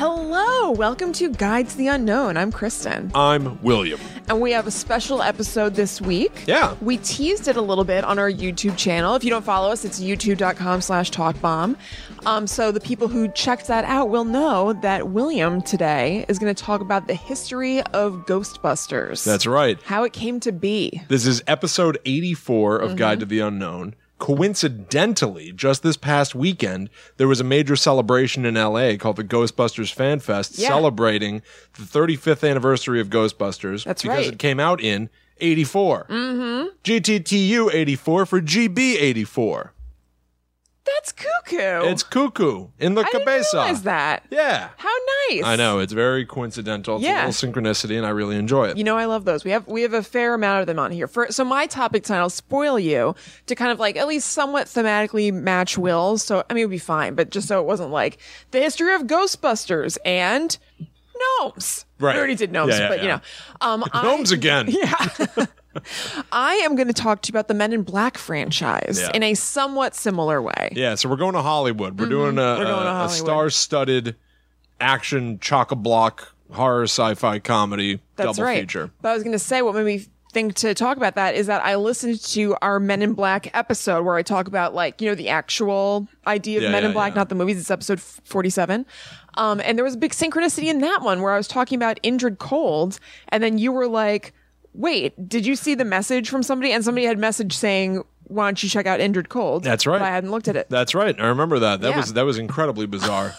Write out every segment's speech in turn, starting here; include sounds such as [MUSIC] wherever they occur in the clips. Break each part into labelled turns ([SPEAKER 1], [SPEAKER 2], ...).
[SPEAKER 1] Hello, welcome to Guides the Unknown. I'm Kristen.
[SPEAKER 2] I'm William.
[SPEAKER 1] And we have a special episode this week.
[SPEAKER 2] Yeah.
[SPEAKER 1] We teased it a little bit on our YouTube channel. If you don't follow us, it's youtube.com slash talkbomb. Um, so the people who checked that out will know that William today is going to talk about the history of Ghostbusters.
[SPEAKER 2] That's right.
[SPEAKER 1] How it came to be.
[SPEAKER 2] This is episode 84
[SPEAKER 1] Mm-hmm.
[SPEAKER 2] of Guide to the Unknown. Coincidentally, just this past weekend, there was a major celebration in LA called the Ghostbusters Fan Fest
[SPEAKER 1] Yeah.
[SPEAKER 2] celebrating the 35th anniversary of Ghostbusters.
[SPEAKER 1] That's
[SPEAKER 2] because
[SPEAKER 1] right.
[SPEAKER 2] it came out in 84. Mm-hmm. GTTU 84 for GB 84.
[SPEAKER 1] That's cuckoo.
[SPEAKER 2] It's cuckoo in the
[SPEAKER 1] I didn't
[SPEAKER 2] cabeza.
[SPEAKER 1] realize that.
[SPEAKER 2] Yeah.
[SPEAKER 1] How nice.
[SPEAKER 2] I know. It's very coincidental. It's
[SPEAKER 1] Yeah.
[SPEAKER 2] a little synchronicity, and I really enjoy it.
[SPEAKER 1] You know, I love those. We have we have a fair amount of them on here. For, so my topic tonight, I'll spoil you to kind of like at least somewhat thematically match Will's. So I mean, it'd be fine, but just so it wasn't like the history of Ghostbusters and gnomes.
[SPEAKER 2] Right.
[SPEAKER 1] We already did gnomes,
[SPEAKER 2] Yeah, yeah,
[SPEAKER 1] but you
[SPEAKER 2] yeah.
[SPEAKER 1] know, um, I-
[SPEAKER 2] [LAUGHS] Gnomes again.
[SPEAKER 1] I am going to talk to you about the Men in Black franchise
[SPEAKER 2] Yeah.
[SPEAKER 1] in a somewhat similar way.
[SPEAKER 2] Yeah, so we're going to Hollywood. We're doing a,
[SPEAKER 1] Mm-hmm. going to
[SPEAKER 2] a,
[SPEAKER 1] Hollywood.
[SPEAKER 2] star-studded action chock-a-block horror sci-fi comedy
[SPEAKER 1] That's
[SPEAKER 2] double
[SPEAKER 1] right.
[SPEAKER 2] feature.
[SPEAKER 1] But I was going to say what made me think to talk about that is that I listened to our Men in Black episode where I talk about like you know the actual idea of
[SPEAKER 2] Yeah,
[SPEAKER 1] Men in
[SPEAKER 2] yeah,
[SPEAKER 1] Black,
[SPEAKER 2] yeah.
[SPEAKER 1] not the movies. It's episode forty-seven. Um, and there was a big synchronicity in that one where I was talking about Indrid Cold, and then you were like, "Wait, did you see the message from somebody?" And somebody had message saying, "Why don't you check out Indrid Cold?"
[SPEAKER 2] That's right.
[SPEAKER 1] But I hadn't looked at it.
[SPEAKER 2] That's right. I remember that. That
[SPEAKER 1] Yeah.
[SPEAKER 2] was that was incredibly
[SPEAKER 1] [LAUGHS]
[SPEAKER 2] bizarre.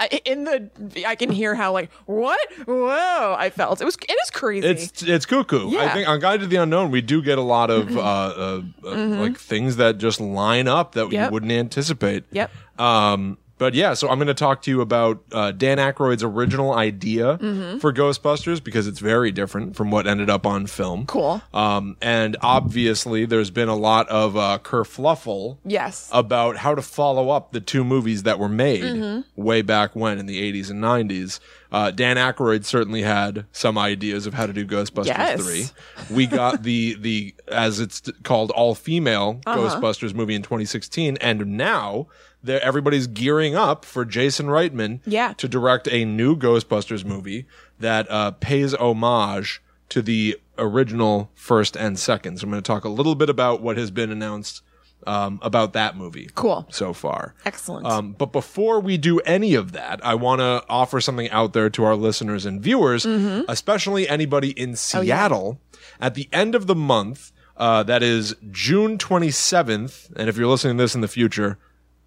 [SPEAKER 1] I, in the, I can hear how like what? Whoa! I felt it was it is crazy.
[SPEAKER 2] it's it's cuckoo.
[SPEAKER 1] Yeah. Mm-hmm.
[SPEAKER 2] I think on Guide to the Unknown we do get a lot of uh, uh, uh like things that just line up that
[SPEAKER 1] Yep.
[SPEAKER 2] you wouldn't anticipate.
[SPEAKER 1] Yep.
[SPEAKER 2] Um, but yeah, so I'm going to talk to you about uh, Dan Aykroyd's original idea for Ghostbusters because it's very different from what ended up on film.
[SPEAKER 1] Cool.
[SPEAKER 2] Um, and obviously, there's been a lot of uh, kerfluffle
[SPEAKER 1] yes.
[SPEAKER 2] about how to follow up the two movies that were made
[SPEAKER 1] Mm-hmm.
[SPEAKER 2] way back when in the 80s and 90s. Uh, Dan Aykroyd certainly had some ideas of how to do Ghostbusters
[SPEAKER 1] Yes.
[SPEAKER 2] 3. We got the the as it's t- called all female
[SPEAKER 1] Uh-huh.
[SPEAKER 2] Ghostbusters movie in 2016 and now there everybody's gearing up for Jason Reitman
[SPEAKER 1] Yeah.
[SPEAKER 2] to direct a new Ghostbusters movie that uh, pays homage to the original first and second. So I'm going to talk a little bit about what has been announced um, about that movie
[SPEAKER 1] Cool.
[SPEAKER 2] so far.
[SPEAKER 1] Excellent.
[SPEAKER 2] Um, but before we do any of that, I want to offer something out there to our listeners and viewers,
[SPEAKER 1] Mm-hmm.
[SPEAKER 2] especially anybody in
[SPEAKER 1] Oh,
[SPEAKER 2] Seattle. At the end of the month, uh, that is June 27th, and if you're listening to this in the future,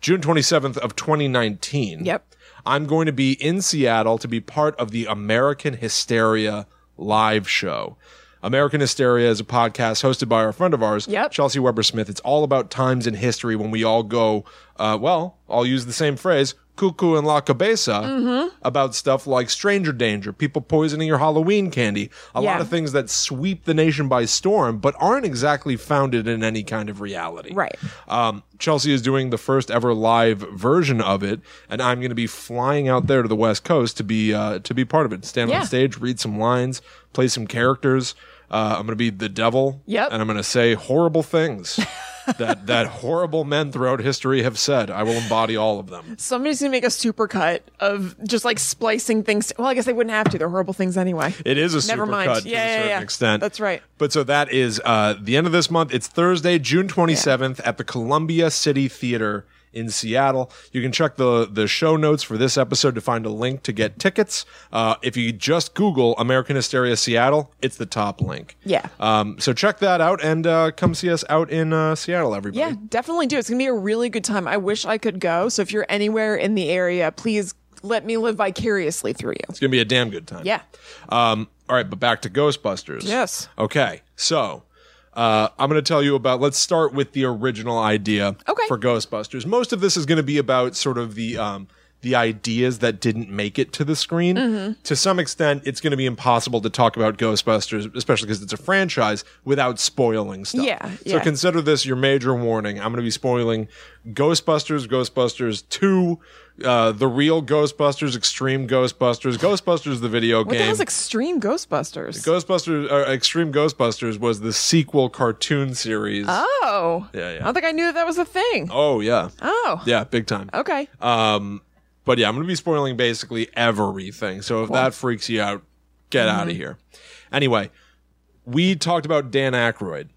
[SPEAKER 2] June 27th of 2019.
[SPEAKER 1] Yep.
[SPEAKER 2] I'm going to be in Seattle to be part of the American Hysteria live show. American Hysteria is a podcast hosted by our friend of ours,
[SPEAKER 1] Yep.
[SPEAKER 2] Chelsea Weber Smith. It's all about times in history when we all go, uh, well, I'll use the same phrase, cuckoo and la cabeza,
[SPEAKER 1] Mm-hmm.
[SPEAKER 2] about stuff like stranger danger, people poisoning your Halloween candy, a
[SPEAKER 1] Yeah.
[SPEAKER 2] lot of things that sweep the nation by storm, but aren't exactly founded in any kind of reality.
[SPEAKER 1] Right.
[SPEAKER 2] Um, Chelsea is doing the first ever live version of it, and I'm going to be flying out there to the West Coast to be uh, to be part of it. Stand
[SPEAKER 1] Yeah.
[SPEAKER 2] on stage, read some lines, play some characters. Uh, I'm going to be the devil,
[SPEAKER 1] Yep.
[SPEAKER 2] and I'm going to say horrible things [LAUGHS] that that horrible men throughout history have said. I will embody all of them.
[SPEAKER 1] Somebody's gonna make a supercut of just like splicing things. Well, I guess they wouldn't have to. They're horrible things anyway.
[SPEAKER 2] It is a
[SPEAKER 1] Never
[SPEAKER 2] supercut
[SPEAKER 1] mind.
[SPEAKER 2] to
[SPEAKER 1] Yeah,
[SPEAKER 2] a
[SPEAKER 1] yeah,
[SPEAKER 2] certain
[SPEAKER 1] yeah.
[SPEAKER 2] extent.
[SPEAKER 1] That's right.
[SPEAKER 2] But so that is uh, the end of this month. It's Thursday, June 27th at the Columbia City Theater in Seattle. You can check the the show notes for this episode to find a link to get tickets. Uh, if you just Google American Hysteria Seattle, it's the top link.
[SPEAKER 1] Yeah.
[SPEAKER 2] Um, so check that out and uh, come see us out in uh, Seattle, everybody.
[SPEAKER 1] yeah, definitely do. It's gonna be a really good time. I wish I could go. So if you're anywhere in the area, please let me live vicariously through you.
[SPEAKER 2] It's gonna be a damn good time.
[SPEAKER 1] Yeah.
[SPEAKER 2] Um, all right, but back to Ghostbusters.
[SPEAKER 1] Yes.
[SPEAKER 2] Okay. So uh, I'm going to tell you about. Let's start with the original idea.
[SPEAKER 1] Okay.
[SPEAKER 2] For Ghostbusters, most of this is going to be about sort of the um, the ideas that didn't make it to the screen.
[SPEAKER 1] Mm-hmm.
[SPEAKER 2] To some extent, it's going to be impossible to talk about Ghostbusters, especially because it's a franchise, without spoiling stuff.
[SPEAKER 1] Yeah,
[SPEAKER 2] So
[SPEAKER 1] yeah.
[SPEAKER 2] consider this your major warning. I'm going to be spoiling Ghostbusters, Ghostbusters Two. Uh, the real Ghostbusters, Extreme Ghostbusters, Ghostbusters the video
[SPEAKER 1] What the
[SPEAKER 2] game.
[SPEAKER 1] hell's Extreme Ghostbusters?
[SPEAKER 2] Ghostbusters, uh, Extreme Ghostbusters was the sequel cartoon series.
[SPEAKER 1] oh.
[SPEAKER 2] Yeah, Oh. yeah.
[SPEAKER 1] I don't think I knew that, that was a thing.
[SPEAKER 2] Oh yeah,
[SPEAKER 1] Oh.
[SPEAKER 2] yeah, big time.
[SPEAKER 1] Okay.
[SPEAKER 2] Um, But yeah, I'm going to be spoiling basically everything. So if that freaks you out, get
[SPEAKER 1] Mm-hmm.
[SPEAKER 2] out of here. Anyway, we talked about Dan Aykroyd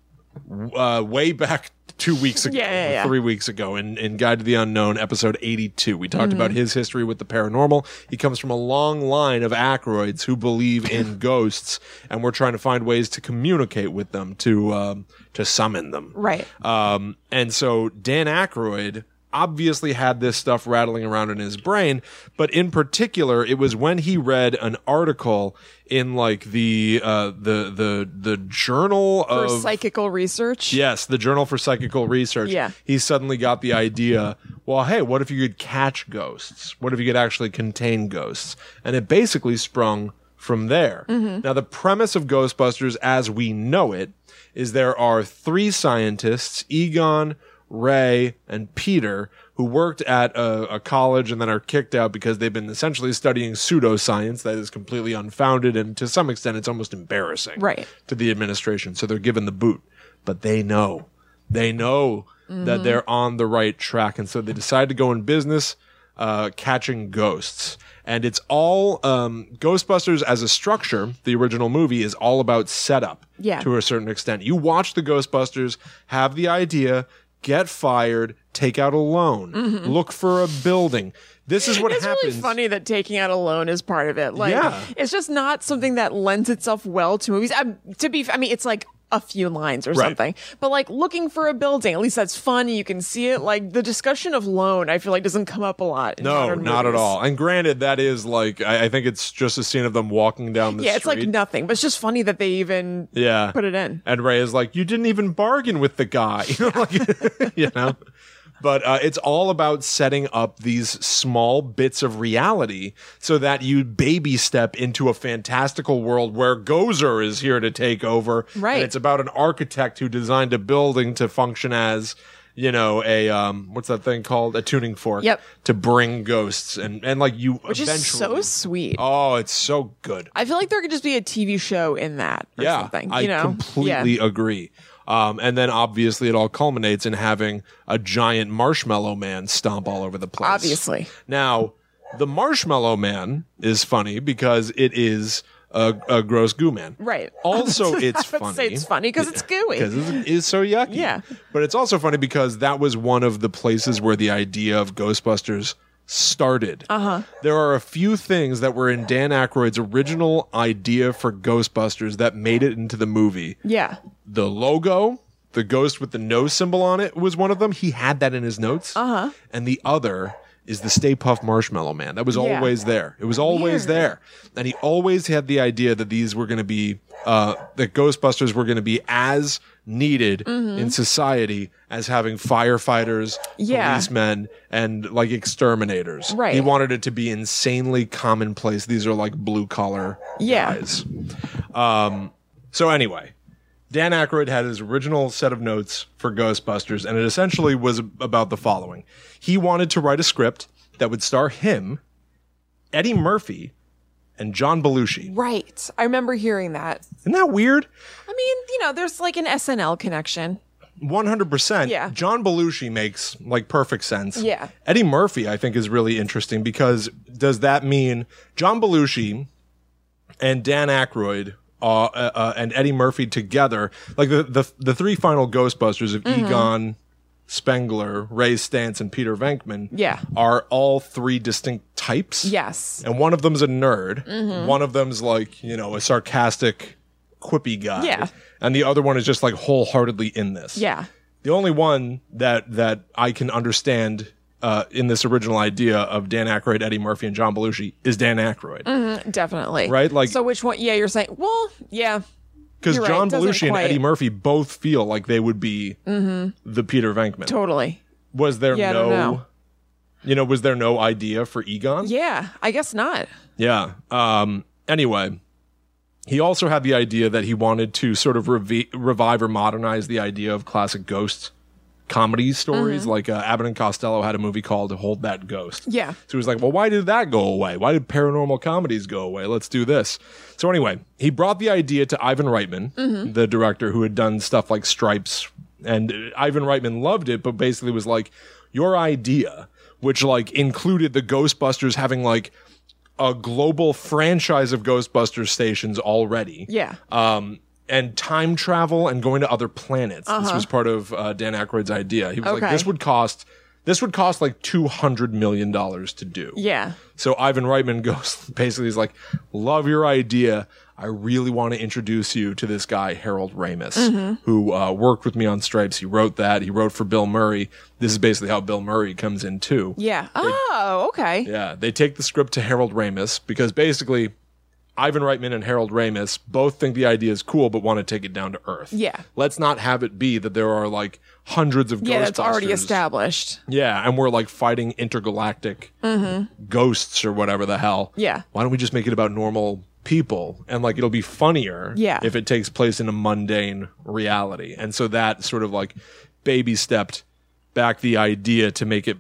[SPEAKER 2] uh, way back two weeks ago,
[SPEAKER 1] Yeah, yeah, yeah.
[SPEAKER 2] three weeks ago, in, in Guide to the Unknown, episode 82. We talked about
[SPEAKER 1] Mm-hmm.
[SPEAKER 2] his history with the paranormal. He comes from a long line of Aykroyds who believe
[SPEAKER 1] [LAUGHS]
[SPEAKER 2] in ghosts, and we're trying to find ways to communicate with them, to, um, to summon them.
[SPEAKER 1] Right.
[SPEAKER 2] Um, and so Dan Aykroyd obviously had this stuff rattling around in his brain, but in particular, it was when he read an article in like the uh, the the the journal
[SPEAKER 1] For
[SPEAKER 2] of
[SPEAKER 1] psychical research.
[SPEAKER 2] yes, the Journal for Psychical Research.
[SPEAKER 1] Yeah.
[SPEAKER 2] he suddenly got the idea. Well, hey, what if you could catch ghosts? What if you could actually contain ghosts? And it basically sprung from there.
[SPEAKER 1] Mm-hmm.
[SPEAKER 2] Now, the premise of Ghostbusters as we know it is there are three scientists, Egon, Ray, and Peter, who worked at a, a college and then are kicked out because they've been essentially studying pseudoscience that is completely unfounded and to some extent it's almost embarrassing
[SPEAKER 1] Right.
[SPEAKER 2] to the administration. So they're given the boot, but they know. They know
[SPEAKER 1] Mm-hmm.
[SPEAKER 2] that they're on the right track. And so they decide to go in business uh, catching ghosts. And it's all um, Ghostbusters as a structure, the original movie, is all about setup
[SPEAKER 1] Yeah.
[SPEAKER 2] to a certain extent. You watch the Ghostbusters have the idea, get fired, take out a loan, look for a building. This is what
[SPEAKER 1] Mm-hmm. It's
[SPEAKER 2] happens.
[SPEAKER 1] really funny that taking out a loan is part of it. Like,
[SPEAKER 2] Yeah.
[SPEAKER 1] it's just not something that lends itself well to movies. I, to be, I mean, it's like a few lines or
[SPEAKER 2] Right.
[SPEAKER 1] something, but like looking for a building, at least that's fun. You can see it. Like the discussion of loan, I feel like doesn't come up a lot. In
[SPEAKER 2] No,
[SPEAKER 1] modern
[SPEAKER 2] not at
[SPEAKER 1] movies.
[SPEAKER 2] all. And granted, that is like I, I think it's just a scene of them walking down the
[SPEAKER 1] Yeah, it's
[SPEAKER 2] street.
[SPEAKER 1] like nothing, but it's just funny that they even
[SPEAKER 2] yeah,
[SPEAKER 1] put it in.
[SPEAKER 2] And Ray is like, "You didn't even bargain with the guy," [LAUGHS] you know, like, you know. But uh, it's all about setting up these small bits of reality so that you baby step into a fantastical world where Gozer is here to take over.
[SPEAKER 1] Right.
[SPEAKER 2] And it's about an architect who designed a building to function as, you know, a um, what's that thing called? A tuning fork.
[SPEAKER 1] Yep.
[SPEAKER 2] To bring ghosts and and like you
[SPEAKER 1] Which
[SPEAKER 2] eventually.
[SPEAKER 1] is so sweet.
[SPEAKER 2] oh, it's so good.
[SPEAKER 1] I feel like there could just be a TV show in that or something. You
[SPEAKER 2] I
[SPEAKER 1] know?
[SPEAKER 2] completely
[SPEAKER 1] Yeah.
[SPEAKER 2] agree. Um, and then obviously it all culminates in having a giant marshmallow man stomp all over the place.
[SPEAKER 1] Obviously.
[SPEAKER 2] Now, the marshmallow man is funny because it is a, a gross goo man.
[SPEAKER 1] Right. [LAUGHS]
[SPEAKER 2] Also, it's
[SPEAKER 1] I would
[SPEAKER 2] funny.
[SPEAKER 1] say it's funny because it's gooey.
[SPEAKER 2] Because it is so yucky.
[SPEAKER 1] Yeah.
[SPEAKER 2] But it's also funny because that was one of the places where the idea of Ghostbusters started. Uh-huh. There are a few things that were in Dan Aykroyd's original idea for Ghostbusters that made it into the movie.
[SPEAKER 1] Yeah.
[SPEAKER 2] The logo, the ghost with the no symbol on it was one of them. He had that in his notes. Uh-huh. And the other is the Stay Puff Marshmallow Man. That was
[SPEAKER 1] Yeah.
[SPEAKER 2] always there. It was
[SPEAKER 1] Weird.
[SPEAKER 2] always there. And he always had the idea that these were going to be, uh, that Ghostbusters were going to be as needed
[SPEAKER 1] Mm-hmm.
[SPEAKER 2] in society as having firefighters,
[SPEAKER 1] Yeah.
[SPEAKER 2] policemen, and like exterminators.
[SPEAKER 1] Right.
[SPEAKER 2] He wanted it to be insanely commonplace. These are like blue collar
[SPEAKER 1] Yeah.
[SPEAKER 2] guys. Um, so anyway, Dan Aykroyd had his original set of notes for Ghostbusters, and it essentially was about the following. He wanted to write a script that would star him, Eddie Murphy, and John Belushi.
[SPEAKER 1] Right. I remember hearing that.
[SPEAKER 2] Isn't that weird?
[SPEAKER 1] I mean, you know, there's like an SNL connection.
[SPEAKER 2] 100%.
[SPEAKER 1] Yeah.
[SPEAKER 2] John Belushi makes like perfect sense.
[SPEAKER 1] Yeah.
[SPEAKER 2] Eddie Murphy, I think, is really interesting because does that mean John Belushi and Dan Aykroyd uh, uh, uh, and Eddie Murphy together, like the, the, the three final Ghostbusters of
[SPEAKER 1] Mm-hmm.
[SPEAKER 2] Egon, Spengler, Ray Stantz, and Peter Venkman
[SPEAKER 1] Yeah.
[SPEAKER 2] are all three distinct types?
[SPEAKER 1] Yes.
[SPEAKER 2] And one of them's a nerd.
[SPEAKER 1] Mm-hmm.
[SPEAKER 2] One of them's like, you know, a sarcastic, quippy guy.
[SPEAKER 1] Yeah.
[SPEAKER 2] And the other one is just like wholeheartedly in this.
[SPEAKER 1] Yeah.
[SPEAKER 2] The only one that that I can understand uh, in this original idea of Dan Aykroyd, Eddie Murphy, and John Belushi is Dan
[SPEAKER 1] Mm-hmm.
[SPEAKER 2] Aykroyd
[SPEAKER 1] Definitely.
[SPEAKER 2] Right, like-
[SPEAKER 1] so which one? Yeah, you're saying. Well, yeah.
[SPEAKER 2] because
[SPEAKER 1] You're right,
[SPEAKER 2] John
[SPEAKER 1] doesn't
[SPEAKER 2] Belushi and
[SPEAKER 1] quite-
[SPEAKER 2] Eddie Murphy both feel like they would be the Peter Venkman.
[SPEAKER 1] Totally.
[SPEAKER 2] Was there
[SPEAKER 1] Yeah, I
[SPEAKER 2] no?
[SPEAKER 1] don't know.
[SPEAKER 2] You know, was there no idea for Egon?
[SPEAKER 1] Yeah. I guess not.
[SPEAKER 2] Yeah. Um, anyway, he also had the idea that he wanted to sort of revi- revive or modernize the idea of classic ghost comedy stories. Like uh, Abbott and Costello had a movie called Hold That Ghost.
[SPEAKER 1] Yeah.
[SPEAKER 2] So he was like, well, why did that go away? Why did paranormal comedies go away? Let's do this. So anyway, he brought the idea to Ivan Reitman, the director who had done stuff like Stripes. And uh, Ivan Reitman loved it, but basically was like, your idea which like included the Ghostbusters having like a global franchise of Ghostbusters stations already.
[SPEAKER 1] Yeah.
[SPEAKER 2] Um, and time travel and going to other planets. This was part of uh, Dan Aykroyd's idea. He was like,
[SPEAKER 1] Uh-huh. Okay.
[SPEAKER 2] this would cost. This would cost like two hundred million dollars to do.
[SPEAKER 1] Yeah.
[SPEAKER 2] So Ivan Reitman [LAUGHS] goes basically he's like, "Love your idea. I really want to introduce you to this guy Harold Ramis,
[SPEAKER 1] Mm-hmm.
[SPEAKER 2] who uh, worked with me on Stripes. He wrote that. He wrote for Bill Murray. This is basically how Bill Murray comes in too.
[SPEAKER 1] Yeah. Oh, okay.
[SPEAKER 2] Yeah, they take the script to Harold Ramis because basically Ivan Reitman and Harold Ramis both think the idea is cool but want to take it down to earth.
[SPEAKER 1] Yeah.
[SPEAKER 2] Let's not have it be that there are like hundreds of
[SPEAKER 1] Yeah, that's already
[SPEAKER 2] Ghostbusters.
[SPEAKER 1] established.
[SPEAKER 2] Yeah, and we're like fighting intergalactic ghosts or whatever the hell.
[SPEAKER 1] Yeah.
[SPEAKER 2] Why don't we just make it about normal people? And like it'll be funnier
[SPEAKER 1] Yeah.
[SPEAKER 2] if it takes place in a mundane reality. And so that sort of like baby stepped back the idea to make it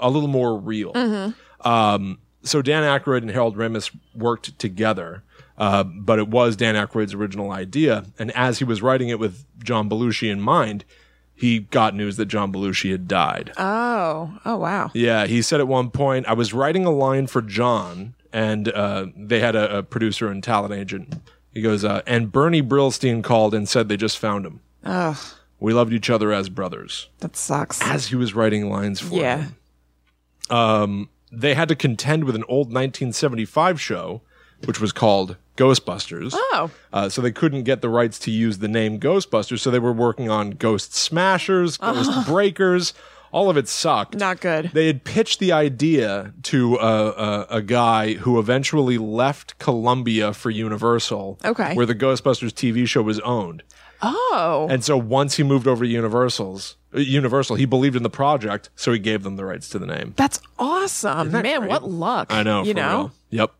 [SPEAKER 2] a little more real.
[SPEAKER 1] Mm-hmm.
[SPEAKER 2] Um, so Dan Aykroyd and Harold Ramis worked together, uh, but it was Dan Aykroyd's original idea. And as he was writing it with John Belushi in mind, he got news that John Belushi had died.
[SPEAKER 1] Oh. Oh, wow.
[SPEAKER 2] Yeah, he said at one point, I was writing a line for John, and uh, they had a, a producer and talent agent. He goes, uh, and Bernie Brillstein called and said they just found him.
[SPEAKER 1] Ugh,
[SPEAKER 2] We loved each other as brothers.
[SPEAKER 1] that sucks.
[SPEAKER 2] As he was writing lines for
[SPEAKER 1] Yeah.
[SPEAKER 2] him, they had to contend with an old 1975 show, which was called Ghostbusters.
[SPEAKER 1] Oh.
[SPEAKER 2] Uh, so they couldn't get the rights to use the name Ghostbusters, so they were working on Ghost Smashers,
[SPEAKER 1] [LAUGHS]
[SPEAKER 2] Ghost Breakers. All of it sucked.
[SPEAKER 1] Not good.
[SPEAKER 2] They had pitched the idea to uh, a, a guy who eventually left Columbia for Universal,
[SPEAKER 1] Okay.
[SPEAKER 2] where the Ghostbusters TV show was owned.
[SPEAKER 1] Oh.
[SPEAKER 2] And so once he moved over to Universal's uh, Universal, he believed in the project, so he gave them the rights to the name.
[SPEAKER 1] That's awesome. Man,
[SPEAKER 2] great?
[SPEAKER 1] what luck.
[SPEAKER 2] I know,
[SPEAKER 1] You
[SPEAKER 2] for
[SPEAKER 1] know?
[SPEAKER 2] real. Yep.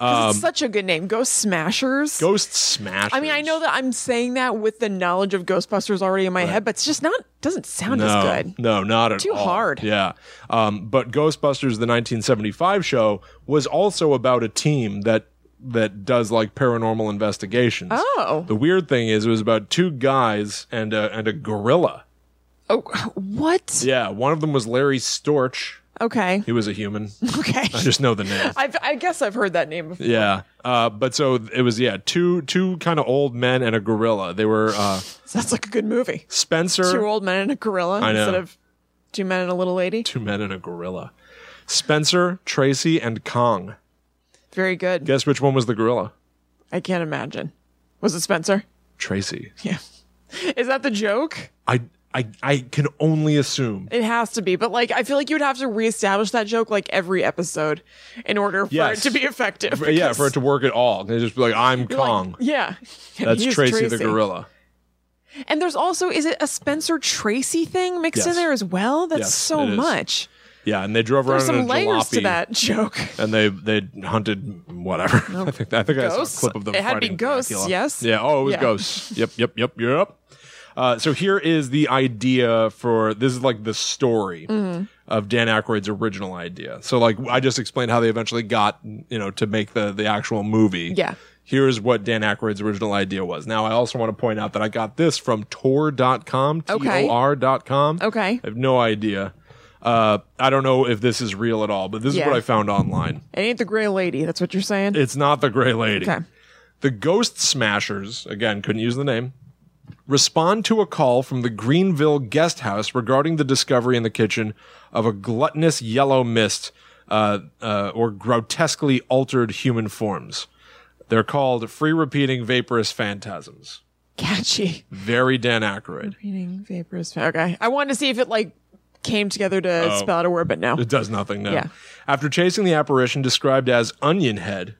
[SPEAKER 1] 'Cause it's such a good name. Ghost Smashers.
[SPEAKER 2] Ghost Smash.
[SPEAKER 1] I mean, I know that I'm saying that with the knowledge of Ghostbusters already in my head, but it's just not doesn't sound
[SPEAKER 2] no,
[SPEAKER 1] as good.
[SPEAKER 2] No, not at
[SPEAKER 1] Too
[SPEAKER 2] all.
[SPEAKER 1] hard.
[SPEAKER 2] Yeah. Um, but Ghostbusters, the 1975 show, was also about a team that that does like paranormal investigations.
[SPEAKER 1] Oh.
[SPEAKER 2] The weird thing is, it was about two guys and a, and a gorilla.
[SPEAKER 1] Oh, what?
[SPEAKER 2] Yeah, one of them was Larry Storch.
[SPEAKER 1] Okay.
[SPEAKER 2] [LAUGHS] He was a human. [LAUGHS]
[SPEAKER 1] Okay.
[SPEAKER 2] I just know the name.
[SPEAKER 1] I've, I guess I've heard that name before.
[SPEAKER 2] Yeah. Uh, but so it was yeah, two two kind of old men and a gorilla. They were uh,
[SPEAKER 1] Sounds like a good movie.
[SPEAKER 2] Spencer.
[SPEAKER 1] Two old men and a gorilla
[SPEAKER 2] know.
[SPEAKER 1] instead of two men and a little lady.
[SPEAKER 2] two men and a gorilla. Spencer, Tracy, and Kong.
[SPEAKER 1] Very good.
[SPEAKER 2] Guess which one was the gorilla?
[SPEAKER 1] I can't imagine. Was it Spencer? [LAUGHS]
[SPEAKER 2] Tracy.
[SPEAKER 1] Yeah. Is that the joke?
[SPEAKER 2] I I I can only assume.
[SPEAKER 1] It has to be, but like I feel like you would have to reestablish that joke like every episode in order for
[SPEAKER 2] Yes.
[SPEAKER 1] it to be effective.
[SPEAKER 2] But yeah, for it to work at all. They just be like, I'm
[SPEAKER 1] like,
[SPEAKER 2] Kong.
[SPEAKER 1] yeah, [LAUGHS]
[SPEAKER 2] That's
[SPEAKER 1] He's
[SPEAKER 2] Tracy, the gorilla.
[SPEAKER 1] And there's also is it a Spencer Tracy thing mixed in
[SPEAKER 2] Yes.
[SPEAKER 1] there as well? That's
[SPEAKER 2] Yes,
[SPEAKER 1] so
[SPEAKER 2] it is.
[SPEAKER 1] much.
[SPEAKER 2] Yeah, and they drove
[SPEAKER 1] There's
[SPEAKER 2] around in
[SPEAKER 1] some
[SPEAKER 2] a
[SPEAKER 1] layers to
[SPEAKER 2] jalopy.
[SPEAKER 1] that [LAUGHS] joke.
[SPEAKER 2] and they they hunted whatever. [LAUGHS] I think I think I saw
[SPEAKER 1] Ghosts?
[SPEAKER 2] a clip of them.
[SPEAKER 1] It had to be
[SPEAKER 2] fighting
[SPEAKER 1] ghosts,
[SPEAKER 2] Dracula.
[SPEAKER 1] yes?
[SPEAKER 2] Yeah. Oh, it was
[SPEAKER 1] Yeah.
[SPEAKER 2] ghosts.
[SPEAKER 1] [LAUGHS]
[SPEAKER 2] Yep. Yep. Yep. Yep. Uh, so here is the idea for this is like the story
[SPEAKER 1] Mm-hmm.
[SPEAKER 2] of Dan Aykroyd's original idea. So like I just explained how they eventually got you know to make the the actual movie.
[SPEAKER 1] Yeah.
[SPEAKER 2] Here's what Dan Aykroyd's original idea was. Now I also want to point out that I got this from Tor.com.
[SPEAKER 1] Okay.
[SPEAKER 2] T-O-R.com.
[SPEAKER 1] Okay.
[SPEAKER 2] I have no idea. Uh, I don't know if this is real at all, but this
[SPEAKER 1] Yeah.
[SPEAKER 2] is what I found online.
[SPEAKER 1] It ain't the gray lady. That's what you're saying.
[SPEAKER 2] It's not the Gray Lady.
[SPEAKER 1] Okay.
[SPEAKER 2] The Ghost Smashers, again, couldn't use the name, respond to a call from the Greenville guest house regarding the discovery in the kitchen of a gluttonous yellow mist uh, uh, or grotesquely altered human forms. They're called free repeating vaporous phantasms.
[SPEAKER 1] Catchy.
[SPEAKER 2] Very Dan Aykroyd.
[SPEAKER 1] Reading vaporous. Okay. I wanted to see if it like came together to
[SPEAKER 2] Oh.
[SPEAKER 1] spell out a word, but no.
[SPEAKER 2] It does nothing now.
[SPEAKER 1] Yeah.
[SPEAKER 2] After chasing the apparition described as Onion Head,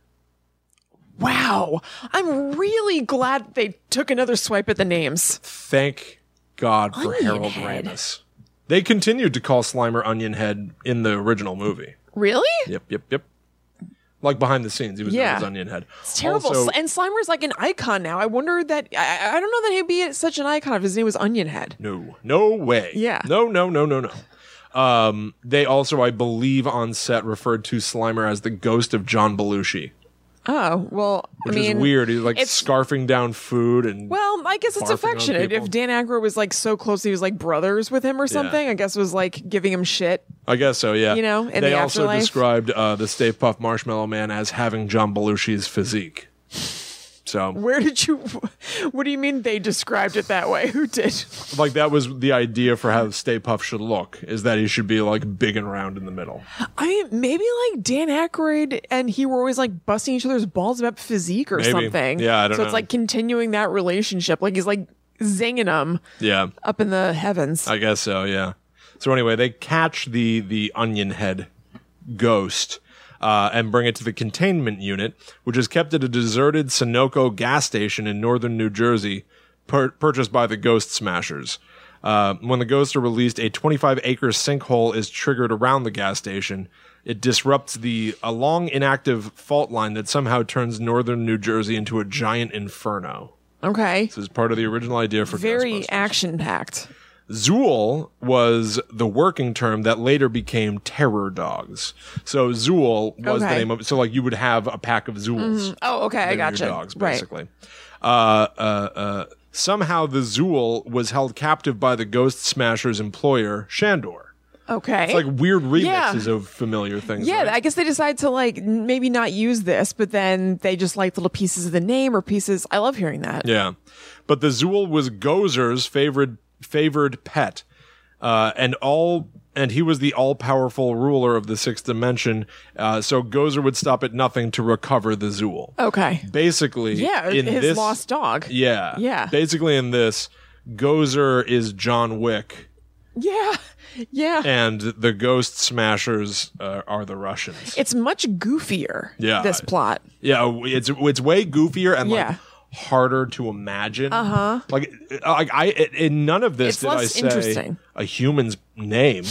[SPEAKER 1] Wow. I'm really glad they took another swipe at the names.
[SPEAKER 2] Thank God for
[SPEAKER 1] Onion
[SPEAKER 2] Harold
[SPEAKER 1] Head.
[SPEAKER 2] Ramis. They continued to call Slimer Onion Head in the original movie.
[SPEAKER 1] Really?
[SPEAKER 2] Yep, yep, yep. Like behind the scenes, he was known
[SPEAKER 1] Yeah.
[SPEAKER 2] as Onion Head.
[SPEAKER 1] It's terrible.
[SPEAKER 2] Also,
[SPEAKER 1] Sl- and Slimer's like an icon now. I wonder that I, I- I don't know that he'd be such an icon if his name was Onion Head.
[SPEAKER 2] no, no way.
[SPEAKER 1] Yeah.
[SPEAKER 2] No, no, no, no, no. Um, they also, I believe, on set referred to Slimer as the ghost of John Belushi.
[SPEAKER 1] Oh well,
[SPEAKER 2] which
[SPEAKER 1] I mean,
[SPEAKER 2] is weird. He's like
[SPEAKER 1] it's-
[SPEAKER 2] scarfing down food and
[SPEAKER 1] Well, I guess it's
[SPEAKER 2] Barfing on
[SPEAKER 1] affectionate.
[SPEAKER 2] people.
[SPEAKER 1] If Dan Aykroyd was like so close, he was like brothers with him or something. I guess it was like giving him shit.
[SPEAKER 2] I guess so. Yeah,
[SPEAKER 1] you know, in
[SPEAKER 2] they
[SPEAKER 1] the
[SPEAKER 2] also
[SPEAKER 1] afterlife.
[SPEAKER 2] described uh, the Stay Puff Marshmallow Man as having John Belushi's physique. So,
[SPEAKER 1] Where did you? [LAUGHS] What do you mean they described it that way? Who did?
[SPEAKER 2] like, that was the idea for how Stay Puff should look: is that he should be like big and round in the middle.
[SPEAKER 1] I mean, maybe like Dan Aykroyd and he were always like busting each other's balls about physique or
[SPEAKER 2] Maybe.
[SPEAKER 1] something.
[SPEAKER 2] Yeah, I don't
[SPEAKER 1] so
[SPEAKER 2] know.
[SPEAKER 1] it's like continuing that relationship. Like he's like zinging them
[SPEAKER 2] Yeah,
[SPEAKER 1] up in the heavens.
[SPEAKER 2] I guess so. Yeah. So anyway, they catch the the onion head ghost uh, and bring it to the containment unit, which is kept at a deserted Sunoco gas station in northern New Jersey, pur- purchased by the Ghost Smashers. Uh, when the ghosts are released, a 25 acre sinkhole is triggered around the gas station. It disrupts the a long inactive fault line that somehow turns northern New Jersey into a giant inferno.
[SPEAKER 1] okay,
[SPEAKER 2] This is part of the original idea for
[SPEAKER 1] very
[SPEAKER 2] Ghostbusters.
[SPEAKER 1] action packed.
[SPEAKER 2] Zool was the working term that later became terror dogs. So Zool was the
[SPEAKER 1] Okay.
[SPEAKER 2] name of so like you would have a pack of Zools.
[SPEAKER 1] Oh, okay, I
[SPEAKER 2] They were your
[SPEAKER 1] gotcha.
[SPEAKER 2] dogs,
[SPEAKER 1] right.
[SPEAKER 2] basically. Uh, uh, uh, somehow the Zool was held captive by the Ghost Smasher's employer, Shandor.
[SPEAKER 1] Okay.
[SPEAKER 2] It's like weird
[SPEAKER 1] Yeah.
[SPEAKER 2] remixes of familiar things.
[SPEAKER 1] Yeah,
[SPEAKER 2] right?
[SPEAKER 1] I guess they decide to like n- maybe not use this, but then they just like little pieces of the name or pieces. I love hearing that.
[SPEAKER 2] Yeah, but the Zool was Gozer's favorite favored pet, uh, and all and he was the all powerful ruler of the sixth dimension. Uh, so Gozer would stop at nothing to recover the Zool.
[SPEAKER 1] Okay.
[SPEAKER 2] Basically,
[SPEAKER 1] Yeah,
[SPEAKER 2] in
[SPEAKER 1] his
[SPEAKER 2] this,
[SPEAKER 1] lost dog.
[SPEAKER 2] Yeah,
[SPEAKER 1] Yeah.
[SPEAKER 2] Basically, in this, Gozer is John Wick,
[SPEAKER 1] Yeah. Yeah.
[SPEAKER 2] and the Ghost Smashers uh, are the Russians.
[SPEAKER 1] it's much goofier.
[SPEAKER 2] Yeah.
[SPEAKER 1] This plot.
[SPEAKER 2] Yeah, it's it's way goofier and like
[SPEAKER 1] Yeah. Uh-huh.
[SPEAKER 2] harder to imagine. Uh huh. Like, like I in none of this
[SPEAKER 1] It's
[SPEAKER 2] did I
[SPEAKER 1] less
[SPEAKER 2] say
[SPEAKER 1] interesting.
[SPEAKER 2] a human's name.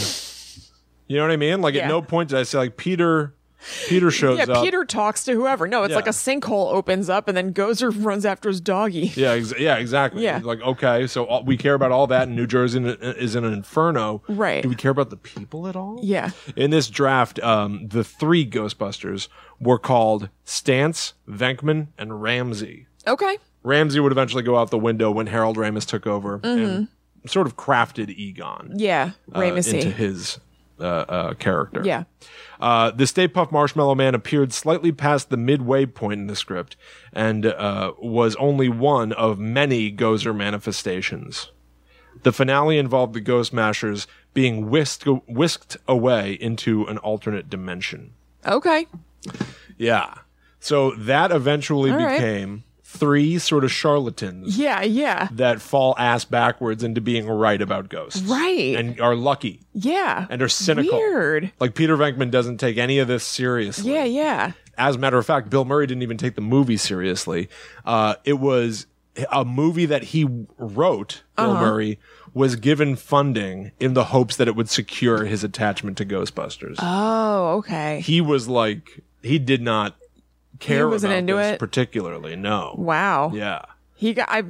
[SPEAKER 2] You know what I mean? Like at
[SPEAKER 1] Yeah.
[SPEAKER 2] no point did I say like Peter. Peter shows
[SPEAKER 1] Yeah,
[SPEAKER 2] up.
[SPEAKER 1] Peter talks to whoever. No, it's
[SPEAKER 2] Yeah.
[SPEAKER 1] like a sinkhole opens up and then Gozer runs after his doggy.
[SPEAKER 2] Yeah, ex- yeah, exactly.
[SPEAKER 1] Yeah.
[SPEAKER 2] Like okay, so all, we care about all that, and New Jersey n- is in an inferno.
[SPEAKER 1] Right.
[SPEAKER 2] Do we care about the people at all?
[SPEAKER 1] Yeah.
[SPEAKER 2] In this draft, um, the three Ghostbusters were called Stance, Venkman, and Ramsey.
[SPEAKER 1] Okay.
[SPEAKER 2] Ramsey would eventually go out the window when Harold Ramis took over and sort of crafted Egon
[SPEAKER 1] Mm-hmm. Yeah.
[SPEAKER 2] uh, into
[SPEAKER 1] Ramesy.
[SPEAKER 2] his uh, uh, character.
[SPEAKER 1] Yeah.
[SPEAKER 2] Uh, the Stay Puff Marshmallow Man appeared slightly past the midway point in the script and uh, was only one of many Gozer manifestations. The finale involved the Ghost Mashers being whisked, whisked away into an alternate dimension.
[SPEAKER 1] Okay.
[SPEAKER 2] Yeah. So that eventually
[SPEAKER 1] All right.
[SPEAKER 2] became three sort of charlatans
[SPEAKER 1] Yeah. Yeah.
[SPEAKER 2] that fall ass backwards into being right about ghosts.
[SPEAKER 1] Right.
[SPEAKER 2] And are lucky
[SPEAKER 1] Yeah.
[SPEAKER 2] and are cynical.
[SPEAKER 1] Weird.
[SPEAKER 2] Like Peter Venkman doesn't take any of this seriously.
[SPEAKER 1] Yeah. Yeah.
[SPEAKER 2] As a matter of fact, Bill Murray didn't even take the movie seriously. Uh, it was a movie that he wrote, Bill
[SPEAKER 1] Uh-huh.
[SPEAKER 2] Murray, was given funding in the hopes that it would secure his attachment to Ghostbusters.
[SPEAKER 1] Oh. Okay.
[SPEAKER 2] he was like, he did not care
[SPEAKER 1] wasn't
[SPEAKER 2] about
[SPEAKER 1] into
[SPEAKER 2] this
[SPEAKER 1] it?
[SPEAKER 2] particularly. No.
[SPEAKER 1] Wow.
[SPEAKER 2] Yeah.
[SPEAKER 1] He got. I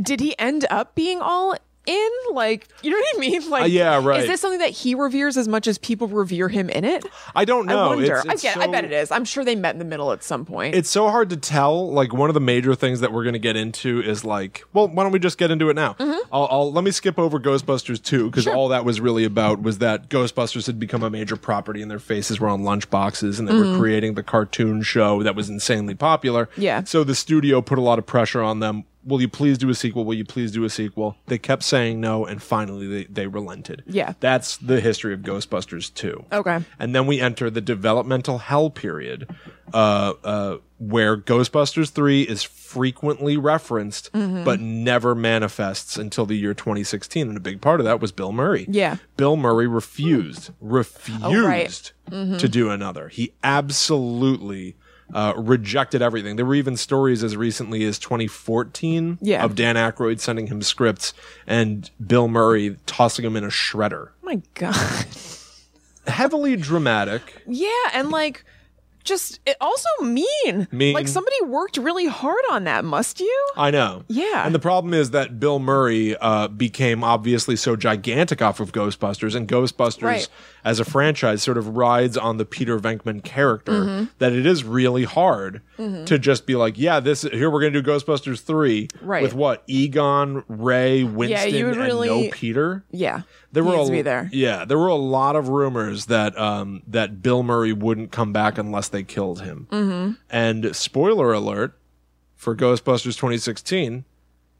[SPEAKER 1] did he end up being all in? Like you know what I mean? [LAUGHS] Like
[SPEAKER 2] Uh, yeah, right.
[SPEAKER 1] Is this something that he reveres as much as people revere him in it?
[SPEAKER 2] I don't know.
[SPEAKER 1] I wonder.
[SPEAKER 2] It's- it's
[SPEAKER 1] I get. I
[SPEAKER 2] so-
[SPEAKER 1] bet it is. I'm sure they met in the middle at some point.
[SPEAKER 2] it's so hard to tell. Like one of the major things that we're going to get into is like, well, why don't we just get into it now?
[SPEAKER 1] Mm-hmm.
[SPEAKER 2] I'll, I'll let me skip over Ghostbusters two because all that was really about was that Ghostbusters had become a major property and their faces were on lunchboxes and they were
[SPEAKER 1] Mm-hmm.
[SPEAKER 2] creating the cartoon show that was insanely popular.
[SPEAKER 1] Yeah.
[SPEAKER 2] So the studio put a lot of pressure on them. Will you please do a sequel? Will you please do a sequel? They kept saying no, and finally they, they relented.
[SPEAKER 1] Yeah.
[SPEAKER 2] That's the history of Ghostbusters 2.
[SPEAKER 1] Okay.
[SPEAKER 2] And then we enter the developmental hell period, uh, uh, where Ghostbusters 3 is frequently referenced,
[SPEAKER 1] Mm-hmm.
[SPEAKER 2] but never manifests until the year 2016. And a big part of that was Bill Murray.
[SPEAKER 1] Yeah. Oh,
[SPEAKER 2] Bill Murray refused, refused
[SPEAKER 1] right. Mm-hmm.
[SPEAKER 2] to do another. He absolutely. Uh, rejected everything. There were even stories as recently as 2014
[SPEAKER 1] Yeah.
[SPEAKER 2] of Dan Aykroyd sending him scripts and Bill Murray tossing him in a shredder.
[SPEAKER 1] oh my god. [LAUGHS]
[SPEAKER 2] Heavily dramatic.
[SPEAKER 1] Yeah, and like. Just it also mean.
[SPEAKER 2] Mean.
[SPEAKER 1] Like somebody worked really hard on that, must you?
[SPEAKER 2] I know.
[SPEAKER 1] Yeah.
[SPEAKER 2] And the problem is that Bill Murray uh, became obviously so gigantic off of Ghostbusters, and Ghostbusters
[SPEAKER 1] Right.
[SPEAKER 2] as a franchise sort of rides on the Peter Venkman character
[SPEAKER 1] Mm-hmm.
[SPEAKER 2] that it is really hard to just be like, yeah, this here we're gonna do Ghostbusters three
[SPEAKER 1] Right.
[SPEAKER 2] with what Egon, Ray, Winston,
[SPEAKER 1] would
[SPEAKER 2] and
[SPEAKER 1] really-
[SPEAKER 2] no Peter.
[SPEAKER 1] Yeah.
[SPEAKER 2] There
[SPEAKER 1] He
[SPEAKER 2] were
[SPEAKER 1] needs
[SPEAKER 2] a,
[SPEAKER 1] to be there.
[SPEAKER 2] Yeah, there were a lot of rumors that um, that Bill Murray wouldn't come back unless they killed him. Mm-hmm. And spoiler alert for Ghostbusters 2016,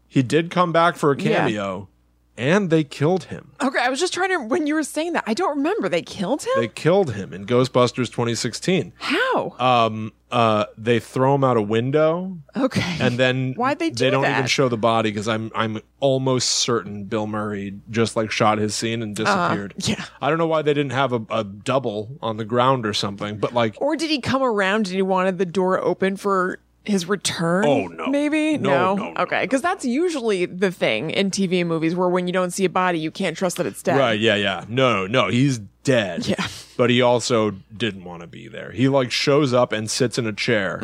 [SPEAKER 2] he did come back for a
[SPEAKER 1] Yeah.
[SPEAKER 2] cameo, and they killed him.
[SPEAKER 1] Okay, I was just trying to when you were saying that. I don't remember they killed him.
[SPEAKER 2] They killed him in Ghostbusters 2016.
[SPEAKER 1] How?
[SPEAKER 2] Um, uh, they throw him out a window,
[SPEAKER 1] okay.
[SPEAKER 2] and then
[SPEAKER 1] Why'd they do
[SPEAKER 2] They don't
[SPEAKER 1] that?
[SPEAKER 2] even show the body because I'm I'm almost certain Bill Murray just like shot his scene and disappeared.
[SPEAKER 1] Uh-huh. yeah.
[SPEAKER 2] I don't know why they didn't have a, a double on the ground or something, but like
[SPEAKER 1] or did he come around and he wanted the door open for his return?
[SPEAKER 2] Oh, no.
[SPEAKER 1] Maybe no.
[SPEAKER 2] No, no, no,
[SPEAKER 1] okay, because that's usually the thing in TV and movies where when you don't see a body, you can't trust that it's dead.
[SPEAKER 2] right, yeah, yeah, no, no, he's dead.
[SPEAKER 1] Yeah.
[SPEAKER 2] but he also didn't want to be there. He like shows up and sits in a chair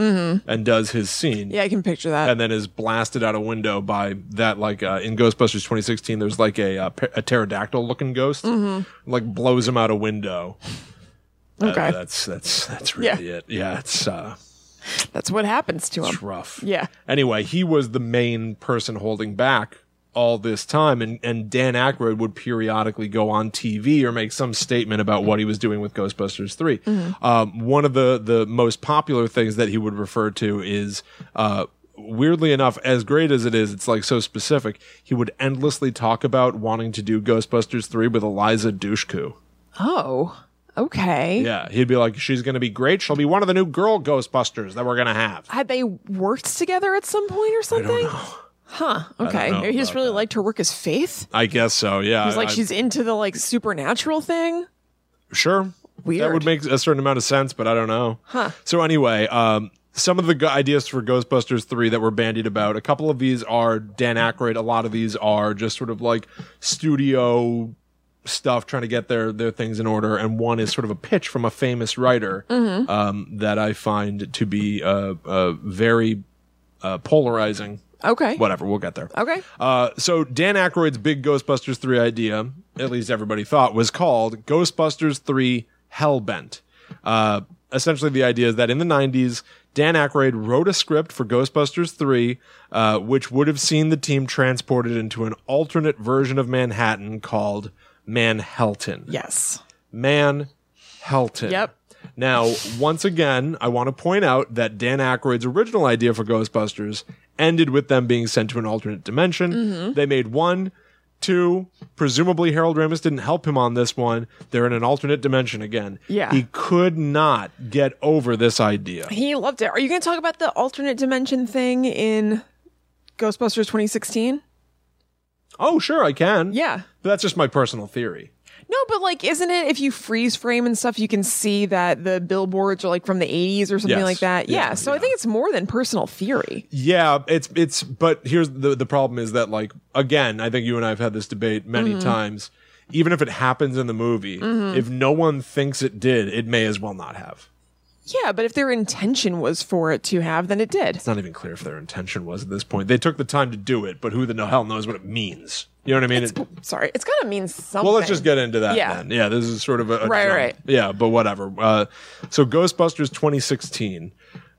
[SPEAKER 2] and does his scene.
[SPEAKER 1] Mm-hmm. Yeah, I can picture that.
[SPEAKER 2] and then is blasted out a window by that like uh, in Ghostbusters 2016. There's like a uh, pa- a pterodactyl looking ghost,
[SPEAKER 1] Mm-hmm.
[SPEAKER 2] like blows him out a window. Uh,
[SPEAKER 1] Okay.
[SPEAKER 2] that's that's that's really it. Yeah, it's uh,
[SPEAKER 1] that's what happens to
[SPEAKER 2] it's
[SPEAKER 1] him.
[SPEAKER 2] rough.
[SPEAKER 1] Yeah.
[SPEAKER 2] Anyway, he was the main person holding back all this time, and and Dan Aykroyd would periodically go on TV or make some statement about what he was doing with Ghostbusters 3
[SPEAKER 1] Mm-hmm.
[SPEAKER 2] Um, one of the the most popular things that he would refer to is. Uh, Weirdly enough, as great as it is, it's like so specific. He would endlessly talk about wanting to do Ghostbusters 3 with Eliza Dushku.
[SPEAKER 1] Oh. Okay.
[SPEAKER 2] Yeah, he'd be like, She's going to be great. She'll be one of the new girl Ghostbusters that we're going to have.
[SPEAKER 1] Had they worked together at some point or something? Huh. Okay.
[SPEAKER 2] know
[SPEAKER 1] Maybe he just
[SPEAKER 2] about
[SPEAKER 1] really liked her work as Faith.
[SPEAKER 2] I guess so, yeah.
[SPEAKER 1] It's like
[SPEAKER 2] I-
[SPEAKER 1] she's into the like supernatural thing.
[SPEAKER 2] Sure. That
[SPEAKER 1] Weird.
[SPEAKER 2] would make a certain amount of sense, but I don't know. Huh. So anyway, um, some of the go- ideas for Ghostbusters 3 that were bandied about, a couple of these are Dan Aykroyd, a lot of these are just sort of like studio stuff trying to get their their things in order and one is sort of a pitch from a famous writer
[SPEAKER 1] Mm-hmm.
[SPEAKER 2] um, that I find to be uh, uh, very uh, polarizing.
[SPEAKER 1] Okay.
[SPEAKER 2] Whatever, we'll get there.
[SPEAKER 1] Okay.
[SPEAKER 2] Uh, so Dan Aykroyd's big Ghostbusters 3 idea, at least everybody thought, was called Ghostbusters 3 Hellbent. Uh, essentially, the idea is that in the 90s, Dan Aykroyd wrote a script for Ghostbusters 3, uh, which would have seen the team transported into an alternate version of Manhattan called Manhelton.
[SPEAKER 1] Yes.
[SPEAKER 2] Man Helton.
[SPEAKER 1] Yep.
[SPEAKER 2] Now, once again, I want to point out that Dan Aykroyd's original idea for Ghostbusters ended with them being sent to an alternate dimension.
[SPEAKER 1] Mm-hmm.
[SPEAKER 2] They made one, two. Presumably, Harold Ramis didn't help him on this one. They're in an alternate dimension again.
[SPEAKER 1] Yeah.
[SPEAKER 2] He could not get over this idea.
[SPEAKER 1] He loved it. Are you going to talk about the alternate dimension thing in Ghostbusters 2016?
[SPEAKER 2] Oh, sure, I can.
[SPEAKER 1] Yeah.
[SPEAKER 2] But that's just my personal theory.
[SPEAKER 1] No, but like, isn't it if you freeze frame and stuff, you can see that the billboards are like from the 80s or something
[SPEAKER 2] Yes.
[SPEAKER 1] like that?
[SPEAKER 2] Yeah,
[SPEAKER 1] Yeah. So
[SPEAKER 2] yeah.
[SPEAKER 1] I think it's more than personal theory.
[SPEAKER 2] Yeah, it's it's but here's the the problem is that like again, I think you and I have had this debate many times. Even if it happens in the movie, if no one thinks it did, it may as well not have.
[SPEAKER 1] Yeah, but if their intention was for it to have, then it did.
[SPEAKER 2] It's not even clear if their intention was at this point. They took the time to do it, but who the no- hell knows what it means? You know what I mean? It-
[SPEAKER 1] Sorry, it's got to mean something.
[SPEAKER 2] well, let's just get into that
[SPEAKER 1] Yeah.
[SPEAKER 2] then. Yeah, this is sort of a, a
[SPEAKER 1] Right,
[SPEAKER 2] jump.
[SPEAKER 1] right.
[SPEAKER 2] Yeah, but whatever. Uh, so Ghostbusters 2016,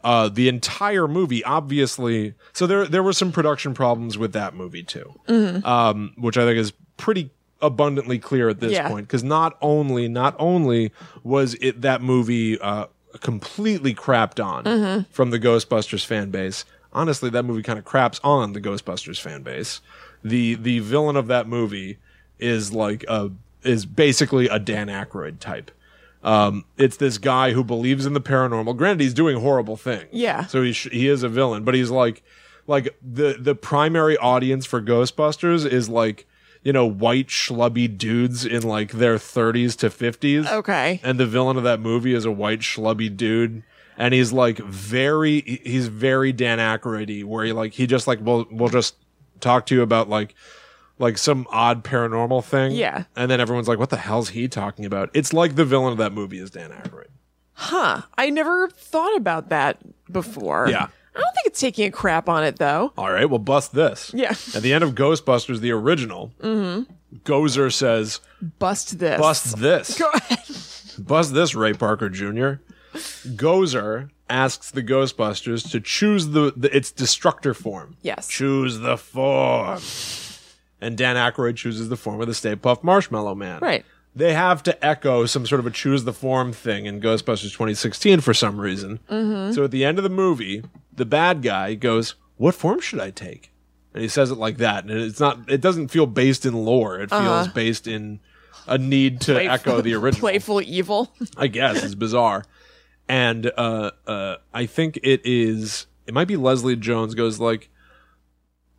[SPEAKER 2] uh, the entire movie, obviously. So there there were some production problems with that movie too,
[SPEAKER 1] Mm-hmm.
[SPEAKER 2] um, which I think is pretty abundantly clear at this
[SPEAKER 1] Yeah.
[SPEAKER 2] point because not only not only was it that movie uh, completely crapped on from the Ghostbusters fan base. Honestly, that movie kind of craps on the Ghostbusters fan base. The the villain of that movie is like a is basically a Dan Aykroyd type. Um, it's this guy who believes in the paranormal. Granted, he's doing horrible things.
[SPEAKER 1] Yeah.
[SPEAKER 2] So he sh- he is a villain, but he's like like the the primary audience for Ghostbusters is like you know white schlubby dudes in like their 30s to 50s.
[SPEAKER 1] Okay.
[SPEAKER 2] And the villain of that movie is a white schlubby dude. And he's like very, he- he's very Dan Aykroyd-y, where he like he just like will will just talk to you about like like some odd paranormal thing.
[SPEAKER 1] Yeah.
[SPEAKER 2] And then everyone's like, what the hell's he talking about? It's like the villain of that movie is Dan Aykroyd.
[SPEAKER 1] Huh. I never thought about that before.
[SPEAKER 2] Yeah.
[SPEAKER 1] I don't think it's taking a crap on it though.
[SPEAKER 2] All right, well, bust this.
[SPEAKER 1] Yeah.
[SPEAKER 2] At the end of Ghostbusters, the original, Gozer says,
[SPEAKER 1] Bust this.
[SPEAKER 2] bust this.
[SPEAKER 1] Go ahead.
[SPEAKER 2] Buzz this, Ray Parker Jr. Gozer asks the Ghostbusters to choose the, the its destructor form.
[SPEAKER 1] Yes.
[SPEAKER 2] Choose the form. And Dan Aykroyd chooses the form of the Stay Puft Marshmallow Man.
[SPEAKER 1] Right.
[SPEAKER 2] They have to echo some sort of a choose the form thing in Ghostbusters 2016 for some reason. So at the end of the movie, the bad guy goes, "What form should I take?" And he says it like that, and it's not. It doesn't feel based in lore. It feels based in a need to echo the original.
[SPEAKER 1] Playful evil.
[SPEAKER 2] I guess it's bizarre. And uh, uh, I think it is. It might be Leslie Jones goes like,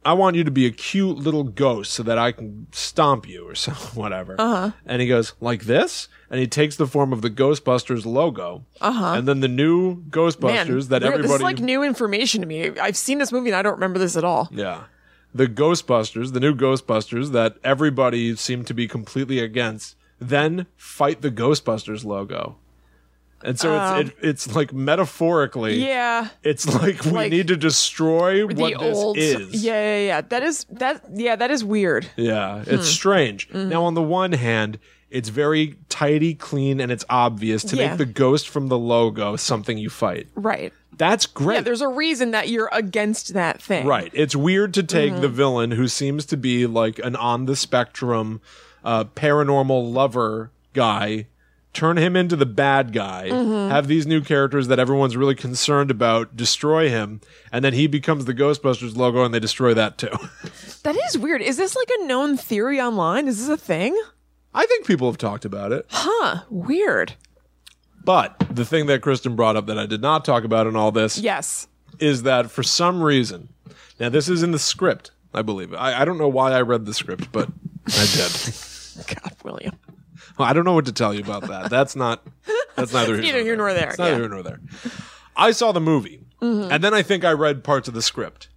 [SPEAKER 2] "I want you to be a cute little ghost so that I can stomp you or [LAUGHS] some whatever." Uh-huh. And he goes like this, and he takes the form of the Ghostbusters logo, uh-huh. and then the new
[SPEAKER 1] Man,
[SPEAKER 2] Ghostbusters that
[SPEAKER 1] weird.
[SPEAKER 2] everybody
[SPEAKER 1] this is like new information to me. I've seen this movie and I don't remember this at all.
[SPEAKER 2] yeah. The Ghostbusters, the new Ghostbusters that everybody seemed to be completely against, then fight the Ghostbusters logo. And so it's it, it's like metaphorically
[SPEAKER 1] Um, Yeah.
[SPEAKER 2] it's like we
[SPEAKER 1] Like,
[SPEAKER 2] need to destroy
[SPEAKER 1] The
[SPEAKER 2] what this
[SPEAKER 1] old
[SPEAKER 2] is.
[SPEAKER 1] Yeah, yeah, yeah. That is that yeah, that is weird.
[SPEAKER 2] Yeah, it's
[SPEAKER 1] Hmm.
[SPEAKER 2] strange. Now on the one hand, it's very tidy, clean, and it's obvious to
[SPEAKER 1] Yeah.
[SPEAKER 2] make the ghost from the logo something you fight.
[SPEAKER 1] Right.
[SPEAKER 2] That's great.
[SPEAKER 1] Yeah, there's a reason that you're against that thing.
[SPEAKER 2] Right. It's weird to take the villain who seems to be like an on the spectrum uh, paranormal lover guy, turn him into the bad guy, have these new characters that everyone's really concerned about destroy him, and then he becomes the Ghostbusters logo and they destroy that too. [LAUGHS]
[SPEAKER 1] That is weird. Is this like a known theory online? Is this a thing?
[SPEAKER 2] I think people have talked about it.
[SPEAKER 1] Huh. Weird.
[SPEAKER 2] But the thing that Kristen brought up that I did not talk about in all this
[SPEAKER 1] Yes.
[SPEAKER 2] is that for some reason, now this is in the script, I believe. I, I don't know why I read the script, but I did.
[SPEAKER 1] God, William.
[SPEAKER 2] Well, I don't know what to tell you about that. That's not. That's neither here,
[SPEAKER 1] Neither here nor there,
[SPEAKER 2] It's neither
[SPEAKER 1] yeah. Mm-hmm.
[SPEAKER 2] here nor there. I saw the movie, and then I think I read parts of the script.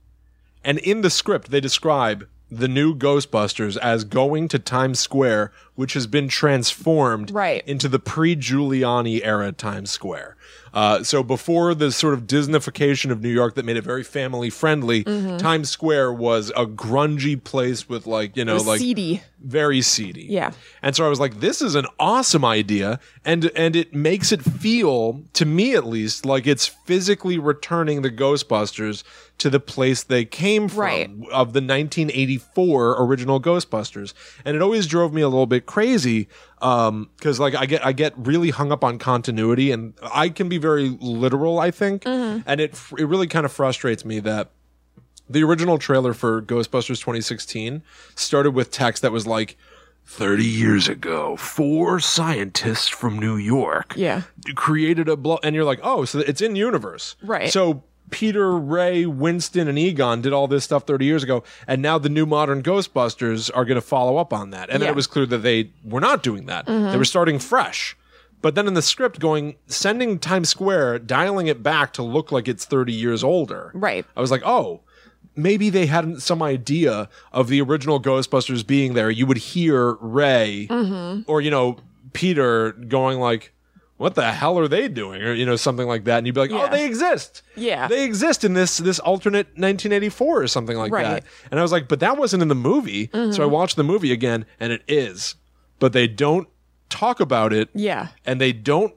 [SPEAKER 2] And in the script, they describe the new Ghostbusters as going to Times Square, which has been transformed
[SPEAKER 1] Right.
[SPEAKER 2] into the pre-Giuliani era Times Square. Uh, so before the sort of Disneyfication of New York that made it very family friendly,
[SPEAKER 1] Mm-hmm.
[SPEAKER 2] Times Square was a grungy place with like you know like
[SPEAKER 1] seedy.
[SPEAKER 2] very seedy.
[SPEAKER 1] Yeah.
[SPEAKER 2] And so I was like, this is an awesome idea. And and it makes it feel, to me at least, like it's physically returning the Ghostbusters to the place they came from
[SPEAKER 1] Right.
[SPEAKER 2] of the 1984 original Ghostbusters. And it always drove me a little bit crazy. Um, cause like I get, I get really hung up on continuity and I can be very literal, I think.
[SPEAKER 1] Mm-hmm.
[SPEAKER 2] And it, fr- it really kind of frustrates me that the original trailer for Ghostbusters 2016 started with text that was like 30 years ago, four scientists from New York
[SPEAKER 1] Yeah.
[SPEAKER 2] created a blow and you're like, "Oh, so it's in universe."
[SPEAKER 1] Right.
[SPEAKER 2] So Peter, Ray, Winston, and Egon did all this stuff 30 years ago, and now the new modern Ghostbusters are going to follow up on that. And then
[SPEAKER 1] Yeah. Mm-hmm.
[SPEAKER 2] it was clear that they were not doing that. They were starting fresh. But then in the script, going sending Times Square, dialing it back to look like it's 30 years older.
[SPEAKER 1] Right.
[SPEAKER 2] I was like, oh, maybe they had some idea of the original Ghostbusters being there. You would hear Ray
[SPEAKER 1] Mm-hmm.
[SPEAKER 2] or, you know, Peter going like, what the hell are they doing? Or, you know, something like that. And you'd be like,
[SPEAKER 1] Yeah.
[SPEAKER 2] oh, they exist.
[SPEAKER 1] Yeah.
[SPEAKER 2] They exist in this this alternate 1984 or something like that.
[SPEAKER 1] Right. Mm-hmm.
[SPEAKER 2] And I was like, but that wasn't in the movie. So I watched the movie again and it is. But they don't talk about it
[SPEAKER 1] Yeah.
[SPEAKER 2] and they don't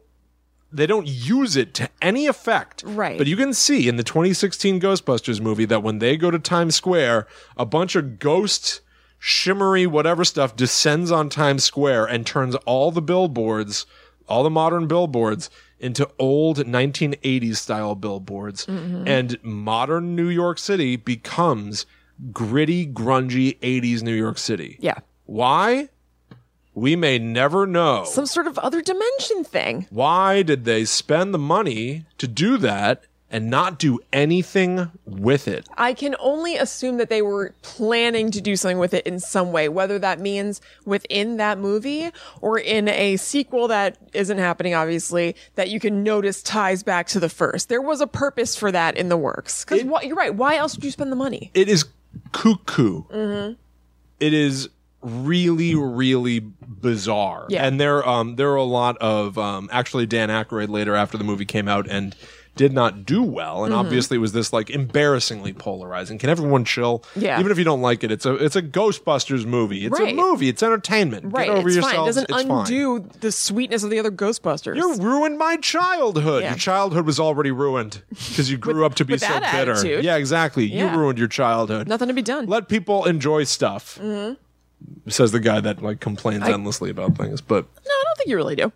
[SPEAKER 2] they don't use it to any effect.
[SPEAKER 1] Right.
[SPEAKER 2] But you can see in the 2016 Ghostbusters movie that when they go to Times Square, a bunch of ghost shimmery whatever stuff descends on Times Square and turns all the billboards, all the modern billboards into old 1980s style billboards
[SPEAKER 1] Mm-hmm.
[SPEAKER 2] and modern New York City becomes gritty grungy 80s New York City.
[SPEAKER 1] Yeah.
[SPEAKER 2] Why? We may never know.
[SPEAKER 1] Some sort of other dimension thing.
[SPEAKER 2] Why did they spend the money to do that and not do anything with it?
[SPEAKER 1] I can only assume that they were planning to do something with it in some way, whether that means within that movie or in a sequel that isn't happening, obviously, that you can notice ties back to the first. There was a purpose for that in the works. Because you're right. Why else would you spend the money?
[SPEAKER 2] It is cuckoo.
[SPEAKER 1] Mm-hmm.
[SPEAKER 2] It is really, really bizarre.
[SPEAKER 1] Yeah.
[SPEAKER 2] And there, um, there are a lot of um, actually Dan Aykroyd later after the movie came out and did not do well,
[SPEAKER 1] Mm-hmm.
[SPEAKER 2] and obviously it was this like embarrassingly polarizing. Can everyone chill?
[SPEAKER 1] Yeah.
[SPEAKER 2] Even if you don't like it, it's a it's a Ghostbusters movie. It's
[SPEAKER 1] Right.
[SPEAKER 2] a movie. It's entertainment.
[SPEAKER 1] Right.
[SPEAKER 2] Get over
[SPEAKER 1] it's
[SPEAKER 2] yourselves.
[SPEAKER 1] fine. It doesn't
[SPEAKER 2] it's fine.
[SPEAKER 1] undo the sweetness of the other Ghostbusters.
[SPEAKER 2] You ruined my childhood.
[SPEAKER 1] Yeah.
[SPEAKER 2] Your childhood was already ruined
[SPEAKER 1] [LAUGHS]
[SPEAKER 2] because you grew up to be
[SPEAKER 1] with
[SPEAKER 2] so
[SPEAKER 1] that
[SPEAKER 2] bitter.
[SPEAKER 1] attitude.
[SPEAKER 2] Yeah, exactly.
[SPEAKER 1] Yeah.
[SPEAKER 2] You ruined your childhood.
[SPEAKER 1] Nothing to be done.
[SPEAKER 2] Let people enjoy stuff.
[SPEAKER 1] Mm-hmm.
[SPEAKER 2] Says the guy that like complains endlessly about things. But
[SPEAKER 1] no, I don't think you really do.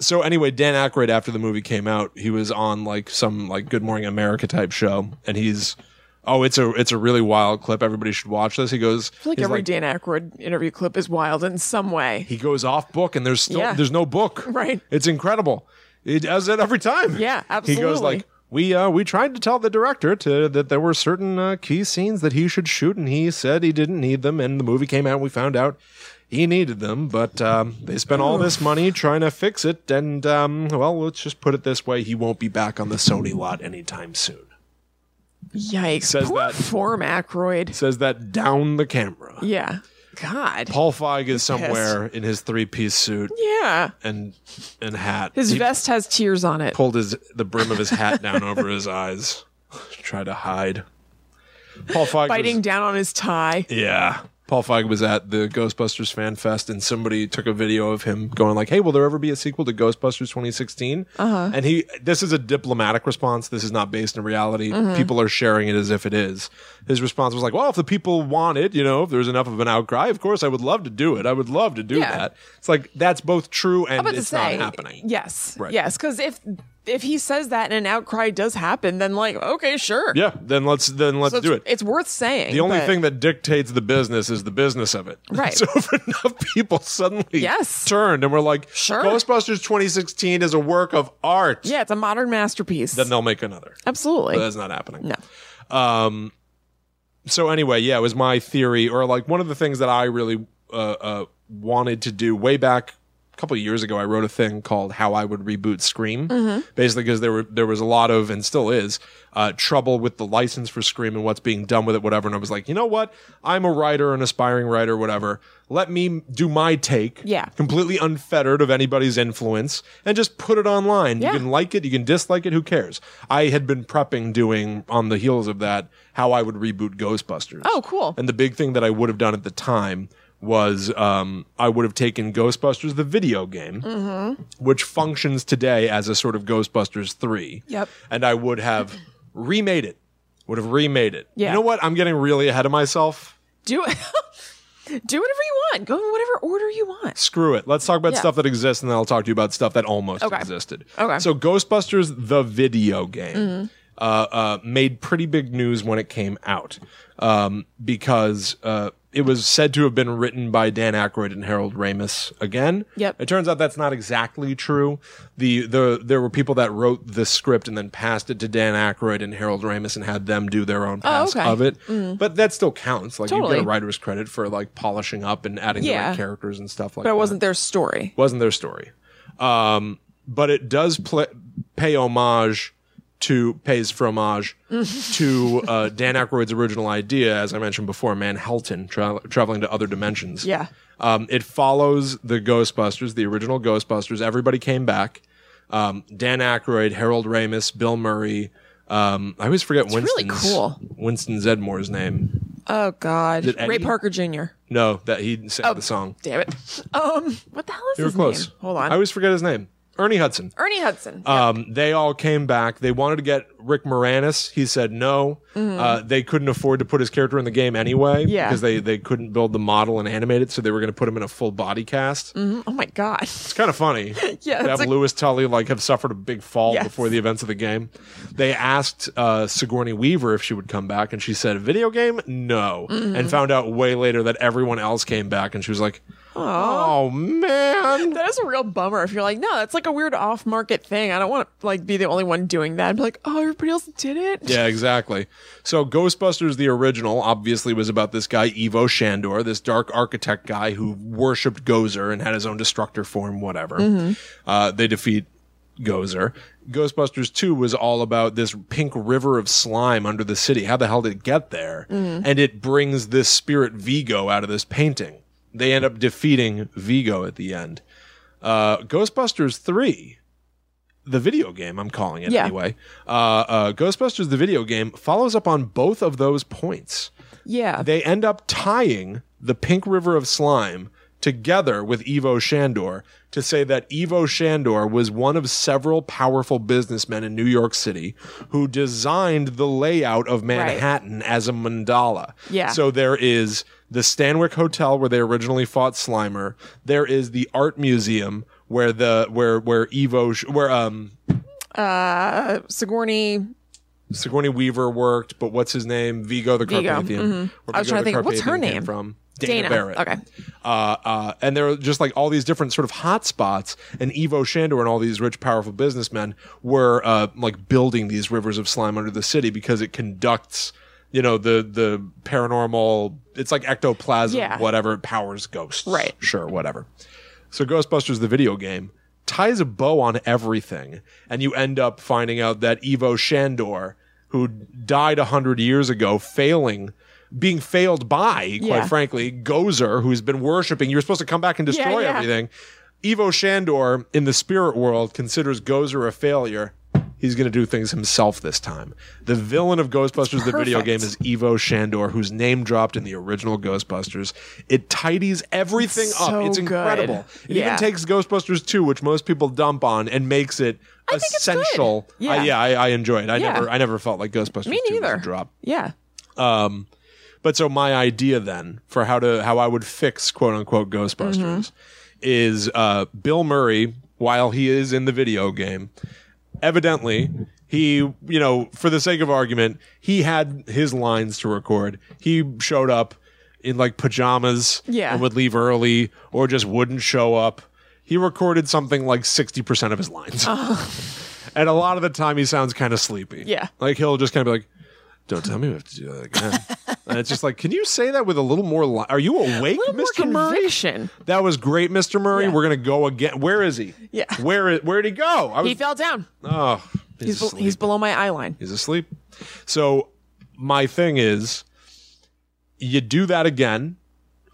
[SPEAKER 2] so anyway, Dan Aykroyd after the movie came out, he was on like some like Good Morning America type show, and he's oh, it's a it's a really wild clip. Everybody should watch this. He goes
[SPEAKER 1] I feel like
[SPEAKER 2] he's
[SPEAKER 1] every Dan Aykroyd interview clip is wild in some way.
[SPEAKER 2] he goes off book and there's still
[SPEAKER 1] Yeah.
[SPEAKER 2] there's no book
[SPEAKER 1] [LAUGHS] Right.
[SPEAKER 2] it's incredible he does it every time
[SPEAKER 1] Yeah,
[SPEAKER 2] he goes like
[SPEAKER 1] absolutely.
[SPEAKER 2] we uh we tried to tell the director to that there were certain uh, key scenes that he should shoot and he said he didn't need them and the movie came out and we found out he needed them but um they spent all this money trying to fix it and um well let's just put it this way he won't be back on the sony lot anytime soon
[SPEAKER 1] Yikes.
[SPEAKER 2] Says
[SPEAKER 1] Poor
[SPEAKER 2] that-
[SPEAKER 1] form Aykroyd.
[SPEAKER 2] says that down the camera
[SPEAKER 1] Yeah. God.
[SPEAKER 2] paul feig is somewhere in his three-piece suit
[SPEAKER 1] Yeah.
[SPEAKER 2] and and hat
[SPEAKER 1] His
[SPEAKER 2] He-
[SPEAKER 1] vest has tears on it.
[SPEAKER 2] pulled his the brim of his hat down over his eyes, try to hide. Paul Feig
[SPEAKER 1] Biting
[SPEAKER 2] was,
[SPEAKER 1] down on his tie.
[SPEAKER 2] yeah. Paul Feig was at the Ghostbusters Fan Fest, and somebody took a video of him going like, "Hey, will there ever be a sequel to Ghostbusters 2016?" Uh-huh. And he, this is a diplomatic response. This is not based in reality.
[SPEAKER 1] Mm-hmm.
[SPEAKER 2] People are sharing it as if it is. His response was like, "Well, if the people want it, you know, if there's enough of an outcry, of course, I would love to do it. I would love to do
[SPEAKER 1] Yeah.
[SPEAKER 2] that." It's like that's both true and
[SPEAKER 1] about
[SPEAKER 2] it's
[SPEAKER 1] to say
[SPEAKER 2] not happening.
[SPEAKER 1] Yes,
[SPEAKER 2] Right.
[SPEAKER 1] yes, because if if he says that and an outcry does happen, then like okay, sure,
[SPEAKER 2] Yeah, then let's then let's
[SPEAKER 1] So it's,
[SPEAKER 2] do it.
[SPEAKER 1] It's worth saying.
[SPEAKER 2] The only
[SPEAKER 1] but-
[SPEAKER 2] thing that dictates the business is the business of it. [LAUGHS]
[SPEAKER 1] Right.
[SPEAKER 2] So if enough people suddenly
[SPEAKER 1] Yes.
[SPEAKER 2] turned and were like,
[SPEAKER 1] Sure.
[SPEAKER 2] Ghostbusters 2016 is a work of art,
[SPEAKER 1] yeah, it's a modern masterpiece.
[SPEAKER 2] then they'll make another.
[SPEAKER 1] Absolutely.
[SPEAKER 2] But that's not happening.
[SPEAKER 1] No.
[SPEAKER 2] Um, so anyway, yeah, it was my theory, or like one of the things that I really uh, uh, wanted to do way back a couple of years ago. I wrote a thing called "How I Would Reboot Scream," basically because there were there was a lot of and still is uh, trouble with the license for Scream and what's being done with it, whatever. And I was like, you know what? I'm a writer, an aspiring writer, whatever. Let me do my take,
[SPEAKER 1] Yeah.
[SPEAKER 2] completely unfettered of anybody's influence, and just put it online.
[SPEAKER 1] Yeah.
[SPEAKER 2] You can like it, you can dislike it, who cares? I had been prepping doing on the heels of that how I would reboot Ghostbusters.
[SPEAKER 1] Oh, cool.
[SPEAKER 2] And the big thing that I would have done at the time was um, I would have taken Ghostbusters, the video game,
[SPEAKER 1] Mm-hmm.
[SPEAKER 2] which functions today as a sort of Ghostbusters 3.
[SPEAKER 1] Yep.
[SPEAKER 2] And I would have remade it. Would have remade it.
[SPEAKER 1] Yeah.
[SPEAKER 2] You know what? I'm getting really ahead of myself.
[SPEAKER 1] do [LAUGHS] do whatever you want. Go in whatever order you want.
[SPEAKER 2] Screw it. Let's talk about
[SPEAKER 1] Yeah.
[SPEAKER 2] stuff that exists, and then I'll talk to you about stuff that almost
[SPEAKER 1] Okay.
[SPEAKER 2] existed.
[SPEAKER 1] Okay.
[SPEAKER 2] So Ghostbusters, the video game, uh, uh, made pretty big news when it came out um, because uh, it was said to have been written by Dan Aykroyd and Harold Ramis again.
[SPEAKER 1] Yep.
[SPEAKER 2] It turns out that's not exactly true. The the there were people that wrote the script and then passed it to Dan Aykroyd and Harold Ramis and had them do their own pass
[SPEAKER 1] Oh, okay. Mm.
[SPEAKER 2] of it. But that still counts. Like you
[SPEAKER 1] Totally.
[SPEAKER 2] get a writer's credit for like polishing up and adding the
[SPEAKER 1] Yeah.
[SPEAKER 2] right characters and stuff like
[SPEAKER 1] But
[SPEAKER 2] that
[SPEAKER 1] it wasn't their story.
[SPEAKER 2] wasn't their story. Um, but it does pl- pay homage to
[SPEAKER 1] [LAUGHS]
[SPEAKER 2] pays fromage to uh, Dan Aykroyd's original idea, as I mentioned before, Manhattan tra- traveling to other dimensions.
[SPEAKER 1] Yeah.
[SPEAKER 2] Um, it follows the Ghostbusters, the original Ghostbusters. Everybody came back. Um, Dan Aykroyd, Harold Ramis, Bill Murray. Um, I always forget
[SPEAKER 1] really
[SPEAKER 2] Winston's
[SPEAKER 1] cool.
[SPEAKER 2] Winston Zedmore's name.
[SPEAKER 1] Oh God, Ray
[SPEAKER 2] Eddie-
[SPEAKER 1] Parker Jr.
[SPEAKER 2] No, that he sang
[SPEAKER 1] Oh,
[SPEAKER 2] the song.
[SPEAKER 1] Damn it. Um, what the hell is
[SPEAKER 2] You were
[SPEAKER 1] his
[SPEAKER 2] close.
[SPEAKER 1] name? Hold
[SPEAKER 2] I
[SPEAKER 1] on,
[SPEAKER 2] always forget his name. Ernie Hudson.
[SPEAKER 1] Ernie Hudson.
[SPEAKER 2] Um, they all came back. They wanted to get Rick Moranis. He said no. Uh, they couldn't afford to put his character in the game anyway
[SPEAKER 1] Mm-hmm. Yeah.
[SPEAKER 2] because they, they couldn't build the model and animate it, so they were going to put him in a full body cast.
[SPEAKER 1] Yeah. Oh my God.
[SPEAKER 2] It's kind of funny.
[SPEAKER 1] [LAUGHS] Yeah,
[SPEAKER 2] to
[SPEAKER 1] it's
[SPEAKER 2] have
[SPEAKER 1] like-
[SPEAKER 2] Lewis Tully like have suffered a big fall
[SPEAKER 1] Yes.
[SPEAKER 2] before the events of the game. They asked uh, Sigourney Weaver if she would come back, and she said, "Video game, no,"
[SPEAKER 1] Mm-hmm.
[SPEAKER 2] and found out way later that everyone else came back, and she was like, "Oh man."
[SPEAKER 1] [LAUGHS] That is a real bummer if you're like, no, that's like a weird off market thing. I don't want to like be the only one doing that. And be like, oh, everybody else did it.
[SPEAKER 2] [LAUGHS] Yeah, exactly. So Ghostbusters the original obviously was about this guy Evo Shandor, this dark architect guy who worshipped Gozer and had his own destructor form, whatever. Uh, they defeat Gozer. Ghostbusters 2 was all about this pink river of slime under the city. How the hell did it get there? And it brings this spirit Vigo out of this painting. They end up defeating Vigo at the end. Uh, Ghostbusters 3 the video game, I'm calling it
[SPEAKER 1] Yeah.
[SPEAKER 2] anyway. Uh, uh, Ghostbusters, the video game, follows up on both of those points.
[SPEAKER 1] Yeah.
[SPEAKER 2] They end up tying the Pink River of Slime together with Evo Shandor to say that Evo Shandor was one of several powerful businessmen in New York City who designed the layout of Manhattan as a mandala.
[SPEAKER 1] Yeah.
[SPEAKER 2] So there is the Stanwick Hotel where they originally fought Slimer. There is the art museum where the where where Evo Sh- where um
[SPEAKER 1] Sigourney.
[SPEAKER 2] Sigourney Weaver worked, but what's his name? Vigo the
[SPEAKER 1] Vigo, Mm-hmm.
[SPEAKER 2] Carpathian. Where
[SPEAKER 1] I was
[SPEAKER 2] Viggo
[SPEAKER 1] trying to
[SPEAKER 2] the
[SPEAKER 1] think, what's her
[SPEAKER 2] Carpathian came
[SPEAKER 1] name?
[SPEAKER 2] From Dana,
[SPEAKER 1] Dana,
[SPEAKER 2] Barrett.
[SPEAKER 1] okay.
[SPEAKER 2] Uh, uh, and there are just like all these different sort of hot spots, and Evo Shandor and all these rich, powerful businessmen were uh, like building these rivers of slime under the city because it conducts, you know, the the paranormal. It's like ectoplasm,
[SPEAKER 1] Yeah.
[SPEAKER 2] whatever it powers ghosts.
[SPEAKER 1] Right.
[SPEAKER 2] Sure, whatever. So Ghostbusters the video game ties a bow on everything, and you end up finding out that Evo Shandor, who died a hundred years ago, failing being failed by, quite
[SPEAKER 1] Yeah.
[SPEAKER 2] frankly, Gozer, who's been worshiping, you're supposed to come back and destroy
[SPEAKER 1] yeah.
[SPEAKER 2] everything. Evo Shandor in the spirit world considers Gozer a failure. He's going to do things himself this time. The villain of Ghostbusters, the video
[SPEAKER 1] Perfect.
[SPEAKER 2] game, is Evo Shandor, who's name dropped in the original Ghostbusters. It tidies everything
[SPEAKER 1] It's
[SPEAKER 2] up.
[SPEAKER 1] so
[SPEAKER 2] it's
[SPEAKER 1] good.
[SPEAKER 2] incredible. It even
[SPEAKER 1] Yeah.
[SPEAKER 2] takes Ghostbusters 2, which most people dump on, and makes it
[SPEAKER 1] think it's good.
[SPEAKER 2] essential.
[SPEAKER 1] Yeah.
[SPEAKER 2] I, yeah, I, I enjoy it. I
[SPEAKER 1] Yeah.
[SPEAKER 2] never, I never felt like Ghostbusters
[SPEAKER 1] Me
[SPEAKER 2] 2 was
[SPEAKER 1] neither.
[SPEAKER 2] a drop.
[SPEAKER 1] Yeah.
[SPEAKER 2] But so my idea then for how to how I would fix quote unquote Ghostbusters is uh, Bill Murray while he is in the video game. Evidently, he you know for the sake of argument, he had his lines to record. He showed up in like pajamas
[SPEAKER 1] Yeah.
[SPEAKER 2] and would leave early or just wouldn't show up. He recorded something like sixty percent of his lines. [LAUGHS] And a lot of the time, he sounds kind of sleepy.
[SPEAKER 1] Oh. Yeah.
[SPEAKER 2] Like he'll just kind of be like, "Don't tell me we have to do that again." and it's just like, can you say that with a little more? Li- Are you awake,
[SPEAKER 1] A little
[SPEAKER 2] Mr.
[SPEAKER 1] more
[SPEAKER 2] Murray?
[SPEAKER 1] conviction.
[SPEAKER 2] That was great, Mr. Murray.
[SPEAKER 1] Yeah.
[SPEAKER 2] We're gonna go again. Where is he?
[SPEAKER 1] Yeah.
[SPEAKER 2] Where is? Where'd he go? I was.
[SPEAKER 1] He fell down.
[SPEAKER 2] oh, he's
[SPEAKER 1] He's, be-
[SPEAKER 2] asleep.
[SPEAKER 1] he's below my eye line.
[SPEAKER 2] He's asleep. So my thing is, you do that again.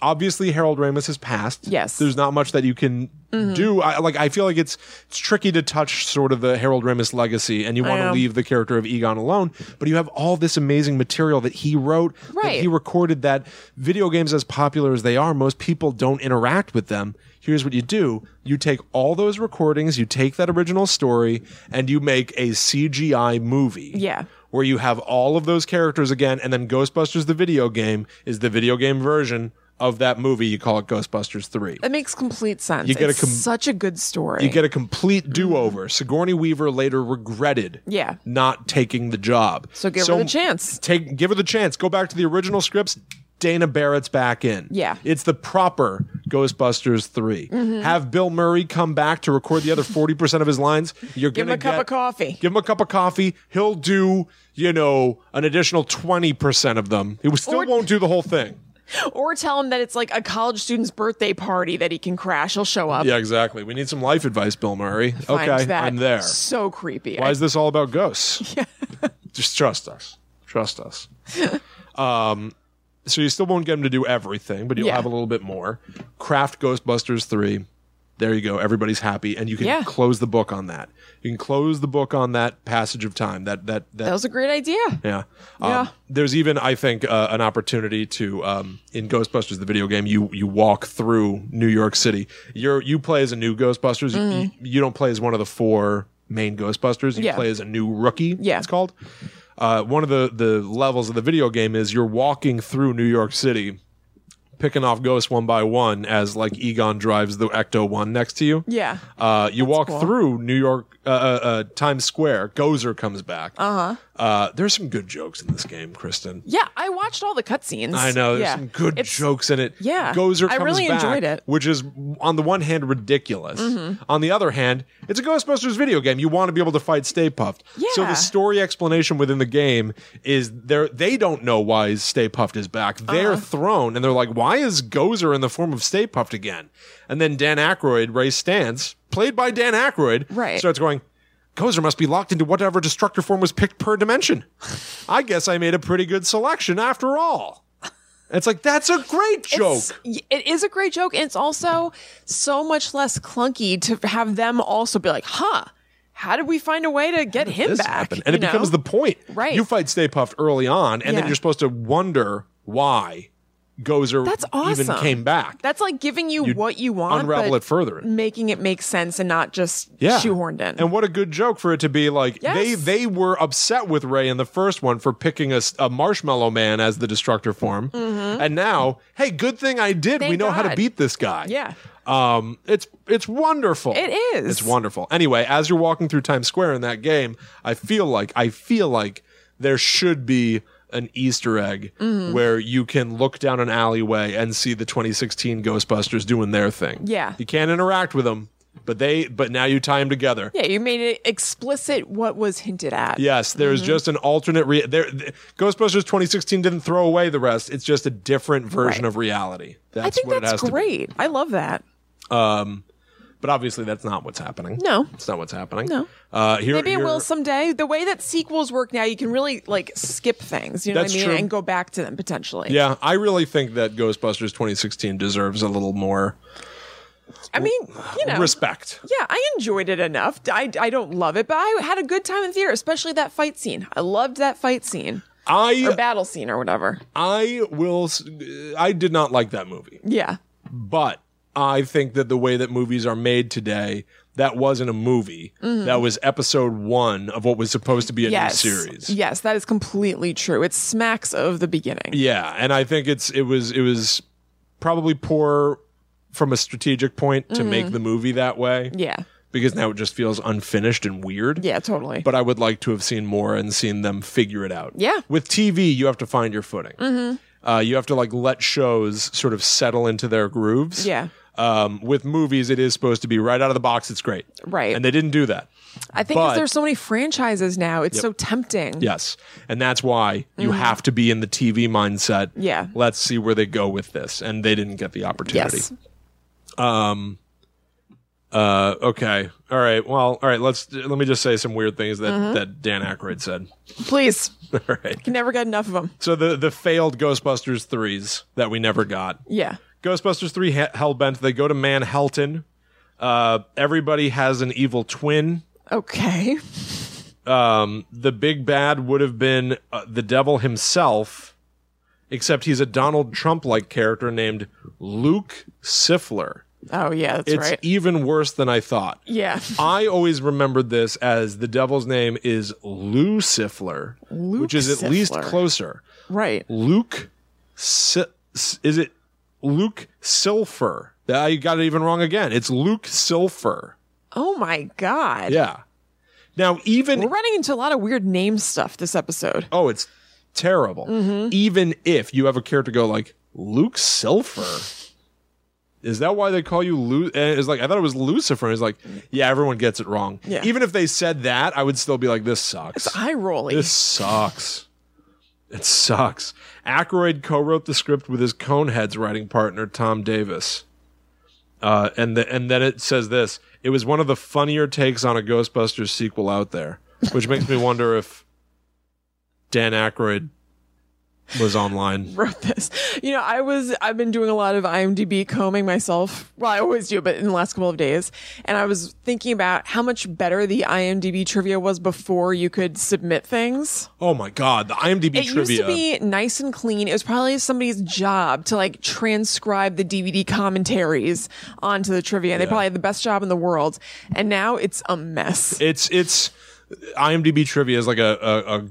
[SPEAKER 2] Obviously, Harold Ramis has passed.
[SPEAKER 1] Yes. Mm-hmm.
[SPEAKER 2] there's not much that you can do. I, like I feel like it's it's tricky to touch sort of the Harold Ramis legacy, and you want to
[SPEAKER 1] know.
[SPEAKER 2] leave the character of Egon alone. But you have all this amazing material that he wrote, that
[SPEAKER 1] Right.
[SPEAKER 2] he recorded. That video games, as popular as they are, most people don't interact with them. Here's what you do: you take all those recordings, you take that original story, and you make a CGI movie
[SPEAKER 1] Yeah.
[SPEAKER 2] where you have all of those characters again, and then Ghostbusters the video game is the video game version of that movie. You call it Ghostbusters Three.
[SPEAKER 1] That makes complete sense.
[SPEAKER 2] You get a
[SPEAKER 1] it's
[SPEAKER 2] com-
[SPEAKER 1] such a good story.
[SPEAKER 2] You get a complete do-over. Sigourney Weaver later regretted
[SPEAKER 1] Yeah.
[SPEAKER 2] not taking the job.
[SPEAKER 1] so give her the chance.
[SPEAKER 2] Take give her the chance. Go back to the original scripts. Dana Barrett's back in.
[SPEAKER 1] Yeah. Mm-hmm.
[SPEAKER 2] It's the proper Ghostbusters 3. Have Bill Murray come back to record the other 40% of his lines. You're
[SPEAKER 1] Give him
[SPEAKER 2] gonna
[SPEAKER 1] a cup
[SPEAKER 2] get-
[SPEAKER 1] of coffee.
[SPEAKER 2] Give him a cup of coffee. He'll do, you know, an additional 20% of them. He still
[SPEAKER 1] Or-
[SPEAKER 2] won't do the whole thing.
[SPEAKER 1] Or tell him that it's like a college student's birthday party that he can crash. He'll show up.
[SPEAKER 2] Yeah, exactly. We need some life advice, Bill Murray.
[SPEAKER 1] Find
[SPEAKER 2] okay,
[SPEAKER 1] that
[SPEAKER 2] I'm there.
[SPEAKER 1] So creepy.
[SPEAKER 2] Why is this all
[SPEAKER 1] [LAUGHS]
[SPEAKER 2] about ghosts? Just trust us. Trust us. um, so you still won't get him to do everything, but you'll
[SPEAKER 1] Yeah.
[SPEAKER 2] have a little bit more. Craft Ghostbusters 3. There you go. Everybody's happy. And you can
[SPEAKER 1] Yeah.
[SPEAKER 2] close the book on that. You can close the book on that passage of time. That that
[SPEAKER 1] that was a great idea.
[SPEAKER 2] yeah. Um,
[SPEAKER 1] Yeah.
[SPEAKER 2] There's even, I think, uh, an opportunity to um, in Ghostbusters the video game. You you walk through New York City. You're you play as a new Ghostbusters. You- You, you don't play as one of the four main Ghostbusters. You
[SPEAKER 1] Mm-hmm. Yeah.
[SPEAKER 2] play as a new rookie.
[SPEAKER 1] Yeah.
[SPEAKER 2] It's called. Uh, one of the the levels of the video game is you're walking through New York City, picking off ghosts one by one as like Egon drives the Ecto one next to you.
[SPEAKER 1] Yeah.
[SPEAKER 2] Uh, you walk
[SPEAKER 1] cool.
[SPEAKER 2] through New York, uh, uh, uh, Times Square. Gozer comes back. Uh-huh. There's some good jokes in this game, Kristen.
[SPEAKER 1] Yeah, I watched all the cutscenes.
[SPEAKER 2] I know there's
[SPEAKER 1] yeah.
[SPEAKER 2] some good
[SPEAKER 1] It's-
[SPEAKER 2] jokes in it.
[SPEAKER 1] Yeah.
[SPEAKER 2] Gozer comes
[SPEAKER 1] I really
[SPEAKER 2] back,
[SPEAKER 1] enjoyed it. Mm-hmm.
[SPEAKER 2] which is on the one hand ridiculous. On the other hand, it's a Ghostbusters video game. You want to be able to fight Stay Puffed. So
[SPEAKER 1] Yeah.
[SPEAKER 2] the story explanation within the game is they they don't know why Stay Puffed is back. They're
[SPEAKER 1] Uh-huh.
[SPEAKER 2] thrown and they're like, why is Gozer in the form of Stay Puffed again? And then Dan Aykroyd, Ray Stantz, played by Dan Aykroyd,
[SPEAKER 1] Right.
[SPEAKER 2] starts going. Gozer must be locked into whatever destructor form was picked per dimension. I guess I made a pretty good selection after all. It's like that's a great joke.
[SPEAKER 1] It's- y- It is a great joke, and it's also so much less clunky to have them also be like, "Huh, how did we find a way to get him
[SPEAKER 2] this
[SPEAKER 1] back?
[SPEAKER 2] happened? And it
[SPEAKER 1] you know?
[SPEAKER 2] becomes the point.
[SPEAKER 1] Right.
[SPEAKER 2] You fight Stay Puffed early on, and then
[SPEAKER 1] Yeah.
[SPEAKER 2] you're supposed to wonder why Gozer
[SPEAKER 1] That's
[SPEAKER 2] even
[SPEAKER 1] awesome.
[SPEAKER 2] came back.
[SPEAKER 1] that's like giving you, what you want,
[SPEAKER 2] unravel
[SPEAKER 1] but
[SPEAKER 2] it further.
[SPEAKER 1] making it make sense and not just
[SPEAKER 2] yeah.
[SPEAKER 1] shoehorned in.
[SPEAKER 2] And what a good joke for it to be like they
[SPEAKER 1] Yes.
[SPEAKER 2] they were upset with Ray in the first one for picking a, s- a marshmallow man as the destructor form. And now, hey, good thing I did. we
[SPEAKER 1] Mm-hmm. Thank
[SPEAKER 2] know how to
[SPEAKER 1] God.
[SPEAKER 2] beat this guy.
[SPEAKER 1] yeah,
[SPEAKER 2] Um, it's it's wonderful.
[SPEAKER 1] It is.
[SPEAKER 2] It's wonderful. Anyway, as you're walking through Times Square in that game, I feel like I feel like there should be an Easter egg
[SPEAKER 1] Mm-hmm.
[SPEAKER 2] where you can look down an alleyway and see the 2016 Ghostbusters doing their thing.
[SPEAKER 1] Yeah.
[SPEAKER 2] you can't interact with them, but they but now you tie them together.
[SPEAKER 1] yeah. You made it explicit what was hinted at.
[SPEAKER 2] Yes, there's
[SPEAKER 1] Mm-hmm.
[SPEAKER 2] just an alternate. Re- there, th- Ghostbusters 2016 didn't throw away the rest. It's just a different version
[SPEAKER 1] Right.
[SPEAKER 2] of reality. That's
[SPEAKER 1] I think
[SPEAKER 2] what
[SPEAKER 1] that's
[SPEAKER 2] it has to be.
[SPEAKER 1] great. I love that.
[SPEAKER 2] But obviously, that's not what's happening.
[SPEAKER 1] No.
[SPEAKER 2] it's not what's happening.
[SPEAKER 1] No.
[SPEAKER 2] uh, here,
[SPEAKER 1] Maybe it
[SPEAKER 2] here-
[SPEAKER 1] will someday. The way that sequels work now, you can really like skip things. You know
[SPEAKER 2] That's
[SPEAKER 1] what I mean?
[SPEAKER 2] true.
[SPEAKER 1] And go back to them potentially.
[SPEAKER 2] Yeah, I really think that Ghostbusters 2016 deserves a little more
[SPEAKER 1] I mean, you know.
[SPEAKER 2] respect.
[SPEAKER 1] yeah, I enjoyed it enough. I, I don't love it, but I had a good time in theater, especially that fight scene. I loved that fight scene or
[SPEAKER 2] I
[SPEAKER 1] battle scene or whatever.
[SPEAKER 2] I will. s- I did not like that movie,
[SPEAKER 1] Yeah.
[SPEAKER 2] but I think that the way that movies are made today, that wasn't a movie. That was episode one of what was supposed to be a
[SPEAKER 1] Mm-hmm. Yes.
[SPEAKER 2] new series.
[SPEAKER 1] Yes, that is completely true. It smacks of the beginning.
[SPEAKER 2] Yeah, and I think it's it was it was probably poor from a strategic point to make the movie that way
[SPEAKER 1] Mm-hmm. Yeah.
[SPEAKER 2] because now it just feels unfinished and weird.
[SPEAKER 1] Yeah, totally.
[SPEAKER 2] But I would like to have seen more and seen them figure it out.
[SPEAKER 1] Yeah. Mm-hmm.
[SPEAKER 2] With TV, you have to find your footing. Uh, you have to like let shows sort of settle into their grooves.
[SPEAKER 1] Yeah.
[SPEAKER 2] Um, with movies, it is supposed to be right out of the box. It's great.
[SPEAKER 1] Right.
[SPEAKER 2] And they didn't do that.
[SPEAKER 1] I think 'cause
[SPEAKER 2] but-
[SPEAKER 1] there's so many franchises now, it's so tempting.
[SPEAKER 2] Yes. And that's why you have to be in the TV mindset.
[SPEAKER 1] Mm-hmm. Yeah.
[SPEAKER 2] Let's see where they go with this. And they didn't get the opportunity.
[SPEAKER 1] Yes.
[SPEAKER 2] Uh, okay. All right. Well, all right. Let's let me just say some weird things that,
[SPEAKER 1] Mm-hmm.
[SPEAKER 2] that Dan Aykroyd said.
[SPEAKER 1] Please.
[SPEAKER 2] [LAUGHS] all right.
[SPEAKER 1] Can never get enough of them.
[SPEAKER 2] So the the failed Ghostbusters threes that we never got.
[SPEAKER 1] Yeah.
[SPEAKER 2] Ghostbusters three he- hellbent. They go to Manhattan. Uh, everybody has an evil twin.
[SPEAKER 1] Okay. [LAUGHS]
[SPEAKER 2] The big bad would have been uh, the devil himself, except he's a Donald Trump like character named Luke Siffler.
[SPEAKER 1] Oh yeah, that's
[SPEAKER 2] It's e-, uh,
[SPEAKER 1] right.
[SPEAKER 2] even worse than I thought.
[SPEAKER 1] yeah.
[SPEAKER 2] I always remembered this as the devil's name is Lou Siffler, which is at least
[SPEAKER 1] Siffler.
[SPEAKER 2] closer.
[SPEAKER 1] Right.
[SPEAKER 2] Luke, Si- S- is it Luke Silfer? I got it even wrong again. It's Luke Silfer.
[SPEAKER 1] Oh my god.
[SPEAKER 2] Yeah. Now even
[SPEAKER 1] We're running into a lot of weird name stuff this episode.
[SPEAKER 2] oh, it's terrible. Even if you have a character go like Luke Silfer, is that why they call you Luke? It's like I thought it was Lucifer. It's like yeah, everyone gets it wrong.
[SPEAKER 1] Yeah.
[SPEAKER 2] Even if they said that, I would still be like, this sucks.
[SPEAKER 1] Eye rolly.
[SPEAKER 2] This sucks. It sucks. Aykroyd co-wrote the script with his Coneheads writing partner Tom Davis. Uh, and the, and then it says this: it was one of the funnier takes on a Ghostbusters sequel out there, which makes me wonder if Dan Aykroyd was
[SPEAKER 1] [LAUGHS]
[SPEAKER 2] online.
[SPEAKER 1] wrote this. You know, I was I've been doing a lot of IMDb combing myself. Well, I always do, but in the last couple of days, and I was thinking about how much better the IMDb trivia was before you could submit things.
[SPEAKER 2] Oh my god, the IMDb
[SPEAKER 1] It used
[SPEAKER 2] trivia.
[SPEAKER 1] to be nice and clean. It was probably somebody's job to like transcribe the DVD commentaries onto the trivia. and They probably had the best job in the world, and now it's a mess.
[SPEAKER 2] it's it's IMDb trivia is like a a, a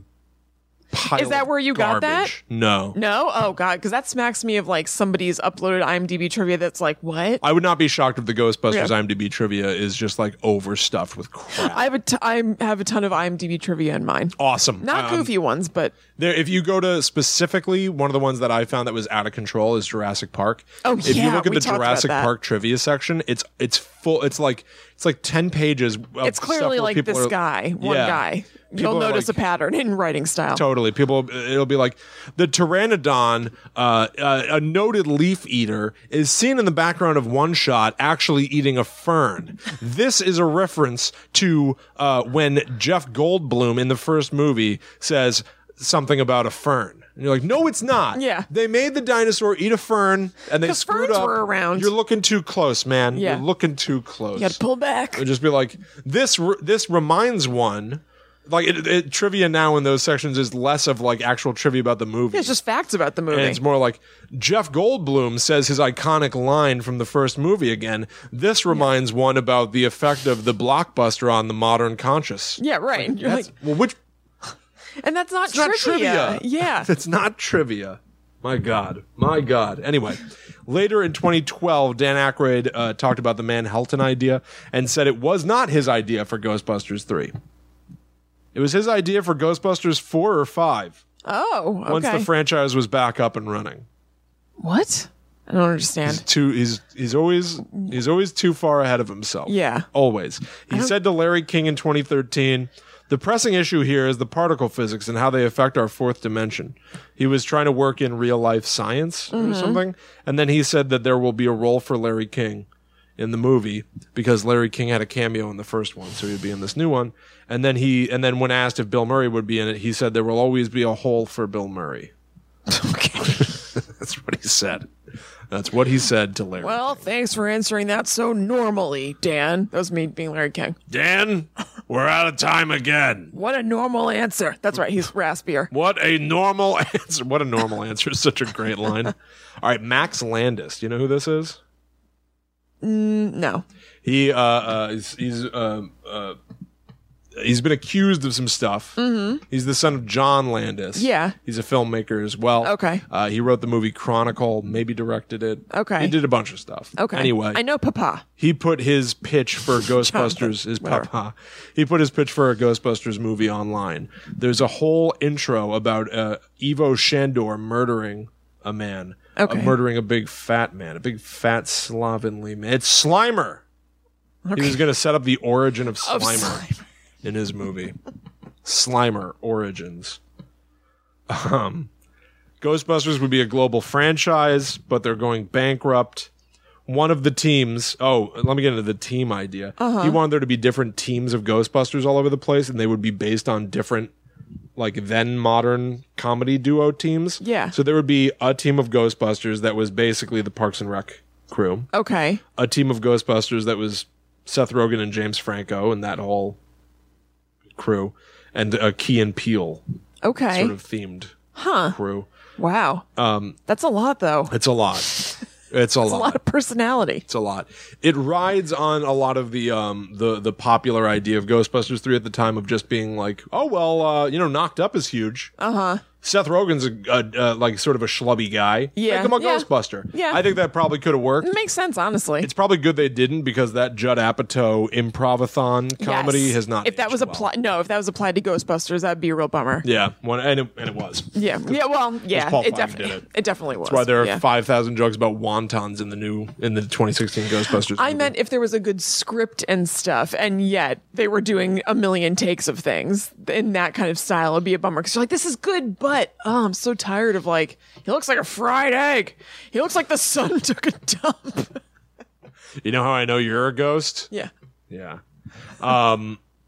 [SPEAKER 2] pile
[SPEAKER 1] Is that
[SPEAKER 2] of
[SPEAKER 1] where you got that?
[SPEAKER 2] garbage. No.
[SPEAKER 1] No, oh god, because that smacks me of like somebody's uploaded IMDb trivia that's like what.
[SPEAKER 2] I would not be shocked if the Ghostbusters
[SPEAKER 1] Yeah.
[SPEAKER 2] IMDb trivia is just like overstuffed with crap.
[SPEAKER 1] I have a t- I have a ton of IMDb trivia in mind.
[SPEAKER 2] awesome.
[SPEAKER 1] Not
[SPEAKER 2] Um,
[SPEAKER 1] goofy ones, but
[SPEAKER 2] There, if you go to specifically one of the ones that I found that was out of control is Jurassic Park.
[SPEAKER 1] Oh,
[SPEAKER 2] if you
[SPEAKER 1] yeah,
[SPEAKER 2] look at
[SPEAKER 1] we
[SPEAKER 2] the
[SPEAKER 1] talked about
[SPEAKER 2] Jurassic
[SPEAKER 1] that.
[SPEAKER 2] Park trivia section, it's it's full. It's like it's like ten pages. Of
[SPEAKER 1] it's clearly like this guy, one
[SPEAKER 2] Yeah.
[SPEAKER 1] guy.
[SPEAKER 2] People
[SPEAKER 1] You'll
[SPEAKER 2] are
[SPEAKER 1] notice
[SPEAKER 2] like-
[SPEAKER 1] a pattern in writing style.
[SPEAKER 2] Totally, people. It'll be like the pteranodon, uh, uh, a noted leaf eater, is seen in the background of one shot actually eating a fern. This is a reference to uh, when Jeff Goldblum in the first movie says something about a fern. And you're like, no, it's not.
[SPEAKER 1] Yeah.
[SPEAKER 2] They made the dinosaur eat a fern and they
[SPEAKER 1] 'Cause
[SPEAKER 2] screwed
[SPEAKER 1] ferns
[SPEAKER 2] up.
[SPEAKER 1] were around.
[SPEAKER 2] You're looking too close, man.
[SPEAKER 1] Yeah.
[SPEAKER 2] You're looking too close.
[SPEAKER 1] You gotta pull back.
[SPEAKER 2] It would just be like this. Re- this reminds one, like it, it, trivia now in those sections is less of like actual trivia about the movie.
[SPEAKER 1] It's just facts about the movie.
[SPEAKER 2] and it's more like Jeff Goldblum says his iconic line from the first movie again. This reminds one about the effect of the blockbuster on the modern conscious.
[SPEAKER 1] yeah, right. You're
[SPEAKER 2] That's-
[SPEAKER 1] like,
[SPEAKER 2] well, which
[SPEAKER 1] and that's not
[SPEAKER 2] not
[SPEAKER 1] trivia.
[SPEAKER 2] trivia. [LAUGHS]
[SPEAKER 1] Yeah.
[SPEAKER 2] It's not trivia. My God. My God. Anyway, later in 2012, Dan Aykroyd uh, talked about the Manhattan idea and said it was not his idea for Ghostbusters 3. It was his idea for Ghostbusters 4 or 5
[SPEAKER 1] Oh, okay.
[SPEAKER 2] [LAUGHS] once the franchise was back up and running.
[SPEAKER 1] what? I don't
[SPEAKER 2] [LAUGHS]
[SPEAKER 1] understand.
[SPEAKER 2] Too, he's he's always he's always too far ahead of himself.
[SPEAKER 1] Yeah.
[SPEAKER 2] always. He said to Larry King in 2013, "The pressing issue here is the particle physics and how they affect our fourth dimension." He was trying to work in real life science or something, and then he said that there will be a role for Larry King in the movie because Larry King had a cameo in the first one, so he'd be in this new one. And then he and then when asked if Bill Murray would be in it, he said there will always be a hole for Bill Murray. [LAUGHS]
[SPEAKER 1] okay.
[SPEAKER 2] That's what he said. That's what he said to Larry.
[SPEAKER 1] Well, thanks for answering that so normally, Dan. That was me being Larry King.
[SPEAKER 2] Dan, we're out of time again.
[SPEAKER 1] What a normal answer. That's right. He's raspier.
[SPEAKER 2] What a normal [LAUGHS] answer. What a normal answer. Such a great line. All right, Max Landis. You know who this is?
[SPEAKER 1] No.
[SPEAKER 2] He uh, uh he's he's um uh, he's been accused of some stuff. Mm-hmm. He's the son of John Landis.
[SPEAKER 1] Yeah.
[SPEAKER 2] he's a filmmaker as well.
[SPEAKER 1] Okay.
[SPEAKER 2] uh, he wrote the movie Chronicle. Maybe directed it.
[SPEAKER 1] Okay.
[SPEAKER 2] he did a bunch of stuff.
[SPEAKER 1] Okay.
[SPEAKER 2] anyway,
[SPEAKER 1] I know Papa.
[SPEAKER 2] he put his pitch [LAUGHS] for Ghostbusters his
[SPEAKER 1] whatever.
[SPEAKER 2] papa. He put his pitch for a Ghostbusters movie online. There's a whole intro about uh, Evo Shandor murdering a man, uh,
[SPEAKER 1] Okay.
[SPEAKER 2] murdering a big fat man, a big fat slovenly man. It's Slimer. He was going to set up the origin of Slimer,
[SPEAKER 1] Slimer.
[SPEAKER 2] in his movie. Slimer origins. Um, Ghostbusters would be a global franchise, but they're going bankrupt one of the teams. Oh, let me get into the team idea. He wanted there to be different teams of Ghostbusters all over the place, and they would be based on different, like then modern comedy duo teams.
[SPEAKER 1] Yeah.
[SPEAKER 2] So there would be a team of Ghostbusters that was basically the Parks and Rec crew,
[SPEAKER 1] Okay.
[SPEAKER 2] a team of Ghostbusters that was Seth Rogen and James Franco and that whole crew, and a Key and Peele
[SPEAKER 1] Okay.
[SPEAKER 2] sort of themed crew.
[SPEAKER 1] Wow. Um, That's a lot, though.
[SPEAKER 2] It's a lot. It's a
[SPEAKER 1] It's a
[SPEAKER 2] lot.
[SPEAKER 1] lot of personality.
[SPEAKER 2] It's a lot. It rides on a lot of the um the the popular idea of Ghostbusters three at the time of just being like, oh well, uh, you know, knocked up is huge. Uh
[SPEAKER 1] Uh-huh.
[SPEAKER 2] huh. Seth Rogen's a, a, uh like sort of a schlubby guy.
[SPEAKER 1] Yeah.
[SPEAKER 2] make him a
[SPEAKER 1] Yeah.
[SPEAKER 2] Ghostbuster.
[SPEAKER 1] Yeah.
[SPEAKER 2] I think that probably could have worked.
[SPEAKER 1] It makes sense, honestly.
[SPEAKER 2] It's probably good they didn't because that Judd Apatow improvathon comedy
[SPEAKER 1] Yes.
[SPEAKER 2] has not.
[SPEAKER 1] If that
[SPEAKER 2] aged
[SPEAKER 1] was
[SPEAKER 2] well.
[SPEAKER 1] applied, no. If that was applied to Ghostbusters, that'd be a real bummer.
[SPEAKER 2] yeah, one, and it, and it was.
[SPEAKER 1] Yeah. Yeah. Well. Yeah.
[SPEAKER 2] Paul
[SPEAKER 1] It
[SPEAKER 2] Feig
[SPEAKER 1] definitely.
[SPEAKER 2] did
[SPEAKER 1] It.
[SPEAKER 2] it.
[SPEAKER 1] definitely was.
[SPEAKER 2] Why there are
[SPEAKER 1] yeah.
[SPEAKER 2] five thousand jokes about wontons in the new in the 2016 Ghostbusters?
[SPEAKER 1] I
[SPEAKER 2] movie.
[SPEAKER 1] meant if there was a good script and stuff, and yet they were doing a million takes of things in that kind of style, it'd be a bummer. Because you're like, this is good, but oh, I'm so tired of like, he looks like a fried egg. He looks like the sun [LAUGHS] took a dump.
[SPEAKER 2] you know how I know you're a ghost?
[SPEAKER 1] yeah.
[SPEAKER 2] Yeah. Um,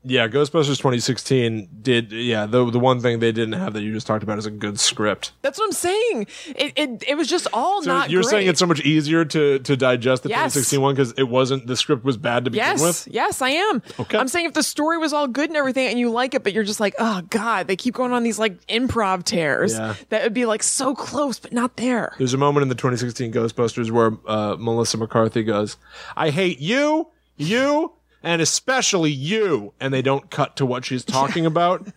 [SPEAKER 2] yeah, Ghostbusters 2016 did, yeah, the, the one thing they didn't have that you just talked about is a good script.
[SPEAKER 1] That's what I'm saying. It it, it was just all
[SPEAKER 2] So
[SPEAKER 1] not
[SPEAKER 2] you're
[SPEAKER 1] great.
[SPEAKER 2] saying it's so much easier to, to digest the
[SPEAKER 1] Yes.
[SPEAKER 2] 2016 one because it wasn't, the script was bad to begin
[SPEAKER 1] Yes,
[SPEAKER 2] with?
[SPEAKER 1] yes, I am.
[SPEAKER 2] Okay.
[SPEAKER 1] I'm saying if the story was all good and everything and you like it, but you're just like, oh God, they keep going on these like improv tears
[SPEAKER 2] Yeah.
[SPEAKER 1] that would be like so close, but not there.
[SPEAKER 2] There's a moment in the 2016 Ghostbusters where uh, Melissa McCarthy goes, I hate you, you, and especially you. And they don't cut to what she's
[SPEAKER 1] [LAUGHS]
[SPEAKER 2] talking about.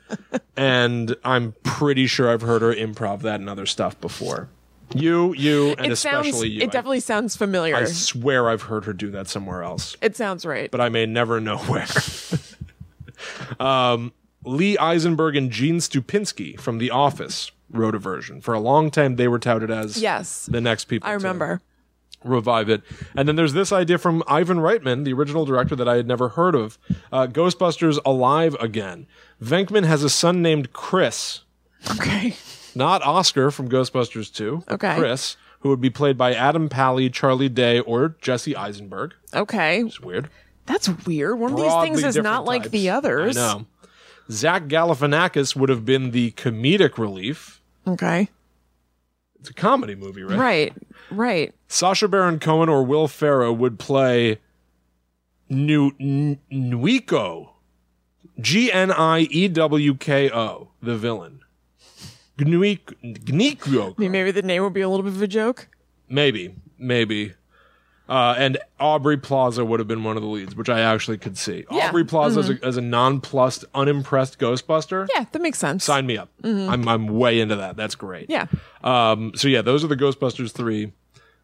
[SPEAKER 2] and I'm pretty sure I've heard her improv that and other stuff before. You, you, and
[SPEAKER 1] it
[SPEAKER 2] especially
[SPEAKER 1] sounds
[SPEAKER 2] you.
[SPEAKER 1] it
[SPEAKER 2] I
[SPEAKER 1] definitely sounds familiar.
[SPEAKER 2] I swear I've heard her do that somewhere else,
[SPEAKER 1] it sounds right.
[SPEAKER 2] but I may never know [LAUGHS] where. um, Lee Eisenberg and Gene Stupinski from The Office wrote a version. For a long time, they were touted as
[SPEAKER 1] Yes.
[SPEAKER 2] the next people.
[SPEAKER 1] I remember.
[SPEAKER 2] To revive it. And then there's this idea from Ivan Reitman, the original director that I had never heard of uh, Ghostbusters Alive Again. Venkman has a son named Chris
[SPEAKER 1] Okay.
[SPEAKER 2] not Oscar from Ghostbusters 2.
[SPEAKER 1] Okay.
[SPEAKER 2] Chris, who would be played by Adam Pally, Charlie Day, or Jesse Eisenberg.
[SPEAKER 1] Okay.
[SPEAKER 2] It's weird.
[SPEAKER 1] That's weird. One of these
[SPEAKER 2] Broadly
[SPEAKER 1] things is
[SPEAKER 2] different
[SPEAKER 1] not like the
[SPEAKER 2] types.
[SPEAKER 1] others.
[SPEAKER 2] I know. Zach Galifianakis would have been the comedic relief.
[SPEAKER 1] Okay.
[SPEAKER 2] It's a comedy movie, right?
[SPEAKER 1] Right. Right.
[SPEAKER 2] Sasha Baron Cohen or Will Ferrell would play Nu- N- Nuiko, G N I E W K O, the villain. Gnuik-
[SPEAKER 1] I
[SPEAKER 2] Gnico,
[SPEAKER 1] mean, maybe the name would be a little bit of a joke.
[SPEAKER 2] maybe, maybe. Uh, and Aubrey Plaza would have been one of the leads, which I actually could see.
[SPEAKER 1] Yeah. Mm-hmm.
[SPEAKER 2] Aubrey Plaza as, a, as a nonplussed, unimpressed Ghostbuster.
[SPEAKER 1] Yeah, that makes sense.
[SPEAKER 2] Sign me up. I'm, I'm way into that. That's great.
[SPEAKER 1] Mm-hmm. yeah.
[SPEAKER 2] Um, so, yeah, those are the Ghostbusters three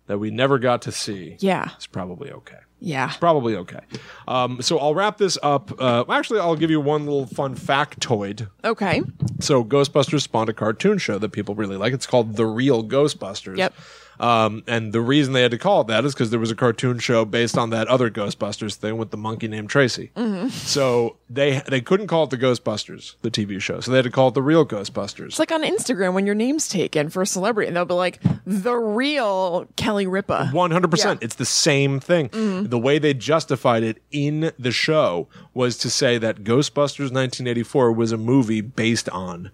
[SPEAKER 2] that we never got to see.
[SPEAKER 1] Yeah.
[SPEAKER 2] It's probably okay.
[SPEAKER 1] Yeah.
[SPEAKER 2] Probably okay. Um, so I'll wrap this up. Uh, actually, I'll give you one little fun factoid.
[SPEAKER 1] Okay.
[SPEAKER 2] So Ghostbusters spawned a cartoon show that people really like. It's called The Real Ghostbusters.
[SPEAKER 1] Yep.
[SPEAKER 2] Um, and the reason they had to call it that is because there was a cartoon show based on that other Ghostbusters thing with the monkey named Tracy. So they they couldn't call it the Ghostbusters, the TV show. So they had to call it the Real Ghostbusters.
[SPEAKER 1] It's like on Instagram when your name's taken for a celebrity, and they'll be like, the real Kelly Ripa.
[SPEAKER 2] One hundred
[SPEAKER 1] Yeah.
[SPEAKER 2] percent.
[SPEAKER 1] Mm-hmm.
[SPEAKER 2] It's the same thing. The way they justified it in the show was to say that Ghostbusters 1984 was a movie based on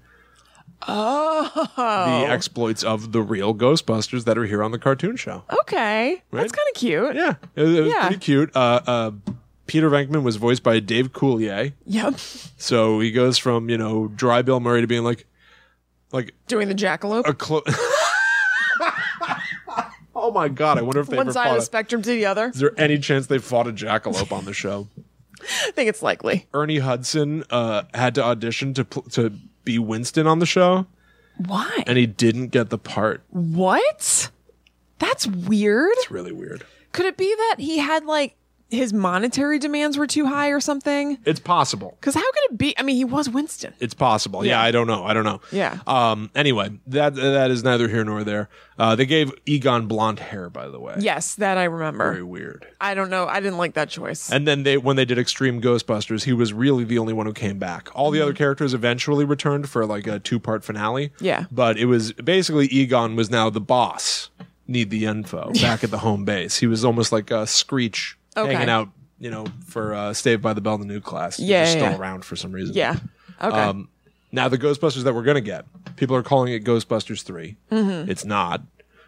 [SPEAKER 1] Oh.
[SPEAKER 2] the exploits of the real Ghostbusters that are here on the cartoon show.
[SPEAKER 1] Okay. That's kind of cute.
[SPEAKER 2] Yeah, it, it was
[SPEAKER 1] Yeah.
[SPEAKER 2] pretty cute. Uh, uh, Peter Venkman was voiced by Dave Coulier,
[SPEAKER 1] Yep.
[SPEAKER 2] so he goes from you know Dry Bill Murray to being like, like
[SPEAKER 1] Doing the jackalope.
[SPEAKER 2] a close. [LAUGHS] oh my god! I wonder if they
[SPEAKER 1] One
[SPEAKER 2] ever
[SPEAKER 1] side of
[SPEAKER 2] fought.
[SPEAKER 1] the
[SPEAKER 2] A-
[SPEAKER 1] spectrum to the other.
[SPEAKER 2] is there any chance they fought a jackalope on the show?
[SPEAKER 1] I think it's likely.
[SPEAKER 2] Ernie Hudson uh, had to audition to pl- to be Winston on the show,
[SPEAKER 1] Why?
[SPEAKER 2] and he didn't get the part. It's
[SPEAKER 1] What? That's weird.
[SPEAKER 2] really weird.
[SPEAKER 1] Could it be that he had like his monetary demands were too high or something?
[SPEAKER 2] It's possible.
[SPEAKER 1] Because how could it be? I mean, he was Winston.
[SPEAKER 2] It's possible. Yeah,
[SPEAKER 1] Yeah.
[SPEAKER 2] I don't know. I don't know.
[SPEAKER 1] Yeah.
[SPEAKER 2] Um. Anyway, that that is neither here nor there. Uh, they gave Egon blonde hair, by the way.
[SPEAKER 1] Yes, that I remember.
[SPEAKER 2] Very weird.
[SPEAKER 1] I don't know. I didn't like that choice.
[SPEAKER 2] And then they when they did Extreme Ghostbusters, he was really the only one who came back. All the
[SPEAKER 1] Mm.
[SPEAKER 2] other characters eventually returned for like a two part finale.
[SPEAKER 1] Yeah.
[SPEAKER 2] But it was basically Egon was now the boss. Need the
[SPEAKER 1] [LAUGHS]
[SPEAKER 2] info back at the home base. He was almost like a Screech
[SPEAKER 1] Okay.
[SPEAKER 2] hanging out, you know, for uh, Saved by the Bell, the new class. He
[SPEAKER 1] Yeah,
[SPEAKER 2] was
[SPEAKER 1] yeah,
[SPEAKER 2] still
[SPEAKER 1] yeah.
[SPEAKER 2] around for some reason.
[SPEAKER 1] yeah. Okay.
[SPEAKER 2] Um, now the Ghostbusters that we're gonna get, people are calling it Ghostbusters 3
[SPEAKER 1] Mm-hmm.
[SPEAKER 2] It's not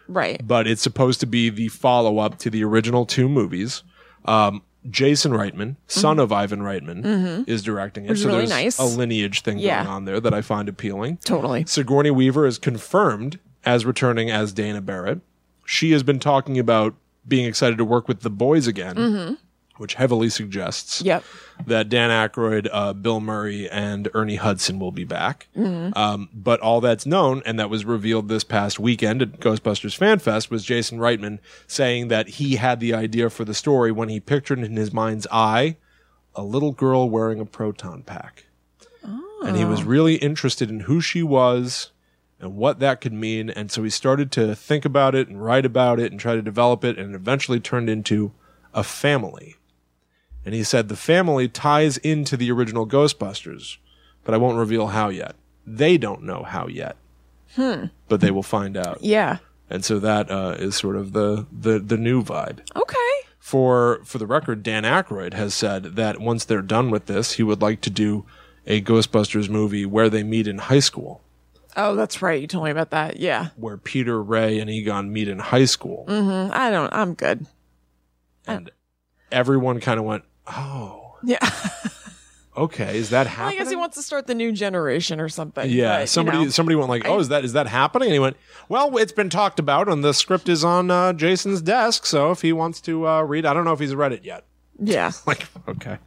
[SPEAKER 1] right.
[SPEAKER 2] but it's supposed to be the follow up to the original two movies. Um, Jason Reitman, son of Ivan Reitman, is directing it.
[SPEAKER 1] Mm-hmm. is
[SPEAKER 2] so
[SPEAKER 1] really
[SPEAKER 2] there's
[SPEAKER 1] nice.
[SPEAKER 2] a lineage thing
[SPEAKER 1] Yeah.
[SPEAKER 2] going on there that I find appealing.
[SPEAKER 1] Totally.
[SPEAKER 2] Sigourney Weaver is confirmed as returning as Dana Barrett. She has been talking about being excited to work with the boys again,
[SPEAKER 1] Mm-hmm.
[SPEAKER 2] which heavily suggests
[SPEAKER 1] Yep.
[SPEAKER 2] that Dan Aykroyd, uh, Bill Murray, and Ernie Hudson will be back. Um, but all that's known, and that was revealed this past weekend at Ghostbusters Fan Fest, was Jason Reitman saying that he had the idea for the story when he pictured in his mind's eye a little girl wearing a proton pack. And he was really interested in who she was and what that could mean. And so he started to think about it and write about it and try to develop it, and it eventually turned into a family. And he said the family ties into the original Ghostbusters, but I won't reveal how yet. They don't know how yet,
[SPEAKER 1] Hmm.
[SPEAKER 2] but they will find out.
[SPEAKER 1] Yeah.
[SPEAKER 2] And so that uh, is sort of the, the the new vibe.
[SPEAKER 1] Okay.
[SPEAKER 2] For for the record, Dan Aykroyd has said that once they're done with this, he would like to do a Ghostbusters movie where they meet in high school,
[SPEAKER 1] Oh, that's right. You told me about that. Yeah.
[SPEAKER 2] where Peter, Ray, and Egon meet in high school,
[SPEAKER 1] Mm, I don't. I'm good.
[SPEAKER 2] and everyone kind of went, "Oh,
[SPEAKER 1] Yeah. [LAUGHS]
[SPEAKER 2] okay, is that
[SPEAKER 1] I
[SPEAKER 2] happening?"
[SPEAKER 1] guess he wants to start the new generation or something.
[SPEAKER 2] Yeah,
[SPEAKER 1] but, you
[SPEAKER 2] somebody
[SPEAKER 1] know.
[SPEAKER 2] somebody went like, "Oh, is [LAUGHS] that is that happening?" And he went, "Well, it's been talked about, and the script is on uh, Jason's desk. So if he wants to uh, read, I don't know if he's read it yet." [LAUGHS]
[SPEAKER 1] Yeah.
[SPEAKER 2] Like, okay,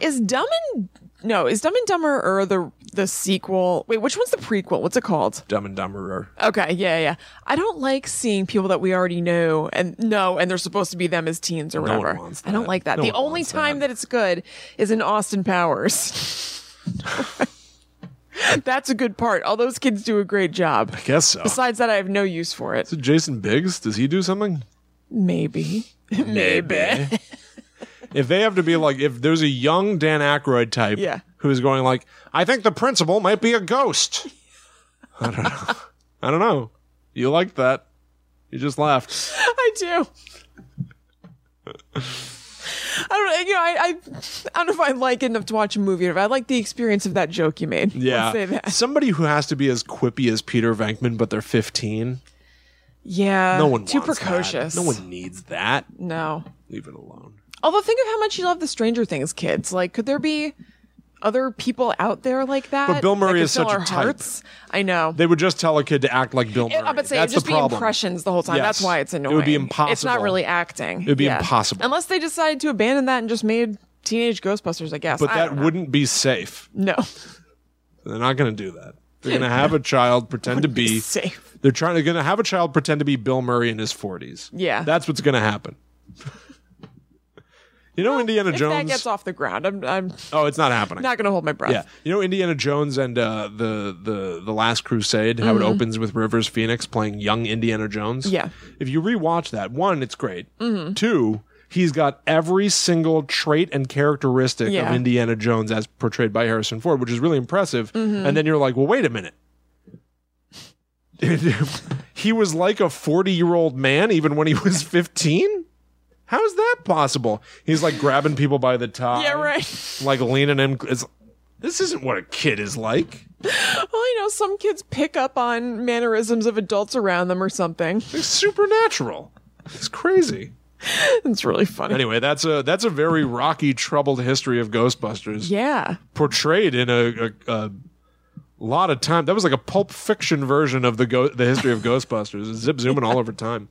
[SPEAKER 1] Is Dumb and no? Is Dumb and Dumber or the the sequel? Wait, which one's the prequel? What's it called?
[SPEAKER 2] Dumb and Dumberer.
[SPEAKER 1] Okay, yeah, yeah. I don't like seeing people that we already know and know, and they're supposed to be them as teens or
[SPEAKER 2] one
[SPEAKER 1] whatever.
[SPEAKER 2] wants
[SPEAKER 1] I don't
[SPEAKER 2] that.
[SPEAKER 1] like that.
[SPEAKER 2] No
[SPEAKER 1] the
[SPEAKER 2] one
[SPEAKER 1] only
[SPEAKER 2] wants
[SPEAKER 1] time
[SPEAKER 2] that.
[SPEAKER 1] that. it's good is in Austin Powers. [LAUGHS] That's a good part. All those kids do a great job.
[SPEAKER 2] I guess so.
[SPEAKER 1] Besides that, I have no use for it.
[SPEAKER 2] Is it Jason Biggs? Does he do something?
[SPEAKER 1] Maybe. Maybe. [LAUGHS]
[SPEAKER 2] if they have to be like, if there's a young Dan Aykroyd type,
[SPEAKER 1] Yeah.
[SPEAKER 2] who is going like, "I think the principal might be
[SPEAKER 1] [LAUGHS]
[SPEAKER 2] a ghost." I don't know. I don't know. You liked that? You just laughed.
[SPEAKER 1] I do. I don't you know. I, I I don't know if I like it enough to watch a movie, or if I like the experience of that joke you made. [LAUGHS]
[SPEAKER 2] Yeah.
[SPEAKER 1] Let's say that.
[SPEAKER 2] Somebody who has to be as quippy as Peter Venkman, but they're 15.
[SPEAKER 1] Yeah.
[SPEAKER 2] No one
[SPEAKER 1] Uh, too
[SPEAKER 2] wants that.
[SPEAKER 1] precocious.
[SPEAKER 2] No one needs that.
[SPEAKER 1] No.
[SPEAKER 2] Leave it alone.
[SPEAKER 1] Although think of how much you love the Stranger Things kids. Like, could there be other people out there like that?
[SPEAKER 2] But Bill Murray
[SPEAKER 1] that could
[SPEAKER 2] is
[SPEAKER 1] fill
[SPEAKER 2] such a
[SPEAKER 1] our
[SPEAKER 2] type.
[SPEAKER 1] hearts? I know.
[SPEAKER 2] They would just tell a kid to act like Bill Murray.
[SPEAKER 1] I would say
[SPEAKER 2] That's
[SPEAKER 1] it'd just
[SPEAKER 2] the
[SPEAKER 1] be
[SPEAKER 2] problem.
[SPEAKER 1] impressions the whole time.
[SPEAKER 2] Yes.
[SPEAKER 1] That's why it's
[SPEAKER 2] It would
[SPEAKER 1] annoying.
[SPEAKER 2] be
[SPEAKER 1] It's not
[SPEAKER 2] impossible.
[SPEAKER 1] really acting. It
[SPEAKER 2] would be impossible.
[SPEAKER 1] Unless they decide to abandon that and just made teenage Ghostbusters, I guess.
[SPEAKER 2] But
[SPEAKER 1] I
[SPEAKER 2] that
[SPEAKER 1] don't know.
[SPEAKER 2] wouldn't be safe.
[SPEAKER 1] no
[SPEAKER 2] [LAUGHS] They're not going to do that. They're going to have a child pretend
[SPEAKER 1] [LAUGHS]
[SPEAKER 2] to be.
[SPEAKER 1] safe.
[SPEAKER 2] They're trying to going to have a child pretend to be Bill Murray in his 40s.
[SPEAKER 1] Yeah.
[SPEAKER 2] That's what's going to happen. [LAUGHS] you know Indiana
[SPEAKER 1] If that
[SPEAKER 2] Jones.
[SPEAKER 1] gets off the ground, I'm I'm
[SPEAKER 2] oh, it's not happening.
[SPEAKER 1] not gonna hold my breath.
[SPEAKER 2] yeah, you know Indiana Jones and uh, the the the Last Crusade, how it opens with Rivers Phoenix playing young Indiana Jones.
[SPEAKER 1] Mm-hmm. Yeah. Mm-hmm.
[SPEAKER 2] if you rewatch that, one, it's great. Two, he's got every single trait and characteristic
[SPEAKER 1] Yeah.
[SPEAKER 2] of Indiana Jones as portrayed by Harrison Ford, which is really impressive.
[SPEAKER 1] Mm-hmm.
[SPEAKER 2] And then you're like, well, wait a minute. [LAUGHS] he was like a 40 year old man even when he was 15? How is that possible? He's like grabbing people by the
[SPEAKER 1] [LAUGHS]
[SPEAKER 2] tie.
[SPEAKER 1] Yeah, right.
[SPEAKER 2] Like leaning in. It's, this isn't what a kid is like.
[SPEAKER 1] Well, you know, some kids pick up on mannerisms of adults around them or something. [LAUGHS]
[SPEAKER 2] It's supernatural. It's crazy.
[SPEAKER 1] It's really funny.
[SPEAKER 2] Anyway, that's a that's a very rocky, troubled history of Ghostbusters.
[SPEAKER 1] Yeah.
[SPEAKER 2] portrayed in a, a, a lot of time. That was like a Pulp Fiction version of the go- the history of Ghostbusters. Zip zooming all over time.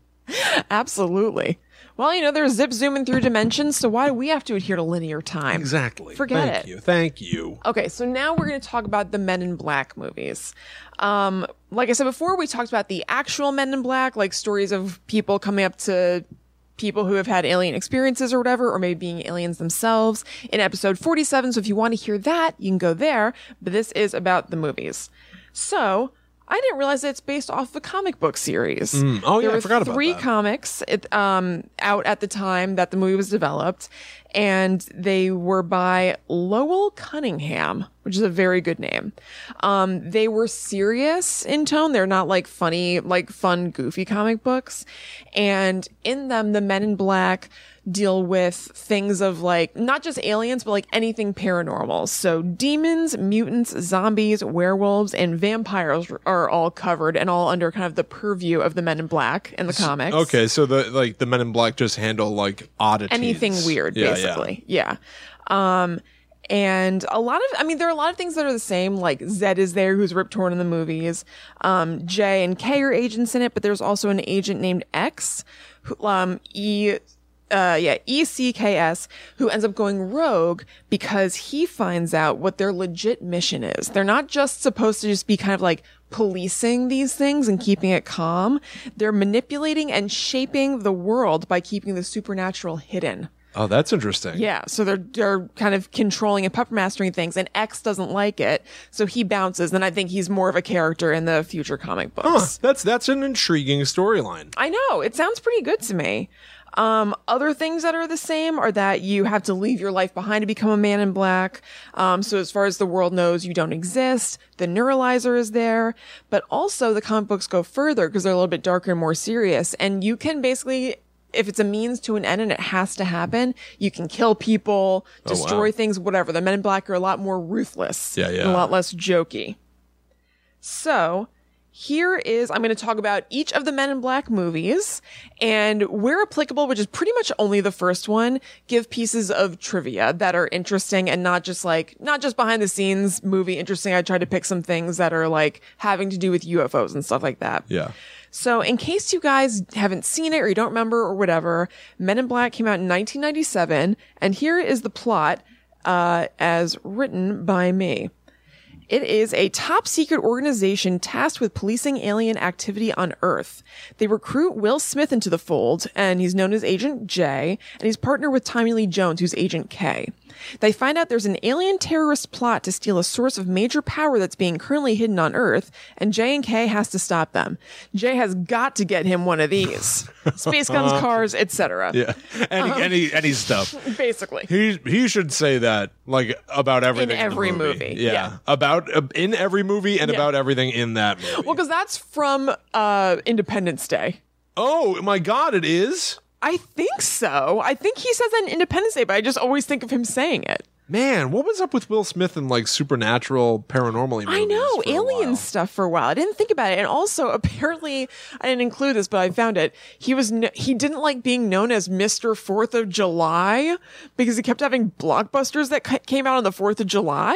[SPEAKER 1] Absolutely. Well, you know, they're zip zooming through dimensions, so why do we have to adhere to linear time?
[SPEAKER 2] Exactly.
[SPEAKER 1] Forget
[SPEAKER 2] Thank
[SPEAKER 1] it. Um,
[SPEAKER 2] you. Thank you.
[SPEAKER 1] Okay, so now we're going to talk about the Men in Black movies. Um, like I said before, we talked about the actual Men in Black, like stories of people coming up to people who have had alien experiences or whatever, or maybe being aliens themselves in episode 47. So if you want to hear that, you can go there. But this is about the movies. So I didn't realize that it's based off of a comic book series. there
[SPEAKER 2] Oh yeah, I
[SPEAKER 1] were
[SPEAKER 2] forgot about
[SPEAKER 1] three
[SPEAKER 2] that.
[SPEAKER 1] comics it, um, out at the time that the movie was developed, and they were by Lowell Cunningham, which is a very good name. Um, they were serious in tone; they're not like funny, like fun, goofy comic books. And in them, the Men in Black deal with things of like not just aliens, but like anything paranormal. So demons, mutants, zombies, werewolves, and vampires are all covered and all under kind of the purview of the Men in Black in the comics.
[SPEAKER 2] okay, so the like the Men in Black just handle like oddities,
[SPEAKER 1] Anything weird,
[SPEAKER 2] Yeah, yeah.
[SPEAKER 1] basically. Yeah. Um, and a lot of, I mean, there are a lot of things that are the same. Like Zed is there, who's Rip Torn in the movies. Um, J and K are agents in it, but there's also an agent named X, who, um, E, uh, yeah, ECKS, who ends up going rogue because he finds out what their legit mission is. They're not just supposed to just be kind of like policing these things and keeping it calm. They're manipulating and shaping the world by keeping the supernatural hidden.
[SPEAKER 2] Oh, that's interesting.
[SPEAKER 1] Yeah, so they're they're kind of controlling and puppet mastering things, and X doesn't like it, so he bounces. And I think he's more of a character in the future comic books.
[SPEAKER 2] Huh, that's that's an intriguing storyline.
[SPEAKER 1] I know. It sounds pretty good to me. Um, other things that are the same are that you have to leave your life behind to become a man in black. Um, so as far as the world knows, you don't exist. The neuralizer is there, but also the comic books go further because they're a little bit darker and more serious. And you can basically, if it's a means to an end and it has to happen, you can kill people,
[SPEAKER 2] Oh,
[SPEAKER 1] destroy things, whatever. The men in black are a lot more ruthless.
[SPEAKER 2] Yeah, yeah.
[SPEAKER 1] and A lot less jokey. So here is I'm going to talk about each of the Men in Black movies and where applicable, which is pretty much only the first one, give pieces of trivia that are interesting and not just like not just behind the scenes movie interesting. I tried to pick some things that are like having to do with UFOs and stuff like that.
[SPEAKER 2] Yeah.
[SPEAKER 1] So, in case you guys haven't seen it or you don't remember or whatever, Men in Black came out in 1997, and here is the plot uh, as written by me. It is a top secret organization tasked with policing alien activity on Earth. They recruit Will Smith into the fold, and he's known as Agent J, and he's partnered with Tommy Lee Jones, who's Agent K. They find out there's an alien terrorist plot to steal a source of major power that's being currently hidden on Earth, and J and K has to stop them. J has got to get him one of these space guns, cars, etc.
[SPEAKER 2] Yeah. [LAUGHS] Any
[SPEAKER 1] Um,
[SPEAKER 2] any any stuff.
[SPEAKER 1] Basically.
[SPEAKER 2] He he should say that like about everything the
[SPEAKER 1] every movie,
[SPEAKER 2] Yeah.
[SPEAKER 1] yeah.
[SPEAKER 2] About uh, in every movie and about everything in that movie.
[SPEAKER 1] Well, because that's from uh, Independence Day.
[SPEAKER 2] oh my god, it is.
[SPEAKER 1] I think so. I think he says that in Independence Day, but I just always think of him saying it.
[SPEAKER 2] Man, what was up with Will Smith and like supernatural paranormal?
[SPEAKER 1] I know
[SPEAKER 2] aliens.
[SPEAKER 1] alien stuff for a while. I didn't think about it, and also [LAUGHS] apparently I didn't include this, but I found it. He was no, he didn't like being known as Mister Fourth of July because he kept having blockbusters that ca- came out on the Fourth of July.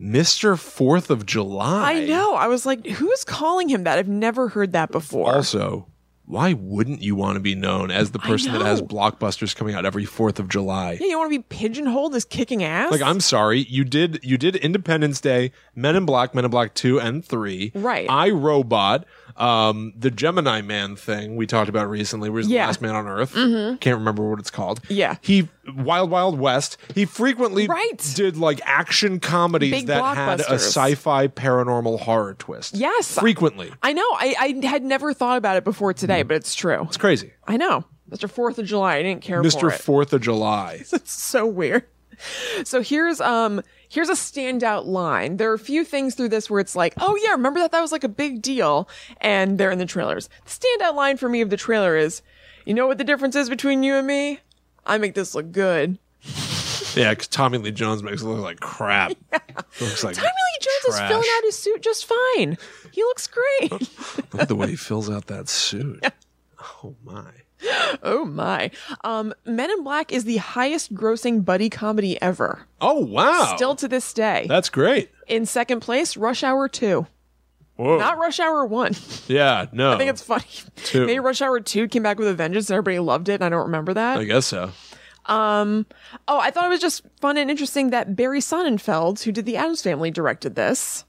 [SPEAKER 2] Mr. Fourth of July.
[SPEAKER 1] I know. I was like, who's calling him that? I've never heard that before.
[SPEAKER 2] Also, why wouldn't you want to be known as the person that has
[SPEAKER 1] know.
[SPEAKER 2] blockbusters coming out every Fourth of July?
[SPEAKER 1] yeah, you want to be pigeonholed as kicking ass?
[SPEAKER 2] Like, I'm sorry, you did you did Independence Day, Men in Black, Men in Black Two and Three,
[SPEAKER 1] Right.
[SPEAKER 2] I Robot, um, the Gemini Man thing we talked about recently, where he's
[SPEAKER 1] Yeah. Mm-hmm.
[SPEAKER 2] the last man on Earth. Can't remember what it's called.
[SPEAKER 1] Yeah.
[SPEAKER 2] he Wild Wild West. He frequently
[SPEAKER 1] Right.
[SPEAKER 2] did like action comedies
[SPEAKER 1] Big
[SPEAKER 2] that had a
[SPEAKER 1] blockbusters.
[SPEAKER 2] sci-fi paranormal horror twist.
[SPEAKER 1] Yes.
[SPEAKER 2] frequently.
[SPEAKER 1] I know. I, I had never thought about it before
[SPEAKER 2] Hmm.
[SPEAKER 1] today, but it's true.
[SPEAKER 2] It's crazy.
[SPEAKER 1] I know. Mr. Fourth of July. I didn't care for
[SPEAKER 2] Mr.
[SPEAKER 1] it.
[SPEAKER 2] Fourth of July. [LAUGHS]
[SPEAKER 1] It's so weird. So here's um here's a standout line. There are a few things through this where it's like, oh yeah, remember that that was like a big deal, and they're in the trailers. The standout line for me of the trailer is, you know what the difference is between you and me? I make this look good.
[SPEAKER 2] yeah, because Tommy Lee Jones makes it look
[SPEAKER 1] [LAUGHS]
[SPEAKER 2] like crap. Looks like
[SPEAKER 1] Tommy Lee Jones is filling
[SPEAKER 2] Trash.
[SPEAKER 1] out his suit just fine. He looks great. [LAUGHS]
[SPEAKER 2] Look at the way he fills out that suit. [LAUGHS] Oh my.
[SPEAKER 1] oh my. Um, Men in Black is the highest grossing buddy comedy ever.
[SPEAKER 2] Oh wow.
[SPEAKER 1] Still to this day.
[SPEAKER 2] That's great.
[SPEAKER 1] in second place, Rush Hour 2.
[SPEAKER 2] Whoa.
[SPEAKER 1] Not Rush Hour 1.
[SPEAKER 2] yeah, no. I
[SPEAKER 1] I think it's funny.
[SPEAKER 2] Two.
[SPEAKER 1] Maybe Rush Hour Two came back with a vengeance, and everybody loved it. And I don't remember that.
[SPEAKER 2] I guess so.
[SPEAKER 1] oh, I thought it was just fun and interesting that Barry Sonnenfeld, who did The Adams Family, directed this.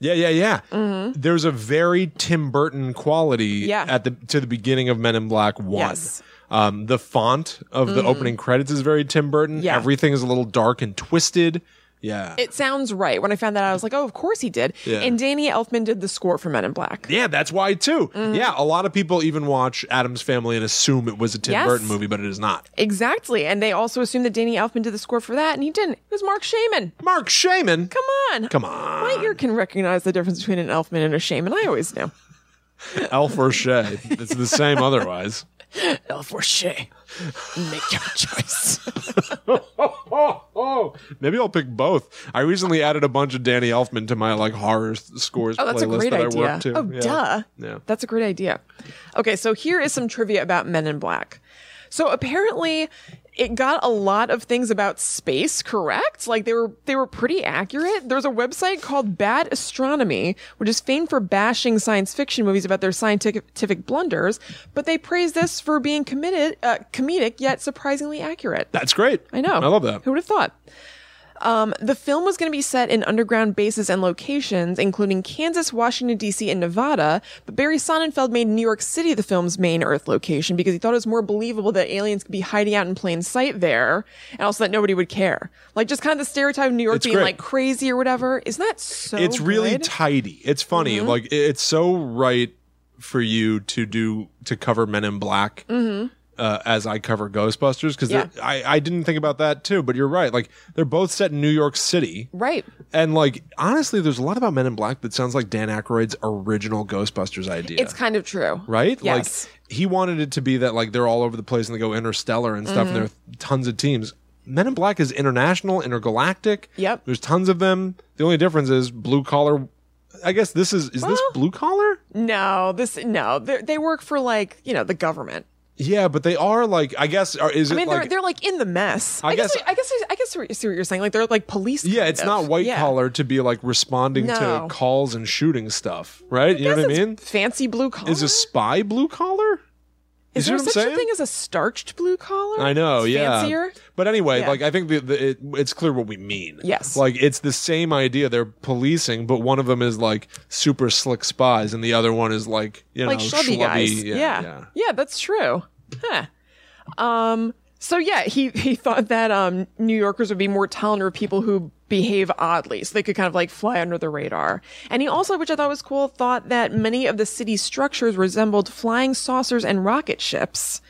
[SPEAKER 2] Yeah, yeah, yeah. There's a very Tim Burton quality
[SPEAKER 1] Mm-hmm. Yeah.
[SPEAKER 2] at the to the beginning of Men in Black One.
[SPEAKER 1] Yes. Mm-hmm.
[SPEAKER 2] Um, the font of the opening credits is very Tim Burton.
[SPEAKER 1] Yeah.
[SPEAKER 2] Everything is a little dark and twisted. Yeah.
[SPEAKER 1] It sounds right. When I found that, out, I was like, "Oh, of course he did."
[SPEAKER 2] Yeah.
[SPEAKER 1] And Danny Elfman did the score for Men in Black.
[SPEAKER 2] Yeah, that's why too.
[SPEAKER 1] Mm-hmm.
[SPEAKER 2] Yeah, a lot of people even watch Adam's Family and assume it was a Tim
[SPEAKER 1] Yes.
[SPEAKER 2] Burton movie, but it is not.
[SPEAKER 1] Exactly. And they also assumed that Danny Elfman did the score for that, and he didn't. It was Mark Shaman.
[SPEAKER 2] Mark Shaman.
[SPEAKER 1] Come on.
[SPEAKER 2] Come on.
[SPEAKER 1] My ear can recognize the difference between an Elfman and a Shaman. I always knew.
[SPEAKER 2] Elf or Shay. It's the same otherwise.
[SPEAKER 1] Elf or Shay. Make your choice.
[SPEAKER 2] [LAUGHS] Oh, oh. Maybe I'll pick both. I recently added a bunch of Danny Elfman to my like horror s- scores
[SPEAKER 1] [LAUGHS] Oh, that's a
[SPEAKER 2] playlist
[SPEAKER 1] great
[SPEAKER 2] that I
[SPEAKER 1] idea.
[SPEAKER 2] work to.
[SPEAKER 1] Oh,
[SPEAKER 2] Yeah.
[SPEAKER 1] duh.
[SPEAKER 2] Yeah.
[SPEAKER 1] That's a great idea. Okay, so here is some trivia about Men in Black. So apparently it got a lot of things about space correct. Like they were they were pretty accurate. There's a website called Bad Astronomy, which is famed for bashing science fiction movies about their scientific blunders, but they praise this for being committed uh, comedic yet surprisingly accurate.
[SPEAKER 2] That's great.
[SPEAKER 1] I know.
[SPEAKER 2] I love that.
[SPEAKER 1] Who would have thought? Um, the film was going to be set in underground bases and locations, including Kansas, Washington, D.C., and Nevada. But Barry Sonnenfeld made New York City the film's main Earth location because he thought it was more believable that aliens could be hiding out in plain sight there and also that nobody would care. Like, just kind of the stereotype of New York
[SPEAKER 2] It's
[SPEAKER 1] being
[SPEAKER 2] great.
[SPEAKER 1] like crazy or whatever. Isn't that so
[SPEAKER 2] It's really
[SPEAKER 1] good?
[SPEAKER 2] tidy. It's funny.
[SPEAKER 1] Mm-hmm.
[SPEAKER 2] Like it- it's so right for you to do to cover Men in Black. Uh, as I cover Ghostbusters, because
[SPEAKER 1] Mm-hmm. Yeah.
[SPEAKER 2] I, I didn't think about that too, but you're right. Like, they're both set in New York City.
[SPEAKER 1] right.
[SPEAKER 2] And like honestly, there's a lot about Men in Black that sounds like Dan Aykroyd's original Ghostbusters idea.
[SPEAKER 1] It's kind of true.
[SPEAKER 2] right?
[SPEAKER 1] Yes.
[SPEAKER 2] Like he wanted it to be that like they're all over the place and they go interstellar and
[SPEAKER 1] Mm-hmm.
[SPEAKER 2] stuff. And there are tons of teams. Men in Black is international, intergalactic.
[SPEAKER 1] Yep.
[SPEAKER 2] There's tons of them. The only difference is blue collar. I guess this is is this
[SPEAKER 1] Well-
[SPEAKER 2] blue collar?
[SPEAKER 1] No, this, no. They're- They work for like, you know, the government.
[SPEAKER 2] Yeah, but they are like I guess are, is
[SPEAKER 1] I
[SPEAKER 2] it
[SPEAKER 1] mean,
[SPEAKER 2] like
[SPEAKER 1] they're they're like in the mess. I, guess,
[SPEAKER 2] guess-
[SPEAKER 1] I guess I guess I see what you're saying. Like they're like police.
[SPEAKER 2] yeah,
[SPEAKER 1] kind
[SPEAKER 2] it's
[SPEAKER 1] of.
[SPEAKER 2] not white
[SPEAKER 1] Yeah.
[SPEAKER 2] collar to be like responding
[SPEAKER 1] No.
[SPEAKER 2] to calls and shooting stuff, right? You know what I
[SPEAKER 1] Guess it's
[SPEAKER 2] mean?
[SPEAKER 1] Fancy blue collar.
[SPEAKER 2] Is a spy blue collar?
[SPEAKER 1] Is
[SPEAKER 2] you see
[SPEAKER 1] there
[SPEAKER 2] what I'm
[SPEAKER 1] such a
[SPEAKER 2] saying?
[SPEAKER 1] thing as a starched blue collar?
[SPEAKER 2] I know,
[SPEAKER 1] It's
[SPEAKER 2] yeah.
[SPEAKER 1] Fancier.
[SPEAKER 2] But anyway,
[SPEAKER 1] Yeah.
[SPEAKER 2] like I think the, the it, it's clear what we mean.
[SPEAKER 1] Yes.
[SPEAKER 2] like it's the same idea. They're policing, but one of them is like super slick spies, and the other one is like you
[SPEAKER 1] Like
[SPEAKER 2] know
[SPEAKER 1] schlubby guys.
[SPEAKER 2] Yeah,
[SPEAKER 1] Yeah yeah.
[SPEAKER 2] yeah.
[SPEAKER 1] that's true. Huh. Um. So yeah, he he thought that um New Yorkers would be more tolerant of people who behave oddly, so they could kind of like fly under the radar. And he also, which I thought was cool, thought that many of the city's structures resembled flying saucers and rocket ships.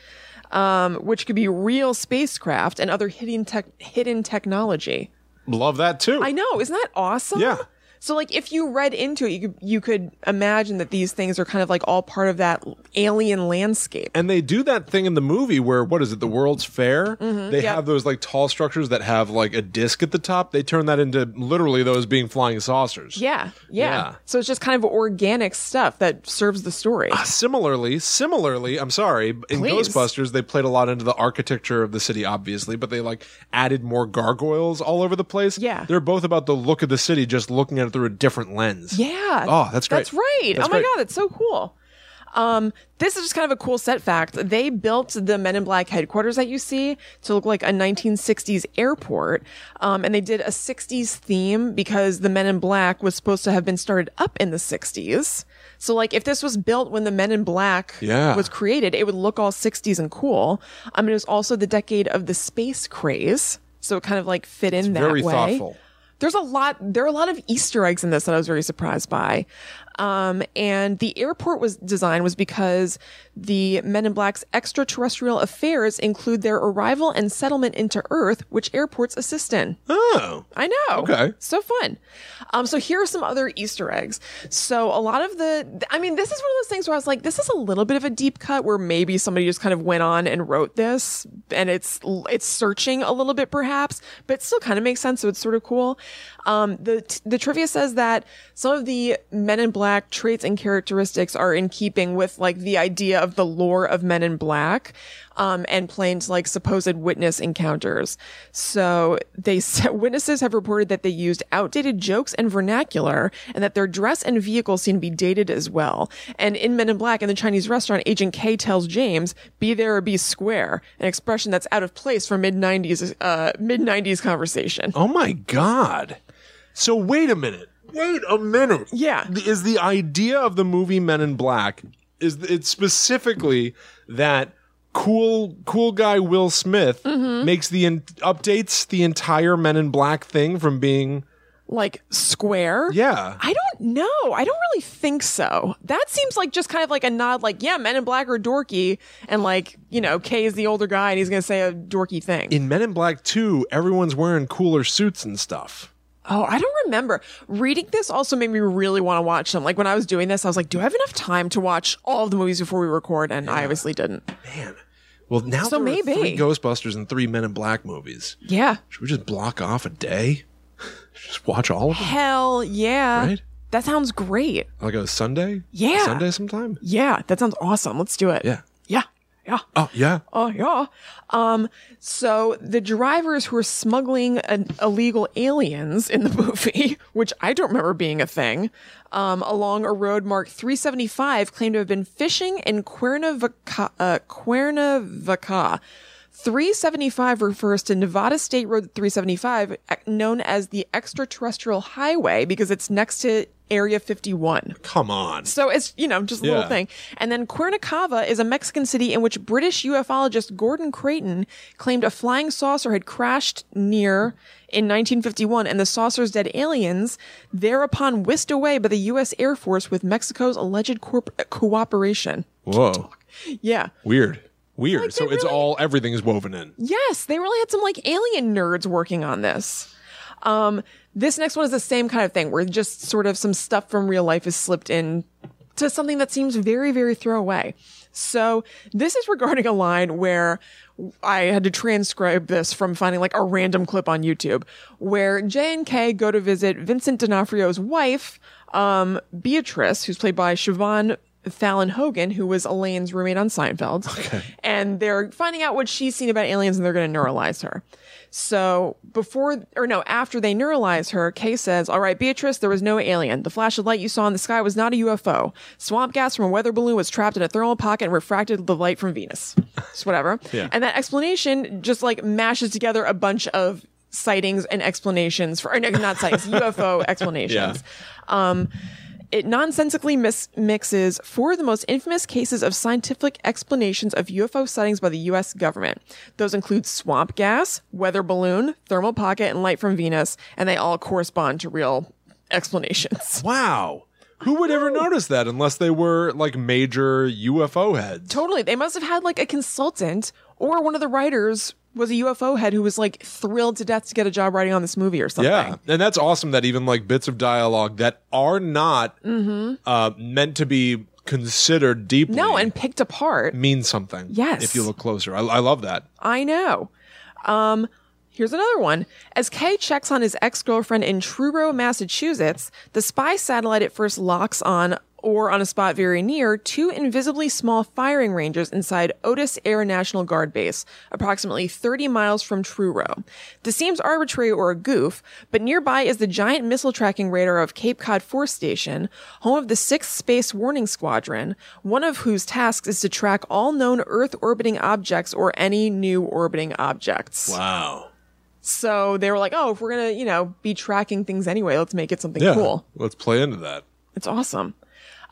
[SPEAKER 1] Um, which could be real spacecraft and other hidden tech hidden technology.
[SPEAKER 2] Love that too.
[SPEAKER 1] I know. Isn't that awesome?
[SPEAKER 2] Yeah.
[SPEAKER 1] So like if you read into it, you could you could imagine that these things are kind of like all part of that alien landscape.
[SPEAKER 2] And they do that thing in the movie where what is it? The World's Fair. They
[SPEAKER 1] yep.
[SPEAKER 2] have those like tall structures that have like a disc at the top. They turn that into literally those being flying saucers.
[SPEAKER 1] Yeah, yeah.
[SPEAKER 2] Yeah.
[SPEAKER 1] So it's just kind of organic stuff that serves the story.
[SPEAKER 2] Similarly, similarly, I'm sorry, in
[SPEAKER 1] Please.
[SPEAKER 2] Ghostbusters they played a lot into the architecture of the city, obviously, but they like added more gargoyles all over the place.
[SPEAKER 1] Yeah.
[SPEAKER 2] they're both about the look of the city, just looking at it through a different lens.
[SPEAKER 1] Yeah.
[SPEAKER 2] Oh, that's great.
[SPEAKER 1] That's right.
[SPEAKER 2] That's
[SPEAKER 1] oh my
[SPEAKER 2] great.
[SPEAKER 1] god, that's so cool. Um, this is just kind of a cool set fact. They built the Men in Black headquarters that you see to look like a 1960s airport, um, and they did a 60s theme because the Men in Black was supposed to have been started up in the 60s. So, like, if this was built when the Men in Black
[SPEAKER 2] Yeah.
[SPEAKER 1] was created, it would look all 60s and cool. I mean, it was also the decade of the space craze, so it kind of like fit in that
[SPEAKER 2] very
[SPEAKER 1] way
[SPEAKER 2] thoughtful.
[SPEAKER 1] there's a lot there are a lot of easter eggs in this that i was very surprised by um, and the airport was designed was because the men in black's extraterrestrial affairs include their arrival and settlement into earth which airports assist in
[SPEAKER 2] Oh,
[SPEAKER 1] I know.
[SPEAKER 2] Okay.
[SPEAKER 1] So fun. Um, so here are some other Easter eggs. So a lot of the, I mean, this is one of those things where I was like, this is a little bit of a deep cut where maybe somebody just kind of went on and wrote this and it's, it's searching a little bit perhaps, but it still kind of makes sense. So it's sort of cool. Um, the, the trivia says that some of the men in black traits and characteristics are in keeping with like the idea of the lore of men in black um, and planes like supposed witness encounters. So they said [LAUGHS] witnesses have reported that they used outdated jokes and vernacular, and that their dress and vehicle seem to be dated as well. And in Men in Black, in the Chinese restaurant, Agent K tells James, "Be there or be square," an expression that's out of place for mid '90s uh, mid '90s conversation.
[SPEAKER 2] oh my God! So wait a minute. Wait a minute.
[SPEAKER 1] Yeah.
[SPEAKER 2] is the idea of the movie Men in Black is th- it's specifically that cool cool guy Will Smith
[SPEAKER 1] Mm-hmm.
[SPEAKER 2] makes the in, updates the entire Men in Black thing from being
[SPEAKER 1] Like square.
[SPEAKER 2] yeah
[SPEAKER 1] I don't know. I don't really think so. That seems like just kind of like a nod, like, yeah, men in black are dorky. And like, you know, Kay is the older guy and he's going to say a dorky thing.
[SPEAKER 2] in Men in Black 2 everyone's wearing cooler suits and stuff.
[SPEAKER 1] oh, I don't remember. Reading this also made me really want to watch them. Like when I was doing this, I was like, do I have enough time to watch all of the movies before we record? And I obviously didn't.
[SPEAKER 2] Man. Well, now
[SPEAKER 1] So
[SPEAKER 2] there are
[SPEAKER 1] maybe.
[SPEAKER 2] three Ghostbusters and three Men in Black movies.
[SPEAKER 1] Yeah.
[SPEAKER 2] Should we just block off a day? [LAUGHS] just watch all of them
[SPEAKER 1] Hell yeah.
[SPEAKER 2] Right?
[SPEAKER 1] That sounds great.
[SPEAKER 2] like a Sunday?
[SPEAKER 1] Yeah.
[SPEAKER 2] Sunday sometime?
[SPEAKER 1] Yeah. That sounds awesome. Let's do it.
[SPEAKER 2] Yeah.
[SPEAKER 1] Yeah. Yeah.
[SPEAKER 2] Oh, yeah.
[SPEAKER 1] [LAUGHS] Oh yeah. Um, so the drivers who are smuggling an illegal aliens in the [LAUGHS] movie, which I don't remember being a thing, um, along a road marked 375, claim to have been fishing in Cuernavaca. Uh, Cuernavaca. 375 refers to Nevada State Road 375, e- known as the extraterrestrial highway because it's next to Area 51.
[SPEAKER 2] Come on.
[SPEAKER 1] So it's, you know, just a
[SPEAKER 2] Yeah.
[SPEAKER 1] little thing. And then Cuernacava is a Mexican city in which British ufologist Gordon Creighton claimed a flying saucer had crashed near in 1951 and the saucer's dead aliens thereupon whisked away by the U.S. Air Force with Mexico's alleged corp- cooperation.
[SPEAKER 2] Whoa.
[SPEAKER 1] Yeah.
[SPEAKER 2] Weird. Weird. so
[SPEAKER 1] they
[SPEAKER 2] it's
[SPEAKER 1] really-
[SPEAKER 2] all everything is woven in.
[SPEAKER 1] Yes, they really had some like alien nerds working on this. Um, this next one is the same kind of thing where just sort of some stuff from real life is slipped in to something that seems very, very throwaway. So this is regarding a line where I had to transcribe this from finding like a random clip on YouTube where J and K go to visit Vincent D'Onofrio's wife, um, Beatrice, who's played by Siobhan Fallon Hogan, who was Elaine's roommate on Seinfeld. And they're finding out what she's seen about aliens and they're going to neuralize her. So before, or no, after they neuralize her, Kay says, All right, Beatrice, there was no alien. The flash of light you saw in the sky was not a UFO. Swamp gas from a weather balloon was trapped in a thermal pocket and refracted the light from Venus. Just whatever.
[SPEAKER 2] Yeah.
[SPEAKER 1] And that explanation just like mashes together a bunch of sightings and explanations for, or no, not sightings, [LAUGHS] UFO explanations. Um, it nonsensically mis- mixes four of the most infamous cases of scientific explanations of UFO sightings by the U.S. government. Those include swamp gas, weather balloon, thermal pocket, and light from Venus, and they all correspond to real [LAUGHS] explanations.
[SPEAKER 2] Wow. Who would ever notice that unless they were like major UFO heads?
[SPEAKER 1] Totally. They must have had like a consultant or one of the writers was a UFO head who was like thrilled to death to get a job writing on this movie or something.
[SPEAKER 2] Yeah, and that's awesome that even like bits of dialogue that are not uh, meant to be considered deeply
[SPEAKER 1] Mm-hmm. No, and picked apart.
[SPEAKER 2] mean something.
[SPEAKER 1] Yes.
[SPEAKER 2] if you look closer, I, I love that.
[SPEAKER 1] I know. Um, here's another one. As Kay checks on his ex girlfriend in Truro, Massachusetts, the spy satellite at first locks on, or on a spot very near, two invisibly small firing ranges inside Otis Air National Guard Base, approximately 30 miles from Truro. This seems arbitrary or a goof, but nearby is the giant missile tracking radar of Cape Cod Force Station, home of the 6th Space Warning Squadron, one of whose tasks is to track all known Earth orbiting objects or any new orbiting objects.
[SPEAKER 2] Wow.
[SPEAKER 1] So they were like, oh, if we're going to, you know, be tracking things anyway, let's make it something
[SPEAKER 2] Yeah.
[SPEAKER 1] cool.
[SPEAKER 2] Let's play into that.
[SPEAKER 1] It's awesome.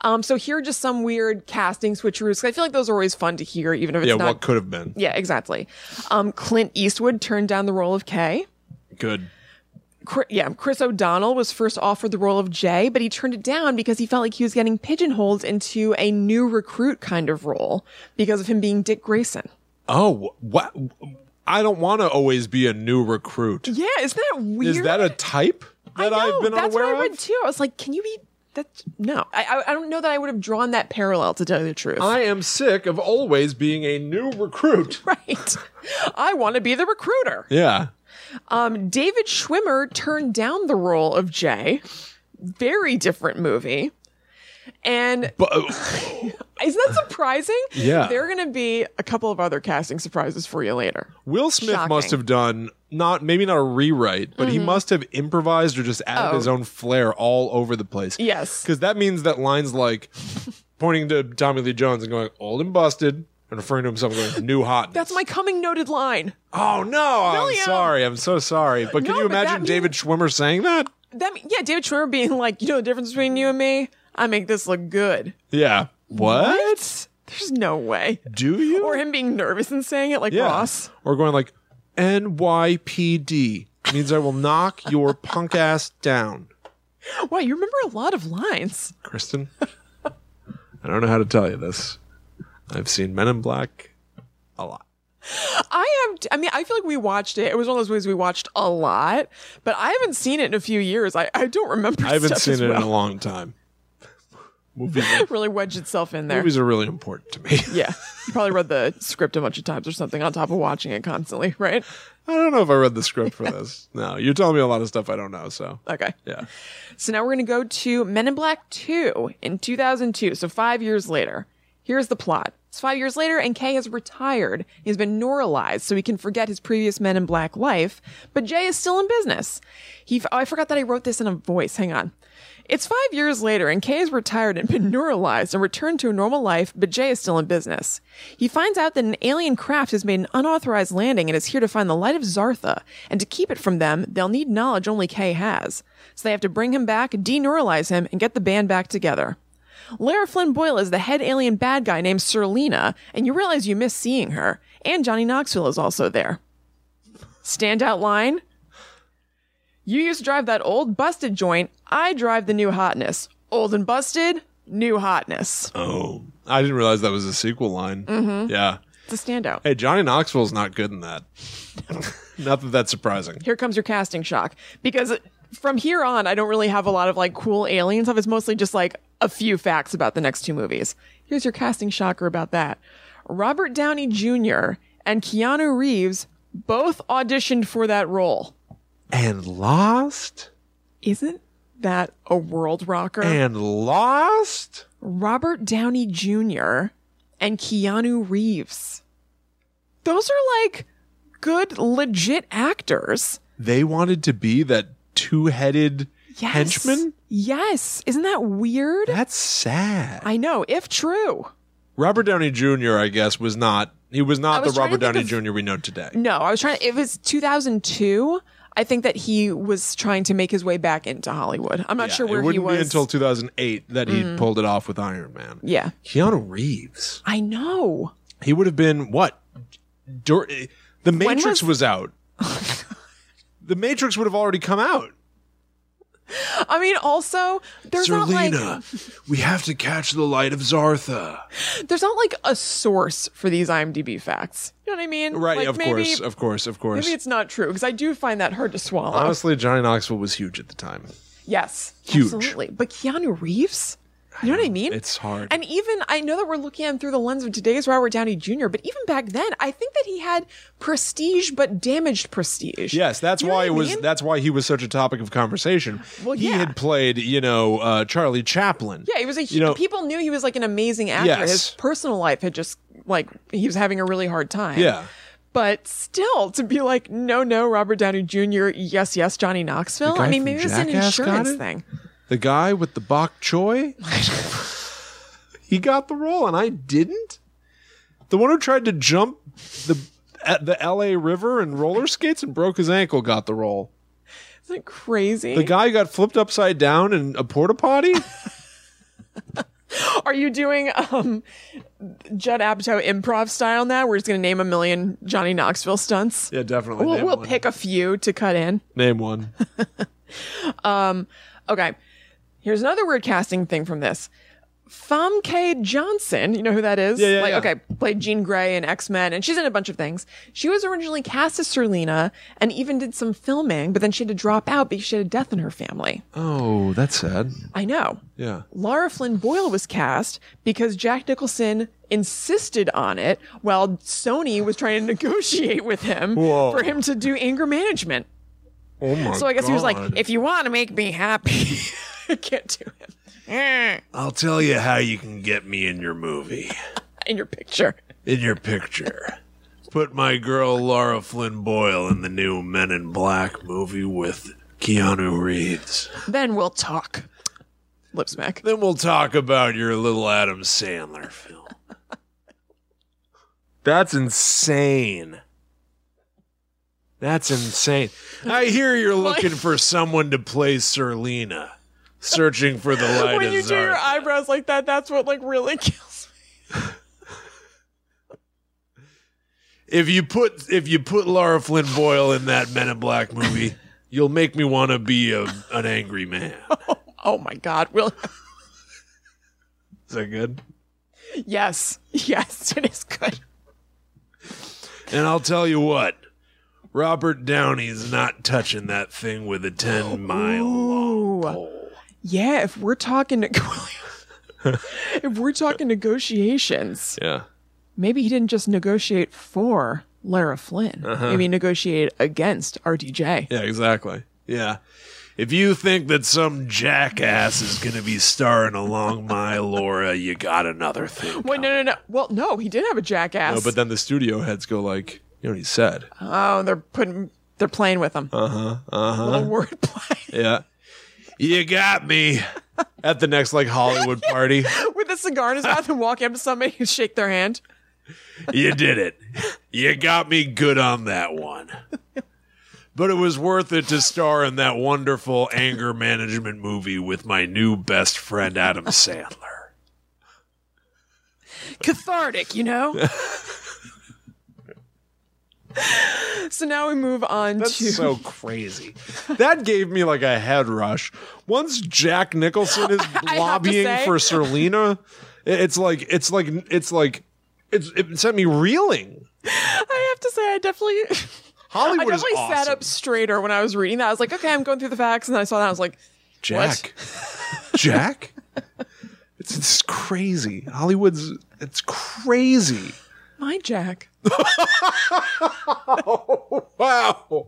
[SPEAKER 1] Um, so here are just some weird casting switcheroos. 'cause I feel like those are always fun to hear, even if it's
[SPEAKER 2] Yeah,
[SPEAKER 1] not.
[SPEAKER 2] what could have been
[SPEAKER 1] yeah, exactly. Um, Clint Eastwood turned down the role of Kay.
[SPEAKER 2] good.
[SPEAKER 1] Chri- yeah, Chris O'Donnell was first offered the role of Jay, but he turned it down because he felt like he was getting pigeonholed into a new recruit kind of role because of him being Dick Grayson.
[SPEAKER 2] Oh, what? I don't want to always be a new recruit.
[SPEAKER 1] Yeah, isn't that weird?
[SPEAKER 2] Is that a type that
[SPEAKER 1] I know,
[SPEAKER 2] I've been
[SPEAKER 1] that's
[SPEAKER 2] unaware
[SPEAKER 1] what I read
[SPEAKER 2] of?
[SPEAKER 1] too. I was like, can you be that? No, I, I I don't know that I would have drawn that parallel to tell you the truth.
[SPEAKER 2] I am sick of always being a new recruit.
[SPEAKER 1] [LAUGHS] right. I want to be the recruiter.
[SPEAKER 2] Yeah.
[SPEAKER 1] Um, David Schwimmer turned down the role of Jay. Very different movie. And
[SPEAKER 2] But uh,
[SPEAKER 1] isn't that surprising?
[SPEAKER 2] [LAUGHS] Yeah.
[SPEAKER 1] There are going to be a couple of other casting surprises for you later.
[SPEAKER 2] Will Smith
[SPEAKER 1] Shocking. Mm-hmm.
[SPEAKER 2] must have done not maybe not a rewrite, but he must have improvised or just added
[SPEAKER 1] Oh.
[SPEAKER 2] his own flair all over the place.
[SPEAKER 1] Yes.
[SPEAKER 2] Because that means that
[SPEAKER 1] [LAUGHS]
[SPEAKER 2] lines like pointing to Tommy Lee Jones and going old and busted and referring to himself and going new hot.
[SPEAKER 1] That's my coming noted line.
[SPEAKER 2] oh no!
[SPEAKER 1] William.
[SPEAKER 2] I'm sorry. I'm so sorry. But can
[SPEAKER 1] No,
[SPEAKER 2] you
[SPEAKER 1] but that
[SPEAKER 2] imagine David Schwimmer saying that?
[SPEAKER 1] That mean- yeah, David Schwimmer being like, you know the difference between you and me? I make this look good.
[SPEAKER 2] Yeah. What?
[SPEAKER 1] What? There's no way.
[SPEAKER 2] Do you?
[SPEAKER 1] Or him being nervous and saying it like
[SPEAKER 2] yeah.
[SPEAKER 1] Ross.
[SPEAKER 2] Or going like NYPD means I will knock your punk ass down,
[SPEAKER 1] Wow, you remember a lot of lines.
[SPEAKER 2] Kristen. I don't know how to tell you this. I've seen Men in Black a lot.
[SPEAKER 1] I am. I mean, I feel like we watched it. It was one of those movies we watched a lot, but I haven't seen it in a few years. I, I don't remember.
[SPEAKER 2] I haven't
[SPEAKER 1] stuff
[SPEAKER 2] seen
[SPEAKER 1] as
[SPEAKER 2] it
[SPEAKER 1] well.
[SPEAKER 2] in a long time. Movies,
[SPEAKER 1] Really wedged itself in there.
[SPEAKER 2] movies are really important to me. [LAUGHS]
[SPEAKER 1] yeah, you probably read the script a bunch of times or something on top of watching it constantly, right?
[SPEAKER 2] I don't know if I read the script for this. No, you're telling me a lot of stuff I don't know. So
[SPEAKER 1] Okay.
[SPEAKER 2] yeah,
[SPEAKER 1] So now we're going to go to Men in Black 2 in 2002, so five years later. Here's the plot. It's five years later, and Kay has retired. He's been neuralized, so he can forget his previous Men in Black life, but Jay is still in business. He, oh, I forgot that I wrote this in a voice. Hang on. It's five years later, and Kay is retired and been neuralized and returned to a normal life, but Jay is still in business. He finds out that an alien craft has made an unauthorized landing and is here to find the light of Zartha, and to keep it from them, they'll need knowledge only Kay has. So they have to bring him back, deneuralize him, and get the band back together. Lara Flynn Boyle is the head alien bad guy named Serlina, and you realize you miss seeing her, and Johnny Knoxville is also there. Standout line? You used to drive that old busted joint. I drive the new hotness. Old and busted, new hotness.
[SPEAKER 2] oh, I didn't realize that was a sequel line.
[SPEAKER 1] Mm-hmm.
[SPEAKER 2] Yeah,
[SPEAKER 1] It's a standout.
[SPEAKER 2] hey, Johnny Knoxville's not good in that. [LAUGHS] not that that's surprising.
[SPEAKER 1] Here comes your casting shock. Because from here on, I don't really have a lot of like cool alien stuff. It's mostly just like a few facts about the next two movies. Here's your casting shocker about that Robert Downey Jr. and Keanu Reeves both auditioned for that role.
[SPEAKER 2] And lost.
[SPEAKER 1] Isn't that a world rocker?
[SPEAKER 2] and lost
[SPEAKER 1] Robert Downey Jr. and Keanu Reeves. Those are like good, legit actors.
[SPEAKER 2] they wanted to be that two-headed
[SPEAKER 1] Yes.
[SPEAKER 2] henchman
[SPEAKER 1] Yes. Isn't that weird?
[SPEAKER 2] that's sad
[SPEAKER 1] I know, if true.
[SPEAKER 2] robert downey jr i guess was not he was
[SPEAKER 1] I
[SPEAKER 2] not
[SPEAKER 1] was
[SPEAKER 2] the robert
[SPEAKER 1] trying to
[SPEAKER 2] downey
[SPEAKER 1] think
[SPEAKER 2] jr we know today
[SPEAKER 1] No, I was trying to, if it's 2002, I think that he was trying to make his way back into Hollywood. I'm not
[SPEAKER 2] Yeah,
[SPEAKER 1] sure where
[SPEAKER 2] it wouldn't
[SPEAKER 1] he was. Mm.
[SPEAKER 2] be until 2008 that he pulled it off with iron man
[SPEAKER 1] yeah.
[SPEAKER 2] keanu reeves
[SPEAKER 1] I know.
[SPEAKER 2] he would have been what Dur- the matrix
[SPEAKER 1] [LAUGHS] was- Oh,
[SPEAKER 2] was out the matrix would have already come out
[SPEAKER 1] I mean, also there's not
[SPEAKER 2] Serlina, we have to catch the light of Zartha.
[SPEAKER 1] like there's not like a source for these IMDb facts. You know what I mean?
[SPEAKER 2] Right,
[SPEAKER 1] Like,
[SPEAKER 2] of
[SPEAKER 1] maybe,
[SPEAKER 2] course, of course, of course.
[SPEAKER 1] Maybe it's not true because I do find that hard to swallow.
[SPEAKER 2] Honestly, Johnny Knoxville was huge at the time.
[SPEAKER 1] yes,
[SPEAKER 2] Huge.
[SPEAKER 1] absolutely. But Keanu Reeves, you know what I mean?
[SPEAKER 2] It's hard.
[SPEAKER 1] And even I know that we're looking at him through the lens of today's Robert Downey Jr., but even back then, I think that he had prestige but damaged prestige.
[SPEAKER 2] Yes, that's
[SPEAKER 1] You know
[SPEAKER 2] why
[SPEAKER 1] what I
[SPEAKER 2] it was.
[SPEAKER 1] mean?
[SPEAKER 2] That's why he was such a topic of conversation.
[SPEAKER 1] Well,
[SPEAKER 2] he
[SPEAKER 1] yeah.
[SPEAKER 2] had played, you know, uh, Charlie Chaplin.
[SPEAKER 1] Yeah, he was a
[SPEAKER 2] You know-
[SPEAKER 1] people knew he was like an amazing actor. His
[SPEAKER 2] Yes.
[SPEAKER 1] personal life had just like he was having a really hard time.
[SPEAKER 2] Yeah.
[SPEAKER 1] But still, to be like, no, no, Robert Downey Jr., yes, yes, Johnny Knoxville.
[SPEAKER 2] guy
[SPEAKER 1] I mean,
[SPEAKER 2] from
[SPEAKER 1] maybe it's an
[SPEAKER 2] Jackass got
[SPEAKER 1] insurance
[SPEAKER 2] it?
[SPEAKER 1] thing.
[SPEAKER 2] the guy with the bok choy. [LAUGHS] he got the role, and I didn't. The one who tried to jump the at the L.A. River and roller skates and broke his ankle got the role.
[SPEAKER 1] Isn't it crazy?
[SPEAKER 2] The guy who got flipped upside down in a porta
[SPEAKER 1] [LAUGHS]
[SPEAKER 2] potty.
[SPEAKER 1] Are you doing um, Judd Apatow improv style now? We're just going to name a million Johnny Knoxville stunts.
[SPEAKER 2] yeah, definitely.
[SPEAKER 1] We'll,
[SPEAKER 2] name
[SPEAKER 1] we'll
[SPEAKER 2] one.
[SPEAKER 1] pick a few to cut in.
[SPEAKER 2] name one.
[SPEAKER 1] Okay. Here's another weird casting thing from this. Famke Johnson, you know who that is?
[SPEAKER 2] yeah,
[SPEAKER 1] like,
[SPEAKER 2] yeah.
[SPEAKER 1] okay, played Jean Grey in X Men, and she's in a bunch of things. She was originally cast as Serlina and even did some filming, but then she had to drop out because she had a death in her family.
[SPEAKER 2] Oh, that's sad.
[SPEAKER 1] I know.
[SPEAKER 2] Yeah.
[SPEAKER 1] Laura Flynn Boyle was cast because Jack Nicholson insisted on it while Sony was trying to negotiate with him
[SPEAKER 2] Whoa.
[SPEAKER 1] for him to do anger management.
[SPEAKER 2] Oh my.
[SPEAKER 1] So I guess he was
[SPEAKER 2] God.
[SPEAKER 1] like, if you want to make me happy, [LAUGHS] I can't do it. Eh,
[SPEAKER 2] I'll tell you how you can get me in your movie.
[SPEAKER 1] In your picture.
[SPEAKER 2] in your picture. Put my girl Laura Flynn Boyle in the new Men in Black movie with Keanu Reeves.
[SPEAKER 1] Then we'll talk. Lip smack.
[SPEAKER 2] Then we'll talk about your little Adam Sandler film. That's insane. That's insane. I hear you're looking for someone to play Serlina, searching for the
[SPEAKER 1] [LAUGHS]
[SPEAKER 2] light
[SPEAKER 1] When
[SPEAKER 2] of
[SPEAKER 1] you do your
[SPEAKER 2] Zarth.
[SPEAKER 1] eyebrows like that, that's what like really [LAUGHS] kills me.
[SPEAKER 2] if you put if you put Laura Flynn Boyle in that Men in Black [LAUGHS] movie, you'll make me want to be a, an angry man.
[SPEAKER 1] Oh my god, Will [LAUGHS]
[SPEAKER 2] Is that good?
[SPEAKER 1] Yes. Yes, it is good.
[SPEAKER 2] And I'll tell you what, Robert Downey's not touching that thing with a ten mile long pole.
[SPEAKER 1] Yeah, if we're [LAUGHS] talking if we're talking negotiations,
[SPEAKER 2] Yeah.
[SPEAKER 1] maybe he didn't just negotiate for Lara Flynn.
[SPEAKER 2] Uh-huh.
[SPEAKER 1] Maybe he negotiated against RDJ.
[SPEAKER 2] Yeah. Exactly. Yeah. If you think that some jackass is going to be starring along my Laura, you got another [LAUGHS] thing.
[SPEAKER 1] Wait, no, no, no. Well, no, he did have a jackass.
[SPEAKER 2] No, but then the studio heads go like, you know what he said.
[SPEAKER 1] Oh, they're putting they're playing with them. Uh huh.
[SPEAKER 2] Uh-huh,
[SPEAKER 1] Uh huh. Little wordplay [LAUGHS]
[SPEAKER 2] Yeah. You got me at the next like Hollywood party.
[SPEAKER 1] with a cigar in his mouth and walk up to somebody and shake their hand.
[SPEAKER 2] You did it. You got me good on that one. But it was worth it to star in that wonderful anger management movie with my new best friend Adam Sandler.
[SPEAKER 1] Cathartic, you
[SPEAKER 2] [LAUGHS]
[SPEAKER 1] know. so now we move on to
[SPEAKER 2] crazy. That gave me like a head rush. Once Jack
[SPEAKER 1] [LAUGHS]
[SPEAKER 2] Nicholson is
[SPEAKER 1] have to
[SPEAKER 2] lobbying
[SPEAKER 1] say-
[SPEAKER 2] for Serlina, it- it's like it's like it's like it's, it sent me reeling.
[SPEAKER 1] [LAUGHS] I have to say, I definitely. I
[SPEAKER 2] Hollywood is
[SPEAKER 1] definitely
[SPEAKER 2] awesome.
[SPEAKER 1] sat up straighter when I was reading that. I was like, okay, I'm going through the facts, and then I saw that. I was like,
[SPEAKER 2] Jack. Jack? [LAUGHS] It's, it's crazy. Hollywood's it's crazy.
[SPEAKER 1] my Jack.
[SPEAKER 2] Wow.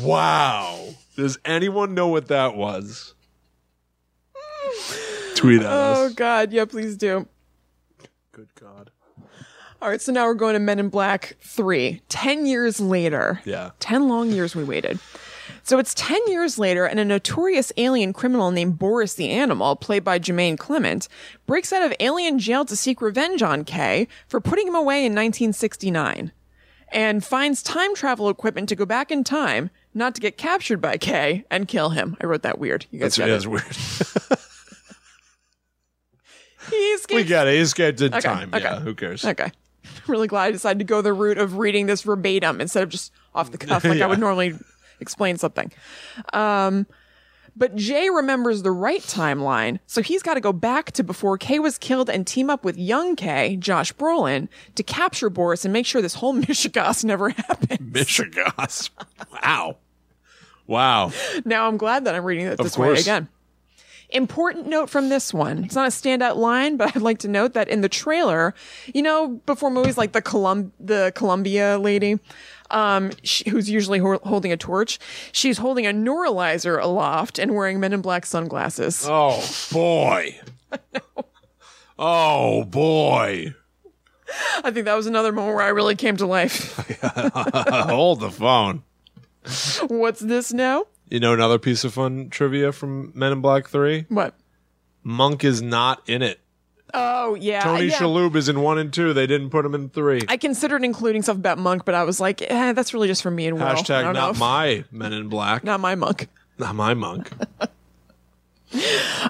[SPEAKER 2] Wow. Does anyone know what that was? Tweet at
[SPEAKER 1] Oh
[SPEAKER 2] us.
[SPEAKER 1] God, yeah, please do.
[SPEAKER 2] Good God.
[SPEAKER 1] All right, so now we're going to Men in Black Three. Ten years later.
[SPEAKER 2] Yeah.
[SPEAKER 1] 10 long years we waited. So it's 10 years later, and a notorious alien criminal named Boris the Animal, played by Jermaine Clement, breaks out of alien jail to seek revenge on Kay for putting him away in 1969 and finds time travel equipment to go back in time, not to get captured by Kay and kill him. I wrote that weird. You guys
[SPEAKER 2] That's,
[SPEAKER 1] got
[SPEAKER 2] that's
[SPEAKER 1] it.
[SPEAKER 2] weird.
[SPEAKER 1] He
[SPEAKER 2] [LAUGHS] we
[SPEAKER 1] escapes-
[SPEAKER 2] got it. He's got the time.
[SPEAKER 1] okay.
[SPEAKER 2] Yeah. Who cares?
[SPEAKER 1] Okay. [LAUGHS] Really glad I decided to go the route of reading this verbatim instead of just off the cuff like
[SPEAKER 2] Yeah.
[SPEAKER 1] I would normally explain something. Um, but Jay remembers the right timeline, so he's got to go back to before Kay was killed and team up with young Kay, Josh Brolin, to capture Boris and make sure this whole [LAUGHS] Michigas never happened.
[SPEAKER 2] Michigas. [LAUGHS] Wow. Wow.
[SPEAKER 1] Now I'm glad that I'm reading it this way
[SPEAKER 2] course.
[SPEAKER 1] again. Important note from this one. It's not a standout line, but [LAUGHS] I'd like to note that in the trailer, you know, before movies like the Colum- the Columbia lady, um, she, who's usually hor- holding a torch, she's holding a neuralizer aloft and wearing Men in Black sunglasses.
[SPEAKER 2] Oh [LAUGHS] boy. Oh boy.
[SPEAKER 1] I think that was another moment where I really came to
[SPEAKER 2] [LAUGHS]
[SPEAKER 1] life.
[SPEAKER 2] Hold the phone.
[SPEAKER 1] What's this now?
[SPEAKER 2] You know another piece of fun trivia from Men in Black 3?
[SPEAKER 1] What?
[SPEAKER 2] Monk is not in it.
[SPEAKER 1] Oh yeah,
[SPEAKER 2] Tony
[SPEAKER 1] yeah.
[SPEAKER 2] Shalhoub is in 1 and 2. They didn't put him in 3.
[SPEAKER 1] I considered including stuff about Monk, but I was like, eh, that's really just for me and Will. I
[SPEAKER 2] Hashtag
[SPEAKER 1] don't know
[SPEAKER 2] not
[SPEAKER 1] if-
[SPEAKER 2] my Men in Black.
[SPEAKER 1] [LAUGHS] not my Monk.
[SPEAKER 2] Not my
[SPEAKER 1] [LAUGHS]
[SPEAKER 2] monk.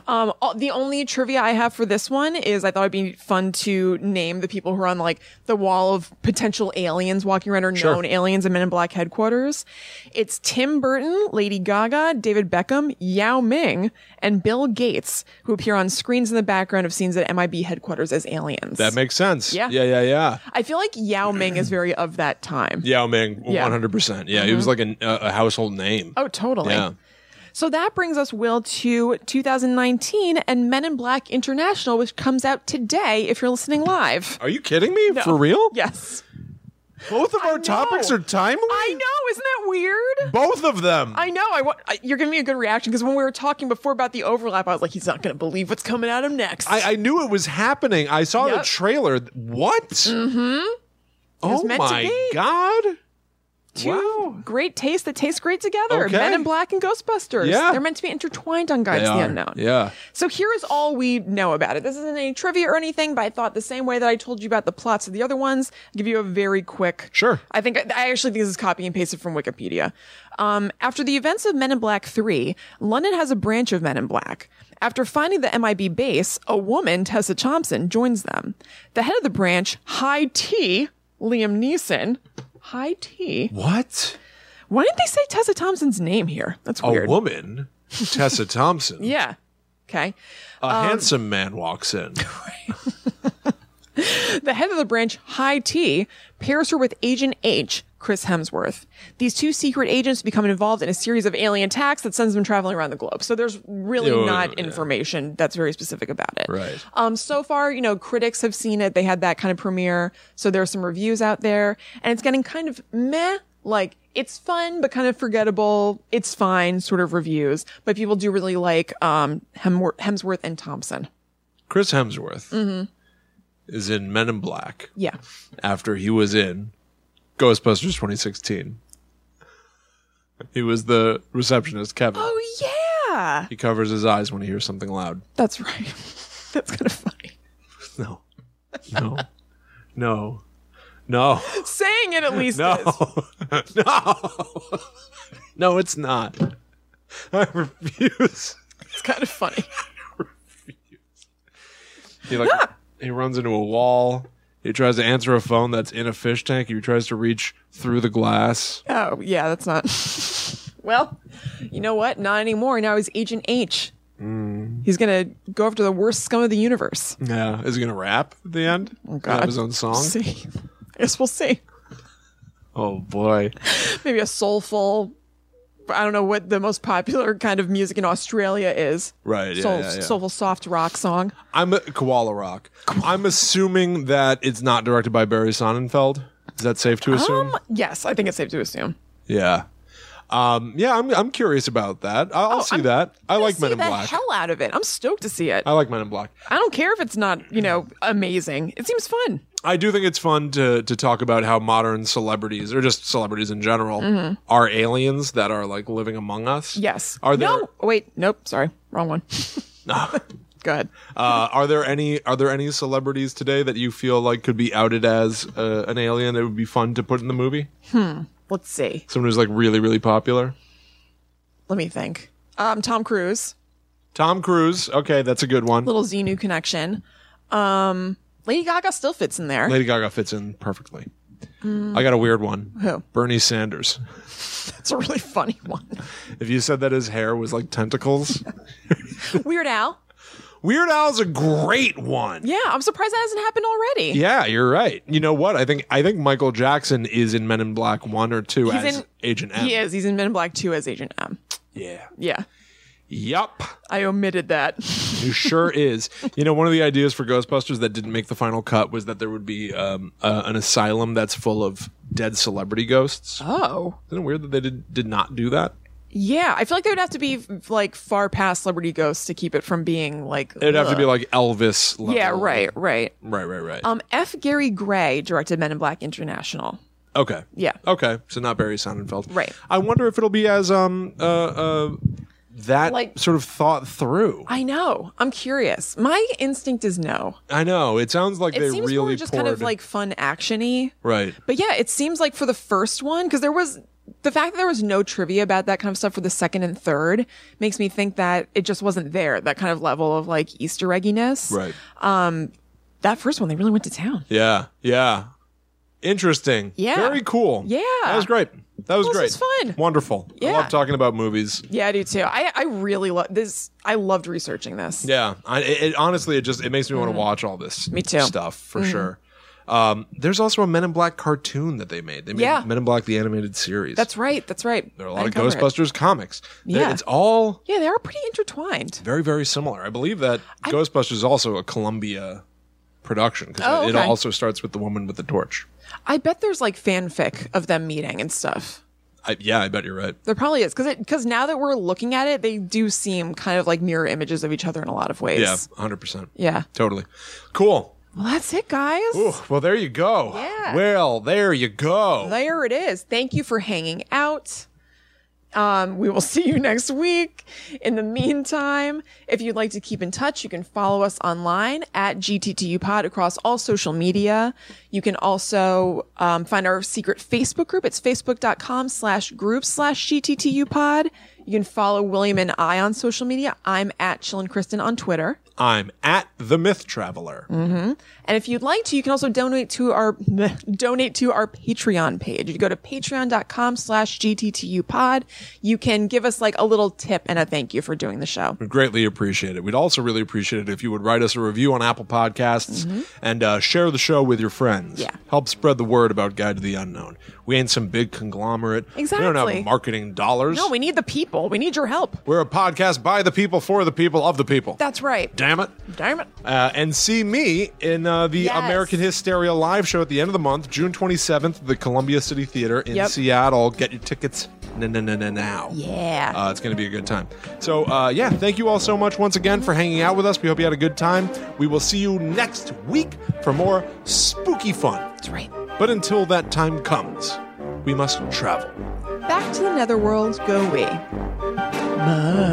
[SPEAKER 1] all- the only trivia I have for this one is I thought it'd be fun to name the people who are on like the wall of potential aliens walking around or known aliens in Men in Black headquarters. It's Tim Burton, Lady Gaga, David Beckham, Yao Ming, and Bill Gates, who appear on screens in the background of scenes at MIB headquarters as aliens.
[SPEAKER 2] That makes sense.
[SPEAKER 1] Yeah.
[SPEAKER 2] Yeah, yeah, yeah.
[SPEAKER 1] I feel like Yao Ming is very of that time.
[SPEAKER 2] Yao Ming,
[SPEAKER 1] Yeah. Mm-hmm.
[SPEAKER 2] 100%. Yeah, he was like a, a household name.
[SPEAKER 1] Oh, totally.
[SPEAKER 2] Yeah.
[SPEAKER 1] So that brings us, Will, to 2019 and Men in Black International, which comes out today if you're listening
[SPEAKER 2] [LAUGHS]
[SPEAKER 1] live.
[SPEAKER 2] Are you kidding me? For real?
[SPEAKER 1] Yes.
[SPEAKER 2] Both of our
[SPEAKER 1] know.
[SPEAKER 2] topics are timely?
[SPEAKER 1] I know. Isn't that weird?
[SPEAKER 2] Both of them.
[SPEAKER 1] I know. I want, I, you're giving me a good reaction because when we were talking before about the overlap, I was like, he's not going to believe what's coming at him next.
[SPEAKER 2] I, I knew it was happening. I saw the
[SPEAKER 1] Yep.
[SPEAKER 2] trailer. What? Mm-hmm.
[SPEAKER 1] was
[SPEAKER 2] Oh
[SPEAKER 1] meant to
[SPEAKER 2] my
[SPEAKER 1] be.
[SPEAKER 2] god!
[SPEAKER 1] Two
[SPEAKER 2] wow.
[SPEAKER 1] great tastes that taste great together.
[SPEAKER 2] Okay.
[SPEAKER 1] Men in Black and Ghostbusters.
[SPEAKER 2] Yeah.
[SPEAKER 1] They're meant to be intertwined on Guides
[SPEAKER 2] They
[SPEAKER 1] to the
[SPEAKER 2] are.
[SPEAKER 1] Unknown.
[SPEAKER 2] Yeah.
[SPEAKER 1] So here is all we know about it. This isn't any trivia or anything, but I thought the same way that I told you about the plots of the other ones, I'll give you a very quick.
[SPEAKER 2] Sure.
[SPEAKER 1] I think I actually think this is copy and pasted from Wikipedia. Um, after the events of Men in Black 3, London has a branch of Men in Black. After finding the MIB base, a woman, Tessa Thompson, joins them. The head of the branch, High T, Liam Neeson. High T.
[SPEAKER 2] What?
[SPEAKER 1] Why didn't they say Tessa Thompson's name here? That's
[SPEAKER 2] A
[SPEAKER 1] weird. [LAUGHS]
[SPEAKER 2] woman, Tessa Thompson.
[SPEAKER 1] yeah. um, Okay.
[SPEAKER 2] A handsome man walks in.
[SPEAKER 1] The head of the branch, High T, pairs her with Agent H, Chris Hemsworth. These two secret agents become involved in a series of alien attacks that sends them traveling around the globe. So there's really
[SPEAKER 2] Yeah,
[SPEAKER 1] not
[SPEAKER 2] Oh, yeah.
[SPEAKER 1] information that's very specific about it.
[SPEAKER 2] Right.
[SPEAKER 1] Um, so far, you know, critics have seen it. They had that kind of premiere. So there are some reviews out there and it's getting kind of meh. Like it's fun, but kind of forgettable. It's fine sort of reviews, but people do really like, um, Hemwor- Hemsworth and Thompson.
[SPEAKER 2] Chris Hemsworth
[SPEAKER 1] Mm-hmm.
[SPEAKER 2] is in Men in Black
[SPEAKER 1] Yeah.
[SPEAKER 2] after he was in Ghostbusters 2016. He was the receptionist, Kevin.
[SPEAKER 1] Oh yeah.
[SPEAKER 2] He covers his eyes when he hears something loud.
[SPEAKER 1] That's right. [LAUGHS] That's kind of funny.
[SPEAKER 2] No. No. [LAUGHS] No. No.
[SPEAKER 1] Saying it [LAUGHS] at least is.
[SPEAKER 2] No. [LAUGHS] no. No, it's not. I refuse.
[SPEAKER 1] It's kind of funny.
[SPEAKER 2] He like
[SPEAKER 1] Ah!
[SPEAKER 2] he runs into a wall. He tries to answer a phone that's in a fish tank. He tries to reach through the glass.
[SPEAKER 1] [LAUGHS] Oh, yeah, that's not. [LAUGHS] well, you know what? Not anymore. Now he's Agent H.
[SPEAKER 2] Mm.
[SPEAKER 1] He's going to go after the worst scum of the universe.
[SPEAKER 2] Yeah. Is he gonna rap at the end? Oh
[SPEAKER 1] God.
[SPEAKER 2] Have his own song.
[SPEAKER 1] We'll [LAUGHS] see. I guess we'll see.
[SPEAKER 2] Oh boy.
[SPEAKER 1] Maybe a soulful. I don't know what the most popular kind of music in Australia is.
[SPEAKER 2] Right, yeah,
[SPEAKER 1] Soul,
[SPEAKER 2] yeah, yeah.
[SPEAKER 1] Soulful soft rock song.
[SPEAKER 2] I'm a koala rock. I'm assuming that it's not directed by Barry Sonnenfeld. Is that safe to assume?
[SPEAKER 1] Um, yes, I think it's safe to assume.
[SPEAKER 2] Yeah. Um, yeah, I'm, I'm curious about that. I'll, I'll see
[SPEAKER 1] oh, I'm
[SPEAKER 2] that. I like
[SPEAKER 1] see
[SPEAKER 2] Men in
[SPEAKER 1] the
[SPEAKER 2] Black. Oh.
[SPEAKER 1] hell out of it. I'm stoked to see it.
[SPEAKER 2] I like Men in Black.
[SPEAKER 1] I don't care if it's not, you know, amazing. It seems fun.
[SPEAKER 2] I do think it's fun to to talk about how modern celebrities or just celebrities in general are aliens that are like living among us.
[SPEAKER 1] Mm-hmm. Yes.
[SPEAKER 2] Are there
[SPEAKER 1] No, wait, nope, sorry. Wrong
[SPEAKER 2] [LAUGHS]
[SPEAKER 1] one. [LAUGHS] Go ahead.
[SPEAKER 2] uh, are there any are there any celebrities today that you feel like could be outed as uh, an alien that would be fun to put in the movie?
[SPEAKER 1] Let's see.
[SPEAKER 2] Someone who's like really really popular.
[SPEAKER 1] Let me think. Um, Tom Cruise,
[SPEAKER 2] Tom Cruise. Okay, that's a good one.
[SPEAKER 1] little Xenu connection. Um, Lady Gaga still fits in there.
[SPEAKER 2] Lady Gaga fits in perfectly. I got a weird one.
[SPEAKER 1] Mm. Who?
[SPEAKER 2] Bernie Sanders.
[SPEAKER 1] That's a really funny one. [LAUGHS]
[SPEAKER 2] If you said that his hair was like tentacles,
[SPEAKER 1] Weird Al.
[SPEAKER 2] Weird Al's a great one.
[SPEAKER 1] Yeah, I'm surprised that hasn't happened already.
[SPEAKER 2] Yeah, you're right. You know what? I think I think Michael Jackson is in Men in Black one or two as
[SPEAKER 1] in-
[SPEAKER 2] Agent M.
[SPEAKER 1] He is. He's in Men in Black 2 as Agent M.
[SPEAKER 2] Yeah.
[SPEAKER 1] Yeah.
[SPEAKER 2] Yup.
[SPEAKER 1] I omitted
[SPEAKER 2] [LAUGHS]
[SPEAKER 1] that.
[SPEAKER 2] He
[SPEAKER 1] [LAUGHS]
[SPEAKER 2] sure is. You know, one of the ideas for Ghostbusters that didn't make the final cut was that there would be um, uh, an asylum that's full of dead celebrity ghosts.
[SPEAKER 1] Oh.
[SPEAKER 2] Isn't it weird that they did did not do that?
[SPEAKER 1] Yeah, I feel like they would have to be like far past Celebrity Ghosts to keep it from being like.
[SPEAKER 2] It'd have to be like Elvis. Level.
[SPEAKER 1] Yeah, right, right.
[SPEAKER 2] Right, right, right.
[SPEAKER 1] Um, F. Gary Gray directed Men in Black International.
[SPEAKER 2] okay.
[SPEAKER 1] Yeah.
[SPEAKER 2] Okay. So not Barry Sonnenfeld.
[SPEAKER 1] Right.
[SPEAKER 2] I wonder if it'll be as um uh uh that
[SPEAKER 1] Like-
[SPEAKER 2] sort of thought through.
[SPEAKER 1] I know. I'm curious. My instinct is no.
[SPEAKER 2] I know. It sounds like
[SPEAKER 1] It
[SPEAKER 2] they
[SPEAKER 1] seems
[SPEAKER 2] really
[SPEAKER 1] more just
[SPEAKER 2] poured.
[SPEAKER 1] kind of like fun actiony.
[SPEAKER 2] right.
[SPEAKER 1] But yeah, it seems like for the first one, because there was the fact that there was no trivia about that kind of stuff for the second and third makes me think that it just wasn't there. That kind of level of like Easter egginess.
[SPEAKER 2] Right.
[SPEAKER 1] That first one, they really went to town.
[SPEAKER 2] Yeah. Yeah. Interesting.
[SPEAKER 1] Yeah.
[SPEAKER 2] Very cool.
[SPEAKER 1] Yeah.
[SPEAKER 2] That was great. That was
[SPEAKER 1] This
[SPEAKER 2] great.
[SPEAKER 1] was fun.
[SPEAKER 2] Wonderful. I
[SPEAKER 1] Yeah.
[SPEAKER 2] love talking about movies.
[SPEAKER 1] Yeah, I do too. I, I really love this. I loved researching this.
[SPEAKER 2] Yeah. I, it, it- honestly, it just it makes me want to watch all this.
[SPEAKER 1] Mm-hmm. Me too. Mm-hmm.
[SPEAKER 2] Stuff for sure. Um, there's also a Men in Black cartoon that they made. They made
[SPEAKER 1] Yeah.
[SPEAKER 2] Men in Black the animated series.
[SPEAKER 1] That's right. That's right.
[SPEAKER 2] there are a lot
[SPEAKER 1] I
[SPEAKER 2] of
[SPEAKER 1] cover it.
[SPEAKER 2] Ghostbusters comics. They-
[SPEAKER 1] Yeah.
[SPEAKER 2] It's all
[SPEAKER 1] Yeah, they are pretty intertwined.
[SPEAKER 2] very very similar. I believe that Ghostbusters is also a Columbia production because
[SPEAKER 1] Oh,
[SPEAKER 2] it
[SPEAKER 1] okay.
[SPEAKER 2] also starts with the woman with the torch.
[SPEAKER 1] I bet there's like fanfic of them meeting and stuff.
[SPEAKER 2] I, yeah, I bet you're right.
[SPEAKER 1] There probably is because because now that we're looking at it, they do seem kind of like mirror images of each other in a lot of ways.
[SPEAKER 2] Yeah, 100%.
[SPEAKER 1] Yeah.
[SPEAKER 2] Totally. Cool.
[SPEAKER 1] Well, that's it, guys.
[SPEAKER 2] Ooh, well, there you go.
[SPEAKER 1] Yeah.
[SPEAKER 2] Well, there you go.
[SPEAKER 1] There it is. Thank you for hanging out. Um, we will [LAUGHS] see you next week. In the meantime, if you'd like to keep in touch, you can follow us online at GTTU Pod across all social media. You can also um, find our secret Facebook group. It's facebook.com slash group slash GTTU Pod. You can follow William and I on social media. I'm at Chillin' Kristen on Twitter.
[SPEAKER 2] I'm at the Myth Traveler.
[SPEAKER 1] Mm-hmm. And if you'd like to, you can also donate to our [LAUGHS] donate to our Patreon page. You go to patreon.com slash GTTU pod. You can give us like a little tip and a thank you for doing the show.
[SPEAKER 2] We'd Greatly appreciate it. We'd also really appreciate it if you would write us a review on Apple Podcasts and uh, share the show with your friends.
[SPEAKER 1] Mm-hmm. Yeah.
[SPEAKER 2] Help spread the word about Guide to the Unknown. We ain't some big conglomerate. We don't
[SPEAKER 1] Exactly.
[SPEAKER 2] have marketing dollars.
[SPEAKER 1] No, we need the people. We need your help.
[SPEAKER 2] We're a podcast by the people, for the people, of the people.
[SPEAKER 1] That's right.
[SPEAKER 2] Damn it.
[SPEAKER 1] Damn it.
[SPEAKER 2] Uh, and see me in uh, the
[SPEAKER 1] Yes.
[SPEAKER 2] American Hysteria live show at the end of the month, June 27th, at the Columbia City Theater in
[SPEAKER 1] Yep.
[SPEAKER 2] Seattle. Get your tickets na- na- na- na- now.
[SPEAKER 1] Yeah.
[SPEAKER 2] Uh, it's going to be a good time. So, uh, yeah, thank you all so much once again for hanging out with us. We hope you had a good time. We will see you next week for more spooky fun.
[SPEAKER 1] That's right.
[SPEAKER 2] But until that time comes, we must travel.
[SPEAKER 1] Back to the netherworld go we. Bye.